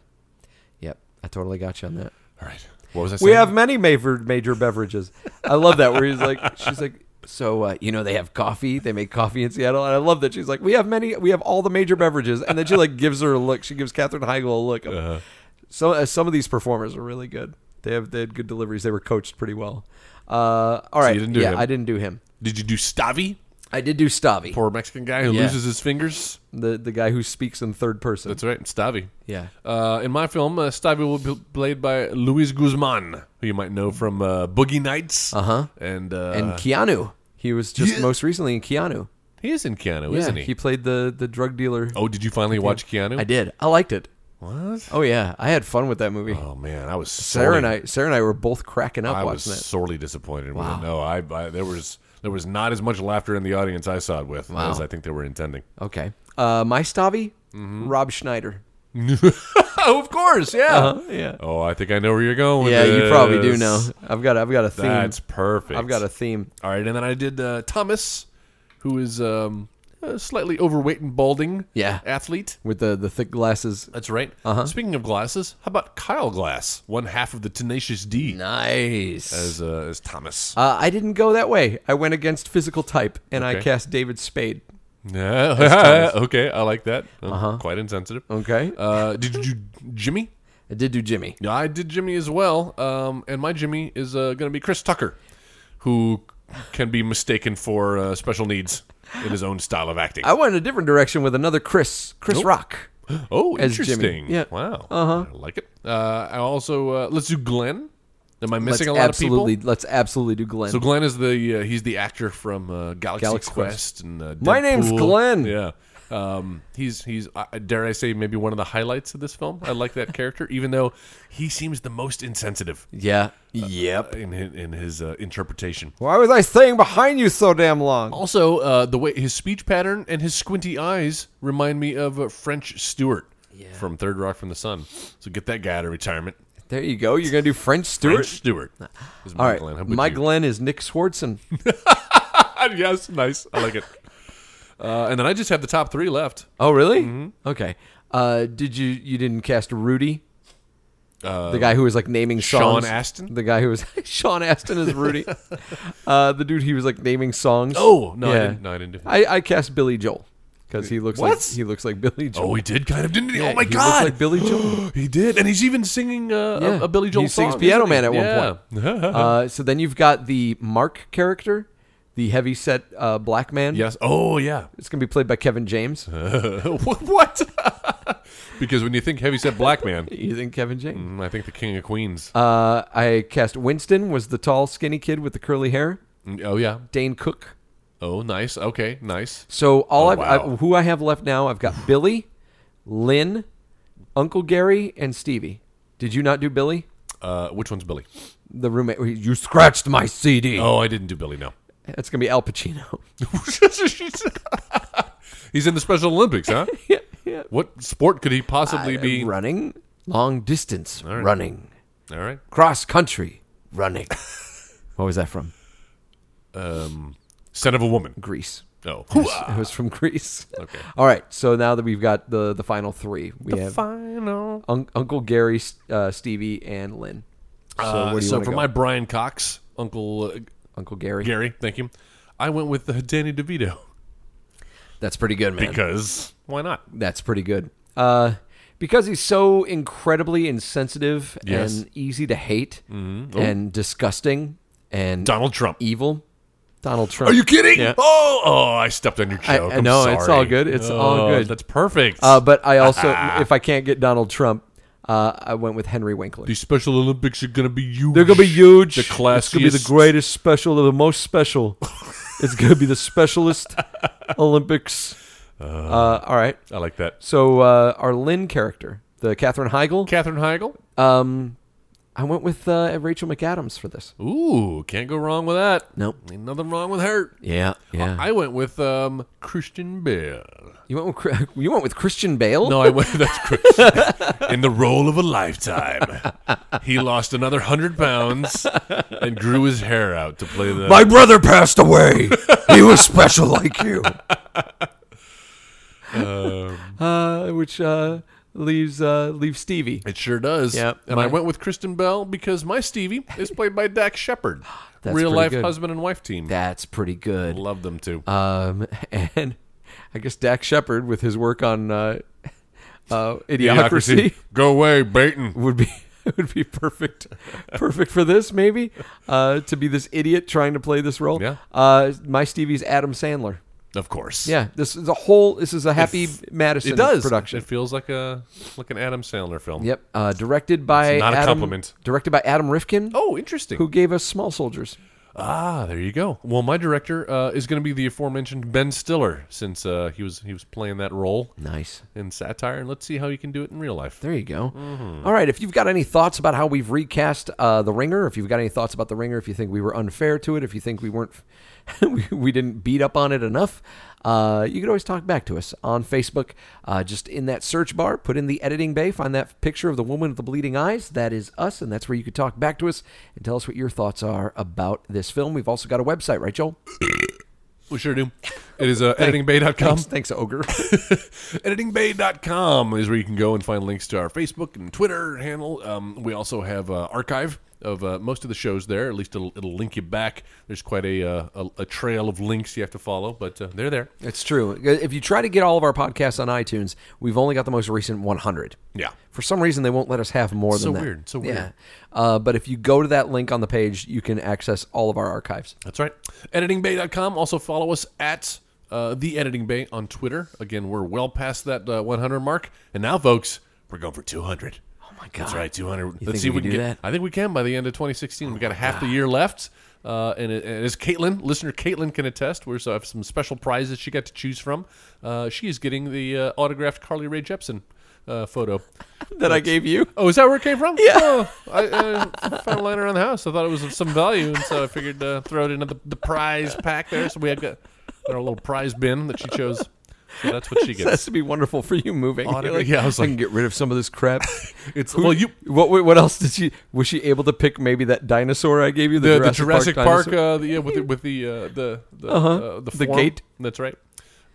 Speaker 3: Yep. I totally got you on that.
Speaker 4: All right. What was I saying?
Speaker 3: We have many major major beverages. I love that. Where he's like, she's like, so uh, you know they have coffee. They make coffee in Seattle, and I love that she's like, we have many. We have all the major beverages, and then she like gives her a look. She gives Katherine Heigl a look.
Speaker 4: Uh-huh.
Speaker 3: So uh, some of these performers are really good. They have they had good deliveries. They were coached pretty well. Uh, all right,
Speaker 4: you didn't do
Speaker 3: yeah,
Speaker 4: him.
Speaker 3: I didn't do him.
Speaker 4: Did you do Stavi?
Speaker 3: I did do Stavi,
Speaker 4: Poor Mexican guy who
Speaker 3: Yeah.
Speaker 4: loses his fingers.
Speaker 3: the the guy who speaks in third person.
Speaker 4: That's right, Stavi.
Speaker 3: Yeah.
Speaker 4: Uh, in my film, uh, Stavi will be played by Luis Guzman, who you might know from uh, Boogie Nights. Uh-huh. And, uh
Speaker 3: and Keanu, he was just most recently in Keanu.
Speaker 4: He is in Keanu,
Speaker 3: Yeah,
Speaker 4: isn't he?
Speaker 3: he played the the drug dealer.
Speaker 4: Oh, did you finally watch Keanu?
Speaker 3: I did. I liked it.
Speaker 4: What?
Speaker 3: Oh yeah, I had fun with that movie.
Speaker 4: Oh man, I was
Speaker 3: Sarah
Speaker 4: sorely,
Speaker 3: and I, Sarah and I were both cracking up
Speaker 4: I was
Speaker 3: watching it.
Speaker 4: sorely disappointed. with it. No, I, I there was there was not as much laughter in the audience I saw it with as I think they were intending.
Speaker 3: Okay, uh, my Stavi, Rob Schneider.
Speaker 4: Oh, Mm-hmm. of course, yeah.
Speaker 3: yeah,
Speaker 4: Oh, I think I know where you're going. With
Speaker 3: yeah, you probably do
Speaker 4: this.
Speaker 3: know. I've got, I've got a theme.
Speaker 4: That's perfect.
Speaker 3: I've got a theme.
Speaker 4: All right, and then I did uh, Thomas, who is um, a slightly overweight and balding
Speaker 3: Yeah. Uh-huh.
Speaker 4: athlete.
Speaker 3: with the the thick glasses.
Speaker 4: That's right. Speaking of glasses, how about Kyle Glass, one half of the Tenacious D,
Speaker 3: Nice.
Speaker 4: as uh, as Thomas?
Speaker 3: uh, I didn't go that way. I went against physical type, and I
Speaker 4: Okay.
Speaker 3: cast David Spade.
Speaker 4: Yeah. okay, I like that. I'm Quite insensitive.
Speaker 3: Uh-huh. Okay,
Speaker 4: Uh, did you do Jimmy?
Speaker 3: I did do Jimmy.
Speaker 4: Yeah, I did Jimmy as well. Um, and my Jimmy is uh, going to be Chris Tucker, who can be mistaken for uh, special needs in his own style of acting.
Speaker 3: I went in a different direction with another Chris, Chris Rock.
Speaker 4: oh,
Speaker 3: as Jimmy.
Speaker 4: interesting.
Speaker 3: Yeah.
Speaker 4: Wow. Uh-huh. I like it. Uh, I also uh, let's do Glenn. Am I
Speaker 3: Let's
Speaker 4: missing a lot
Speaker 3: absolutely,
Speaker 4: of people?
Speaker 3: let's absolutely do Glenn.
Speaker 4: So Glenn is the uh, he's the actor from uh, Galaxy,
Speaker 3: Galaxy
Speaker 4: Quest,
Speaker 3: Quest.
Speaker 4: and uh,
Speaker 3: My name's
Speaker 4: Deadpool.
Speaker 3: Glenn.
Speaker 4: Yeah, um, he's he's uh, dare I say maybe one of the highlights of this film. I like that character, even though he seems the most insensitive
Speaker 3: yeah, yep.
Speaker 4: in his, in his uh, interpretation.
Speaker 3: Uh, Why was I staying behind you so damn long?
Speaker 4: Also, uh, the way his speech pattern and his squinty eyes remind me of uh, French Stewart from Third Rock from the Sun. So get that guy out of retirement.
Speaker 3: There you go. You're gonna do French Stewart.
Speaker 4: French Stewart. Is
Speaker 3: All
Speaker 4: my
Speaker 3: right,
Speaker 4: Glenn. How about
Speaker 3: my
Speaker 4: you?
Speaker 3: Glenn is Nick Swartzen.
Speaker 4: yes, nice. I like it. Uh, and then I just have the top three left.
Speaker 3: Oh, really?
Speaker 4: Mm-hmm.
Speaker 3: Okay. Uh, did you you didn't cast Rudy? the guy who was like naming
Speaker 4: Uh, Sean
Speaker 3: songs.
Speaker 4: Astin?
Speaker 3: The guy who was Sean Aston is Rudy. uh, the dude he was like naming songs.
Speaker 4: Oh, no, I didn't- no, I didn't do him.
Speaker 3: I, I cast Billy Joel because he looks like
Speaker 4: What?
Speaker 3: he looks like Billy Joel.
Speaker 4: Oh, he did kind of, didn't he?
Speaker 3: Yeah,
Speaker 4: oh my
Speaker 3: he looks
Speaker 4: god,
Speaker 3: like Billy Joel.
Speaker 4: he did, and he's even singing uh,
Speaker 3: Yeah.
Speaker 4: a, a Billy Joel
Speaker 3: He
Speaker 4: song.
Speaker 3: sings Piano
Speaker 4: isn't
Speaker 3: Man at one
Speaker 4: Yeah.
Speaker 3: uh, so then you've got the Mark character, the heavy set uh, black man.
Speaker 4: yes. Oh yeah.
Speaker 3: It's gonna be played by Kevin James.
Speaker 4: Uh-huh. Wh- what? because when you think heavy set black man,
Speaker 3: You think Kevin James?
Speaker 4: mm, I think the King of Queens.
Speaker 3: Uh, I cast Winston was the tall, skinny kid with the curly hair.
Speaker 4: Mm, oh yeah.
Speaker 3: Dane Cook.
Speaker 4: Oh nice. Okay, nice.
Speaker 3: So all
Speaker 4: Oh,
Speaker 3: I've,
Speaker 4: wow.
Speaker 3: I- who I have left now, I've got Billy, Lynn, Uncle Gary, and Stevie. Did you not do Billy?
Speaker 4: Uh, which one's Billy?
Speaker 3: The roommate. You scratched my CD.
Speaker 4: Oh, I didn't do Billy. No.
Speaker 3: That's gonna be Al Pacino.
Speaker 4: he's in the Special Olympics, huh?
Speaker 3: yeah, yeah.
Speaker 4: What sport could he possibly be?
Speaker 3: running long distance,
Speaker 4: right.
Speaker 3: running
Speaker 4: All right.
Speaker 3: cross country, running. what was that from?
Speaker 4: Son of a woman.
Speaker 3: Greece.
Speaker 4: Oh.
Speaker 3: It was from Greece. Okay. All right. So now that we've got the the final three, we have
Speaker 4: Final.
Speaker 3: Un- Uncle Gary, uh, Stevie, and Lynn. So, where do you
Speaker 4: Uh, so
Speaker 3: wanna
Speaker 4: for
Speaker 3: go?
Speaker 4: my Brian Cox, Uncle uh,
Speaker 3: Uncle Gary,
Speaker 4: Gary, thank you. I went with uh, Danny DeVito
Speaker 3: that's pretty good, man.
Speaker 4: because why not?
Speaker 3: that's pretty good. Uh, because he's so incredibly insensitive
Speaker 4: Yes. Mm-hmm.
Speaker 3: and easy to hate and disgusting and
Speaker 4: Donald Trump.
Speaker 3: evil Donald Trump.
Speaker 4: Are you kidding?
Speaker 3: Yeah.
Speaker 4: Oh, oh, I stepped on your joke.
Speaker 3: I
Speaker 4: am
Speaker 3: know, it's
Speaker 4: sorry.
Speaker 3: all good. It's all
Speaker 4: Oh,
Speaker 3: good.
Speaker 4: That's perfect.
Speaker 3: Uh, but I also, if I can't get Donald Trump, uh, I went with Henry Winkler.
Speaker 4: These Special Olympics are going to be huge.
Speaker 3: They're gonna be huge.
Speaker 4: The
Speaker 3: It's gonna be the
Speaker 4: classiest.
Speaker 3: greatest special, the most special. it's gonna be the specialist Olympics. Uh, all right.
Speaker 4: I like that.
Speaker 3: So uh, our Lynn character, the Katherine Heigl,
Speaker 4: Katherine Heigl.
Speaker 3: um, I went with uh, Rachel McAdams for this.
Speaker 4: Ooh, can't go wrong with that.
Speaker 3: Nope.
Speaker 4: Ain't nothing wrong with her.
Speaker 3: Yeah, yeah.
Speaker 4: I went with um, Christian Bale.
Speaker 3: you went with Chri- you went with Christian Bale.
Speaker 4: No, I went. That's Chris. In the role of a lifetime, he lost another hundred pounds and grew his hair out to play the.
Speaker 1: brother passed away. He was special like you.
Speaker 3: uh, which uh, leaves uh, leaves Stevie.
Speaker 4: It sure does.
Speaker 3: Yep.
Speaker 4: And I
Speaker 3: My-
Speaker 4: went with Kristen Bell because my Stevie is played by Dax Shepard.
Speaker 3: That's
Speaker 4: Real
Speaker 3: pretty
Speaker 4: life
Speaker 3: good.
Speaker 4: husband and wife team.
Speaker 3: That's pretty good.
Speaker 4: Love them too.
Speaker 3: Um, and I guess Dax Shepard with his work on uh, uh, idiocracy.
Speaker 4: Go away, Baton.
Speaker 3: would be would be perfect perfect for this maybe uh, to be this idiot trying to play this role.
Speaker 4: Yeah.
Speaker 3: Uh, my Stevie's Adam Sandler.
Speaker 4: Of course.
Speaker 3: Yeah, this is a whole. This is a Happy Madison
Speaker 4: It does.
Speaker 3: production.
Speaker 4: It feels like a like an Adam Sandler film.
Speaker 3: yep, uh, directed by
Speaker 4: It's not a
Speaker 3: Adam,
Speaker 4: compliment.
Speaker 3: Directed by Adam Rifkin,
Speaker 4: Oh, interesting.
Speaker 3: who gave us Small Soldiers.
Speaker 4: Ah, there you go. Well, my director uh, is going to be the aforementioned Ben Stiller, since uh, he was he was playing that role
Speaker 3: Nice.
Speaker 4: in satire, and let's see how you can do it in real life.
Speaker 3: There you go. All right. If you've got any thoughts about how we've recast uh, the Ringer, if you've got any thoughts about the Ringer, if you think we were unfair to it, if you think we weren't, we, we didn't beat up on it enough, uh, you can always talk back to us on Facebook. Uh, just in that search bar, put in the editing bay, find that picture of the woman with the bleeding eyes. That is us, and that's where you could talk back to us and tell us what your thoughts are about this film. We've also got a website, right, Joel?
Speaker 4: We sure do. It is uh, editingbay.com.
Speaker 3: Thanks, thanks Ogre.
Speaker 4: editingbay.com is where you can go and find links to our Facebook and Twitter handle. Um, we also have uh, archive of uh, most of the shows there. At least it'll, it'll link you back. There's quite a, uh, a a trail of links you have to follow, but uh, they're there.
Speaker 3: It's true. If you try to get all of our podcasts on iTunes, we've only got the most recent 100.
Speaker 4: Yeah.
Speaker 3: For some reason, they won't let us have more
Speaker 4: So
Speaker 3: than that.
Speaker 4: weird, so weird.
Speaker 3: Yeah. Uh, but if you go to that link on the page, you can access all of our archives.
Speaker 4: That's right. Editingbay.com. Also follow us at uh, the Editing Bay on Twitter. Again, we're well past that uh, 100 mark, and now, folks, we're going for 200. Oh
Speaker 3: my
Speaker 4: That's
Speaker 3: God.
Speaker 4: right, 200.
Speaker 3: You
Speaker 4: Let's
Speaker 3: think
Speaker 4: see if
Speaker 3: we can
Speaker 4: we can
Speaker 3: do
Speaker 4: get.
Speaker 3: that? Ah.
Speaker 4: I think we can by the end of 2016. we got a half the year left. Uh, and, it, and as Caitlin, listener Caitlin can attest, we also have some special prizes she got to choose from. Uh, she is getting the uh, autographed Carly Rae Jepsen uh, photo.
Speaker 3: That I gave you?
Speaker 4: Oh, is that where it came from? Yeah. Oh, I, I found it lying around the house. I thought it was of some value, and so I figured uh, throw it into the, the prize pack there. So we had got our little prize bin that she chose. So that's what she
Speaker 3: That has
Speaker 4: gets.
Speaker 3: to be wonderful for you moving. You're
Speaker 4: Autograph- yeah, I was
Speaker 3: can
Speaker 4: like-
Speaker 3: get rid of some of this crap.
Speaker 4: It's well, you
Speaker 3: what what else did she was she able to pick maybe that dinosaur I gave you
Speaker 4: the, the Jurassic
Speaker 3: Jurassic,
Speaker 4: Park,
Speaker 3: dinosaur?
Speaker 4: uh, the, yeah, with the with the uh, the the, uh the,
Speaker 3: The
Speaker 4: form.
Speaker 3: gate.
Speaker 4: That's right.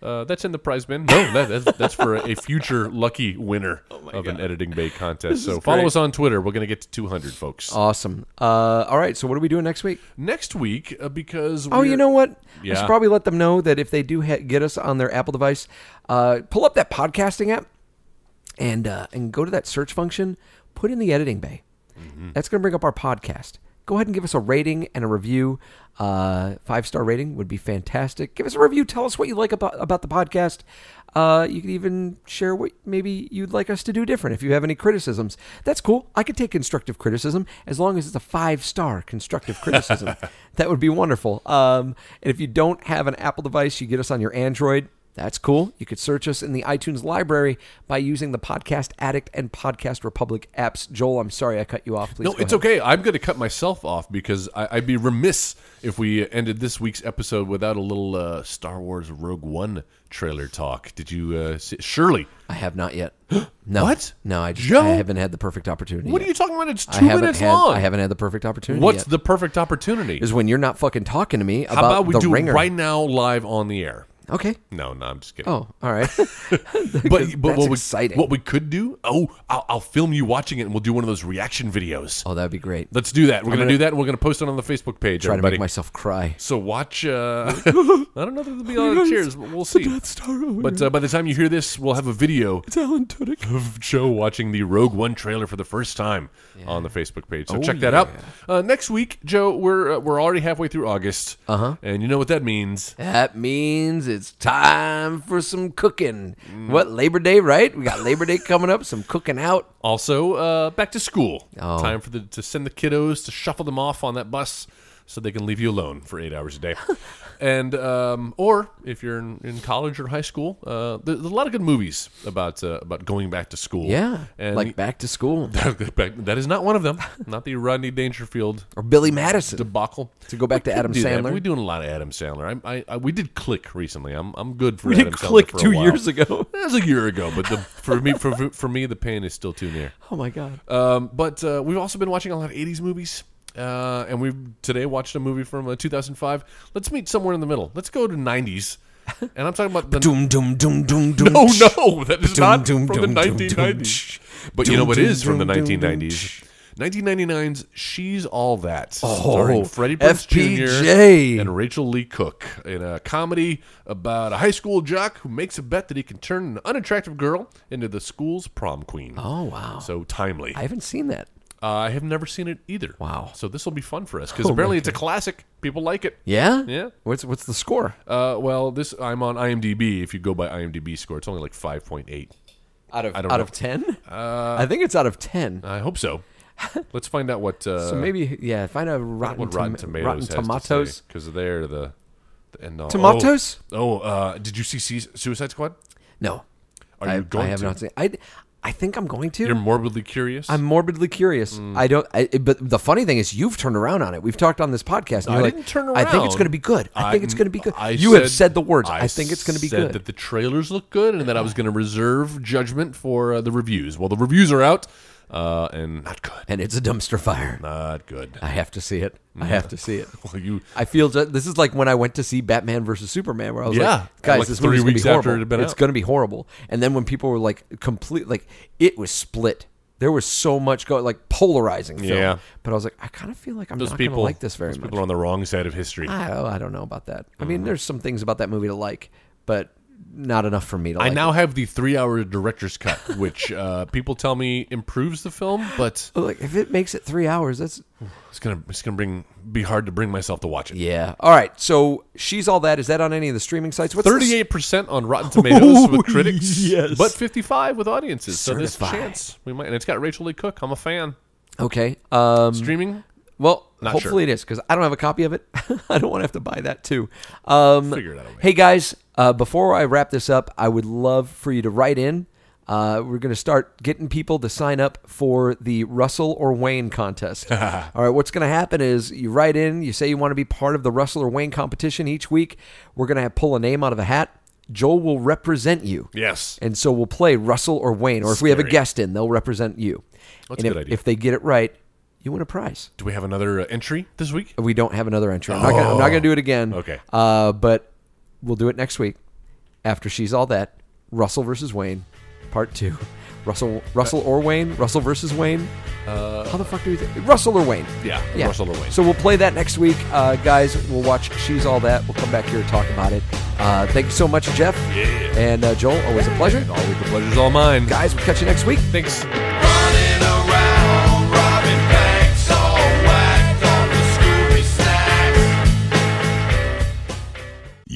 Speaker 4: Uh, that's in the prize bin. No, that, that's, that's for a, future lucky winner of an editing bay contest. so
Speaker 3: is
Speaker 4: follow
Speaker 3: great.
Speaker 4: us on Twitter. We're going to get to 200, folks.
Speaker 3: Awesome. Uh, all right, so what are we doing next week?
Speaker 4: Next week, uh, because
Speaker 3: Oh, you
Speaker 4: we're-
Speaker 3: know what? I
Speaker 4: Yeah.
Speaker 3: should probably let them know that if they do ha- get us on their Apple device, uh, pull up that podcasting app and uh, and go to that search function, put in the editing bay. That's going to bring up our podcast. Go ahead and give us a rating and a review. Uh, Five star rating would be fantastic. Give us a review. Tell us what you like about about the podcast. Uh, you can even share what maybe you'd like us to do different. If you have any criticisms, that's cool. I could take constructive criticism as long as it's a five star constructive criticism. that would be wonderful. Um, and if you don't have an Apple device, you get us on your Android. That's cool. You could search us in the iTunes library by using the Podcast Addict and Podcast Republic apps. Joel, I'm sorry I cut you off. Please
Speaker 4: No,
Speaker 3: go
Speaker 4: it's
Speaker 3: ahead.
Speaker 4: okay. I'm going to cut myself off because I, I'd be remiss if we ended this week's episode without a little uh, Star Wars Rogue One trailer talk. Did you, uh, see, Shirley?
Speaker 3: I have not yet. No.
Speaker 4: What?
Speaker 3: No, I just
Speaker 4: Joe?
Speaker 3: I haven't had the perfect opportunity.
Speaker 4: What
Speaker 3: yet.
Speaker 4: are you talking about? It's
Speaker 3: I
Speaker 4: two
Speaker 3: haven't
Speaker 4: minutes
Speaker 3: had,
Speaker 4: long.
Speaker 3: I haven't had the perfect opportunity.
Speaker 4: What's
Speaker 3: yet.
Speaker 4: the perfect opportunity?
Speaker 3: is when you're not fucking talking to me
Speaker 4: How
Speaker 3: about
Speaker 4: about we
Speaker 3: the
Speaker 4: do
Speaker 3: ringer.
Speaker 4: it right now, live on the air?
Speaker 3: Okay.
Speaker 4: No, no, I'm just kidding.
Speaker 3: Oh, all right.
Speaker 4: but but
Speaker 3: that's
Speaker 4: what, we,
Speaker 3: exciting.
Speaker 4: what we could do? Oh, I'll, I'll film you watching it, and we'll do one of those reaction videos.
Speaker 3: oh, that'd be great.
Speaker 4: Let's do that. We're gonna,
Speaker 3: gonna-
Speaker 4: do that, and we're gonna post it on the Facebook page.
Speaker 3: Try to
Speaker 4: everybody.
Speaker 3: make myself cry.
Speaker 4: So watch. Uh, I don't know that there'll be a lot of tears, but we'll see. But uh, by the time you hear this, we'll have a video
Speaker 3: Alan Tudyk.
Speaker 4: of Joe watching the Rogue One trailer for the first time on the Facebook page. So
Speaker 3: Oh,
Speaker 4: check that out. Uh, next week, Joe, we're uh, we're already halfway through August, uh-huh. and you know what that means.
Speaker 3: That means it's time for some cooking.
Speaker 4: Mm.
Speaker 3: What Labor Day, right? We got Labor Day coming up. Some cooking out.
Speaker 4: Also, uh, back to school.
Speaker 3: Oh.
Speaker 4: Time for the to send the kiddos to shuffle them off on that bus so they can leave you alone for eight hours a day. and um, or if you're in, in college or high school, uh, there- there's a lot of good movies about uh, about going back to school.
Speaker 3: Yeah,
Speaker 4: and
Speaker 3: like back to school
Speaker 4: that is not one of them. Not the Rodney Dangerfield
Speaker 3: or Billy Madison.
Speaker 4: debacle.
Speaker 3: To go back to Adam
Speaker 4: do that.
Speaker 3: Sandler.
Speaker 4: We're doing a lot of Adam Sandler. I, I, I we did Click recently. I'm I'm good for
Speaker 3: We
Speaker 4: Adam
Speaker 3: did
Speaker 4: Sandler
Speaker 3: Click
Speaker 4: for a
Speaker 3: two
Speaker 4: while.
Speaker 3: years ago.
Speaker 4: That was a year ago, but the, for me for for me the pain is still too near.
Speaker 3: Oh my god.
Speaker 4: Um, but uh, we've also been watching a lot of 80s movies. Uh, and we've today watched a movie from uh, 2005. Let's meet somewhere in the middle. Let's go to 90s. And I'm talking about the
Speaker 3: Doom, doom, doom, doom, doom.
Speaker 4: No, no, that is not
Speaker 3: Dum, dum,
Speaker 4: from the
Speaker 3: dum, dum,
Speaker 4: 1990s.
Speaker 3: dum.
Speaker 4: But you know what
Speaker 3: Dum,
Speaker 4: is from the
Speaker 3: dum, dum,
Speaker 4: 1990s? 1999's She's All That.
Speaker 3: Oh,
Speaker 4: starring Freddie Prinze
Speaker 3: FPJ.
Speaker 4: Jr. and Rachel Lee Cook in a comedy about a high school jock who makes a bet that he can turn an unattractive girl into the school's prom queen.
Speaker 3: Oh wow.
Speaker 4: So timely.
Speaker 3: I haven't seen that.
Speaker 4: Uh, I have never seen it either.
Speaker 3: Wow. Oh,
Speaker 4: So this will be fun for us because apparently it's a classic. People like it.
Speaker 3: Yeah.
Speaker 4: Yeah.
Speaker 3: What's what's the score?
Speaker 4: Uh, well, this I'm on IMDb. If you go by IMDb score, it's only like five point eight.
Speaker 3: Out of
Speaker 4: I
Speaker 3: out
Speaker 4: don't know. Uh,
Speaker 3: of ten? I think it's out of ten.
Speaker 4: I hope so. Let's find out what uh,
Speaker 3: so maybe yeah. Find a rotten,
Speaker 4: what Rotten
Speaker 3: Toma-
Speaker 4: Tomatoes
Speaker 3: rotten tomatoes.
Speaker 4: because they're the, the end all.
Speaker 3: Tomatoes?
Speaker 4: Oh, oh, uh, did you see Se- Suicide Squad?
Speaker 3: No.
Speaker 4: Are
Speaker 3: I,
Speaker 4: you going
Speaker 3: I have
Speaker 4: to?
Speaker 3: not seen. I I think I'm going to.
Speaker 4: You're Mm. morbidly curious.
Speaker 3: I'm morbidly curious. I don't. I, but the funny thing is, you've turned around on it. We've talked on this podcast. And
Speaker 4: I
Speaker 3: you're like,
Speaker 4: didn't turn around.
Speaker 3: I think it's going to be good. I, think it's
Speaker 4: I'm-
Speaker 3: going to be good.
Speaker 4: I
Speaker 3: you have said the words. I, think it's going to be
Speaker 4: said
Speaker 3: good.
Speaker 4: That the trailers look good, and that I was going to reserve judgment for uh, the reviews. Well, the reviews are out, uh, and not good.
Speaker 3: and it's a dumpster fire.
Speaker 4: Not good.
Speaker 3: I have to see it. I have to see it.
Speaker 4: Well, you
Speaker 3: I feel that this is like when I went to see Batman versus Superman, where I was
Speaker 4: Yeah.
Speaker 3: like, "Guys,
Speaker 4: Like
Speaker 3: this
Speaker 4: three
Speaker 3: movie's gonna
Speaker 4: weeks
Speaker 3: be
Speaker 4: after
Speaker 3: horrible.
Speaker 4: it had been
Speaker 3: it's
Speaker 4: out.
Speaker 3: going to be horrible." And then when people were like, "Complete," like it was split. There was so much going, like polarizing. Film.
Speaker 4: Yeah.
Speaker 3: But I was like, I kind of feel like I'm
Speaker 4: those
Speaker 3: not going to
Speaker 4: people
Speaker 3: like this very
Speaker 4: those
Speaker 3: much.
Speaker 4: People are Mm. on the wrong side of history.
Speaker 3: I don't, I don't know about that. I mean, there's some things about that movie to like, but not enough for me to
Speaker 4: I
Speaker 3: like.
Speaker 4: now have the three-hour director's cut, which uh, people tell me improves the film, but
Speaker 3: Look, if it makes it three hours, that's
Speaker 4: it's gonna it's gonna bring be hard to bring myself to watch it.
Speaker 3: yeah. All right, so she's all that. Is that on any of the streaming sites? What's the-
Speaker 4: Thirty-eight percent on Rotten Tomatoes with
Speaker 3: Oh,
Speaker 4: critics,
Speaker 3: yes.
Speaker 4: but fifty-five with audiences. So
Speaker 3: Certified.
Speaker 4: there's a chance we might, and it's got Rachel Lee Cook. I'm a fan.
Speaker 3: Okay. Um,
Speaker 4: Streaming,
Speaker 3: Well,
Speaker 4: Not
Speaker 3: hopefully
Speaker 4: sure.
Speaker 3: it is because I don't have a copy of it. I don't want to have to buy that too. Um,
Speaker 4: Figure it out a way.
Speaker 3: Hey guys, uh, before I wrap this up, I would love for you to write in. Uh, we're going to start getting people to sign up for the Russell or Wayne contest. All right, what's going to happen is you write in, you say you want to be part of the Russell or Wayne competition each week. We're going to pull a name out of a hat. Joel will represent you.
Speaker 4: yes.
Speaker 3: And so we'll play Russell or Wayne, or if we have a
Speaker 4: Scary.
Speaker 3: guest in, they'll represent you.
Speaker 4: That's
Speaker 3: and
Speaker 4: a
Speaker 3: if,
Speaker 4: good idea.
Speaker 3: if they get it right, you win a prize
Speaker 4: Do we have another uh, entry this week?
Speaker 3: we don't have another entry. I'm not gonna, I'm not gonna do it again.
Speaker 4: Oh, Okay.
Speaker 3: Uh, but we'll do it next week after she's all that. Russell versus Wayne, part two. Russell, Russell or Wayne? Russell versus Wayne? How the fuck do we? Th- Russell or Wayne?
Speaker 4: Uh, Yeah, Russell or Wayne.
Speaker 3: So we'll play that next week, uh, guys. We'll watch She's All That. We'll come back here and talk about it. Uh, thank you so much, Jeff.
Speaker 4: Yeah.
Speaker 3: And uh, Joel, always a pleasure.
Speaker 4: All the pleasure's all mine.
Speaker 3: Guys, we'll catch you next week.
Speaker 4: Thanks.
Speaker 5: Running around, robbing banks, all whacked on the Scooby Snacks.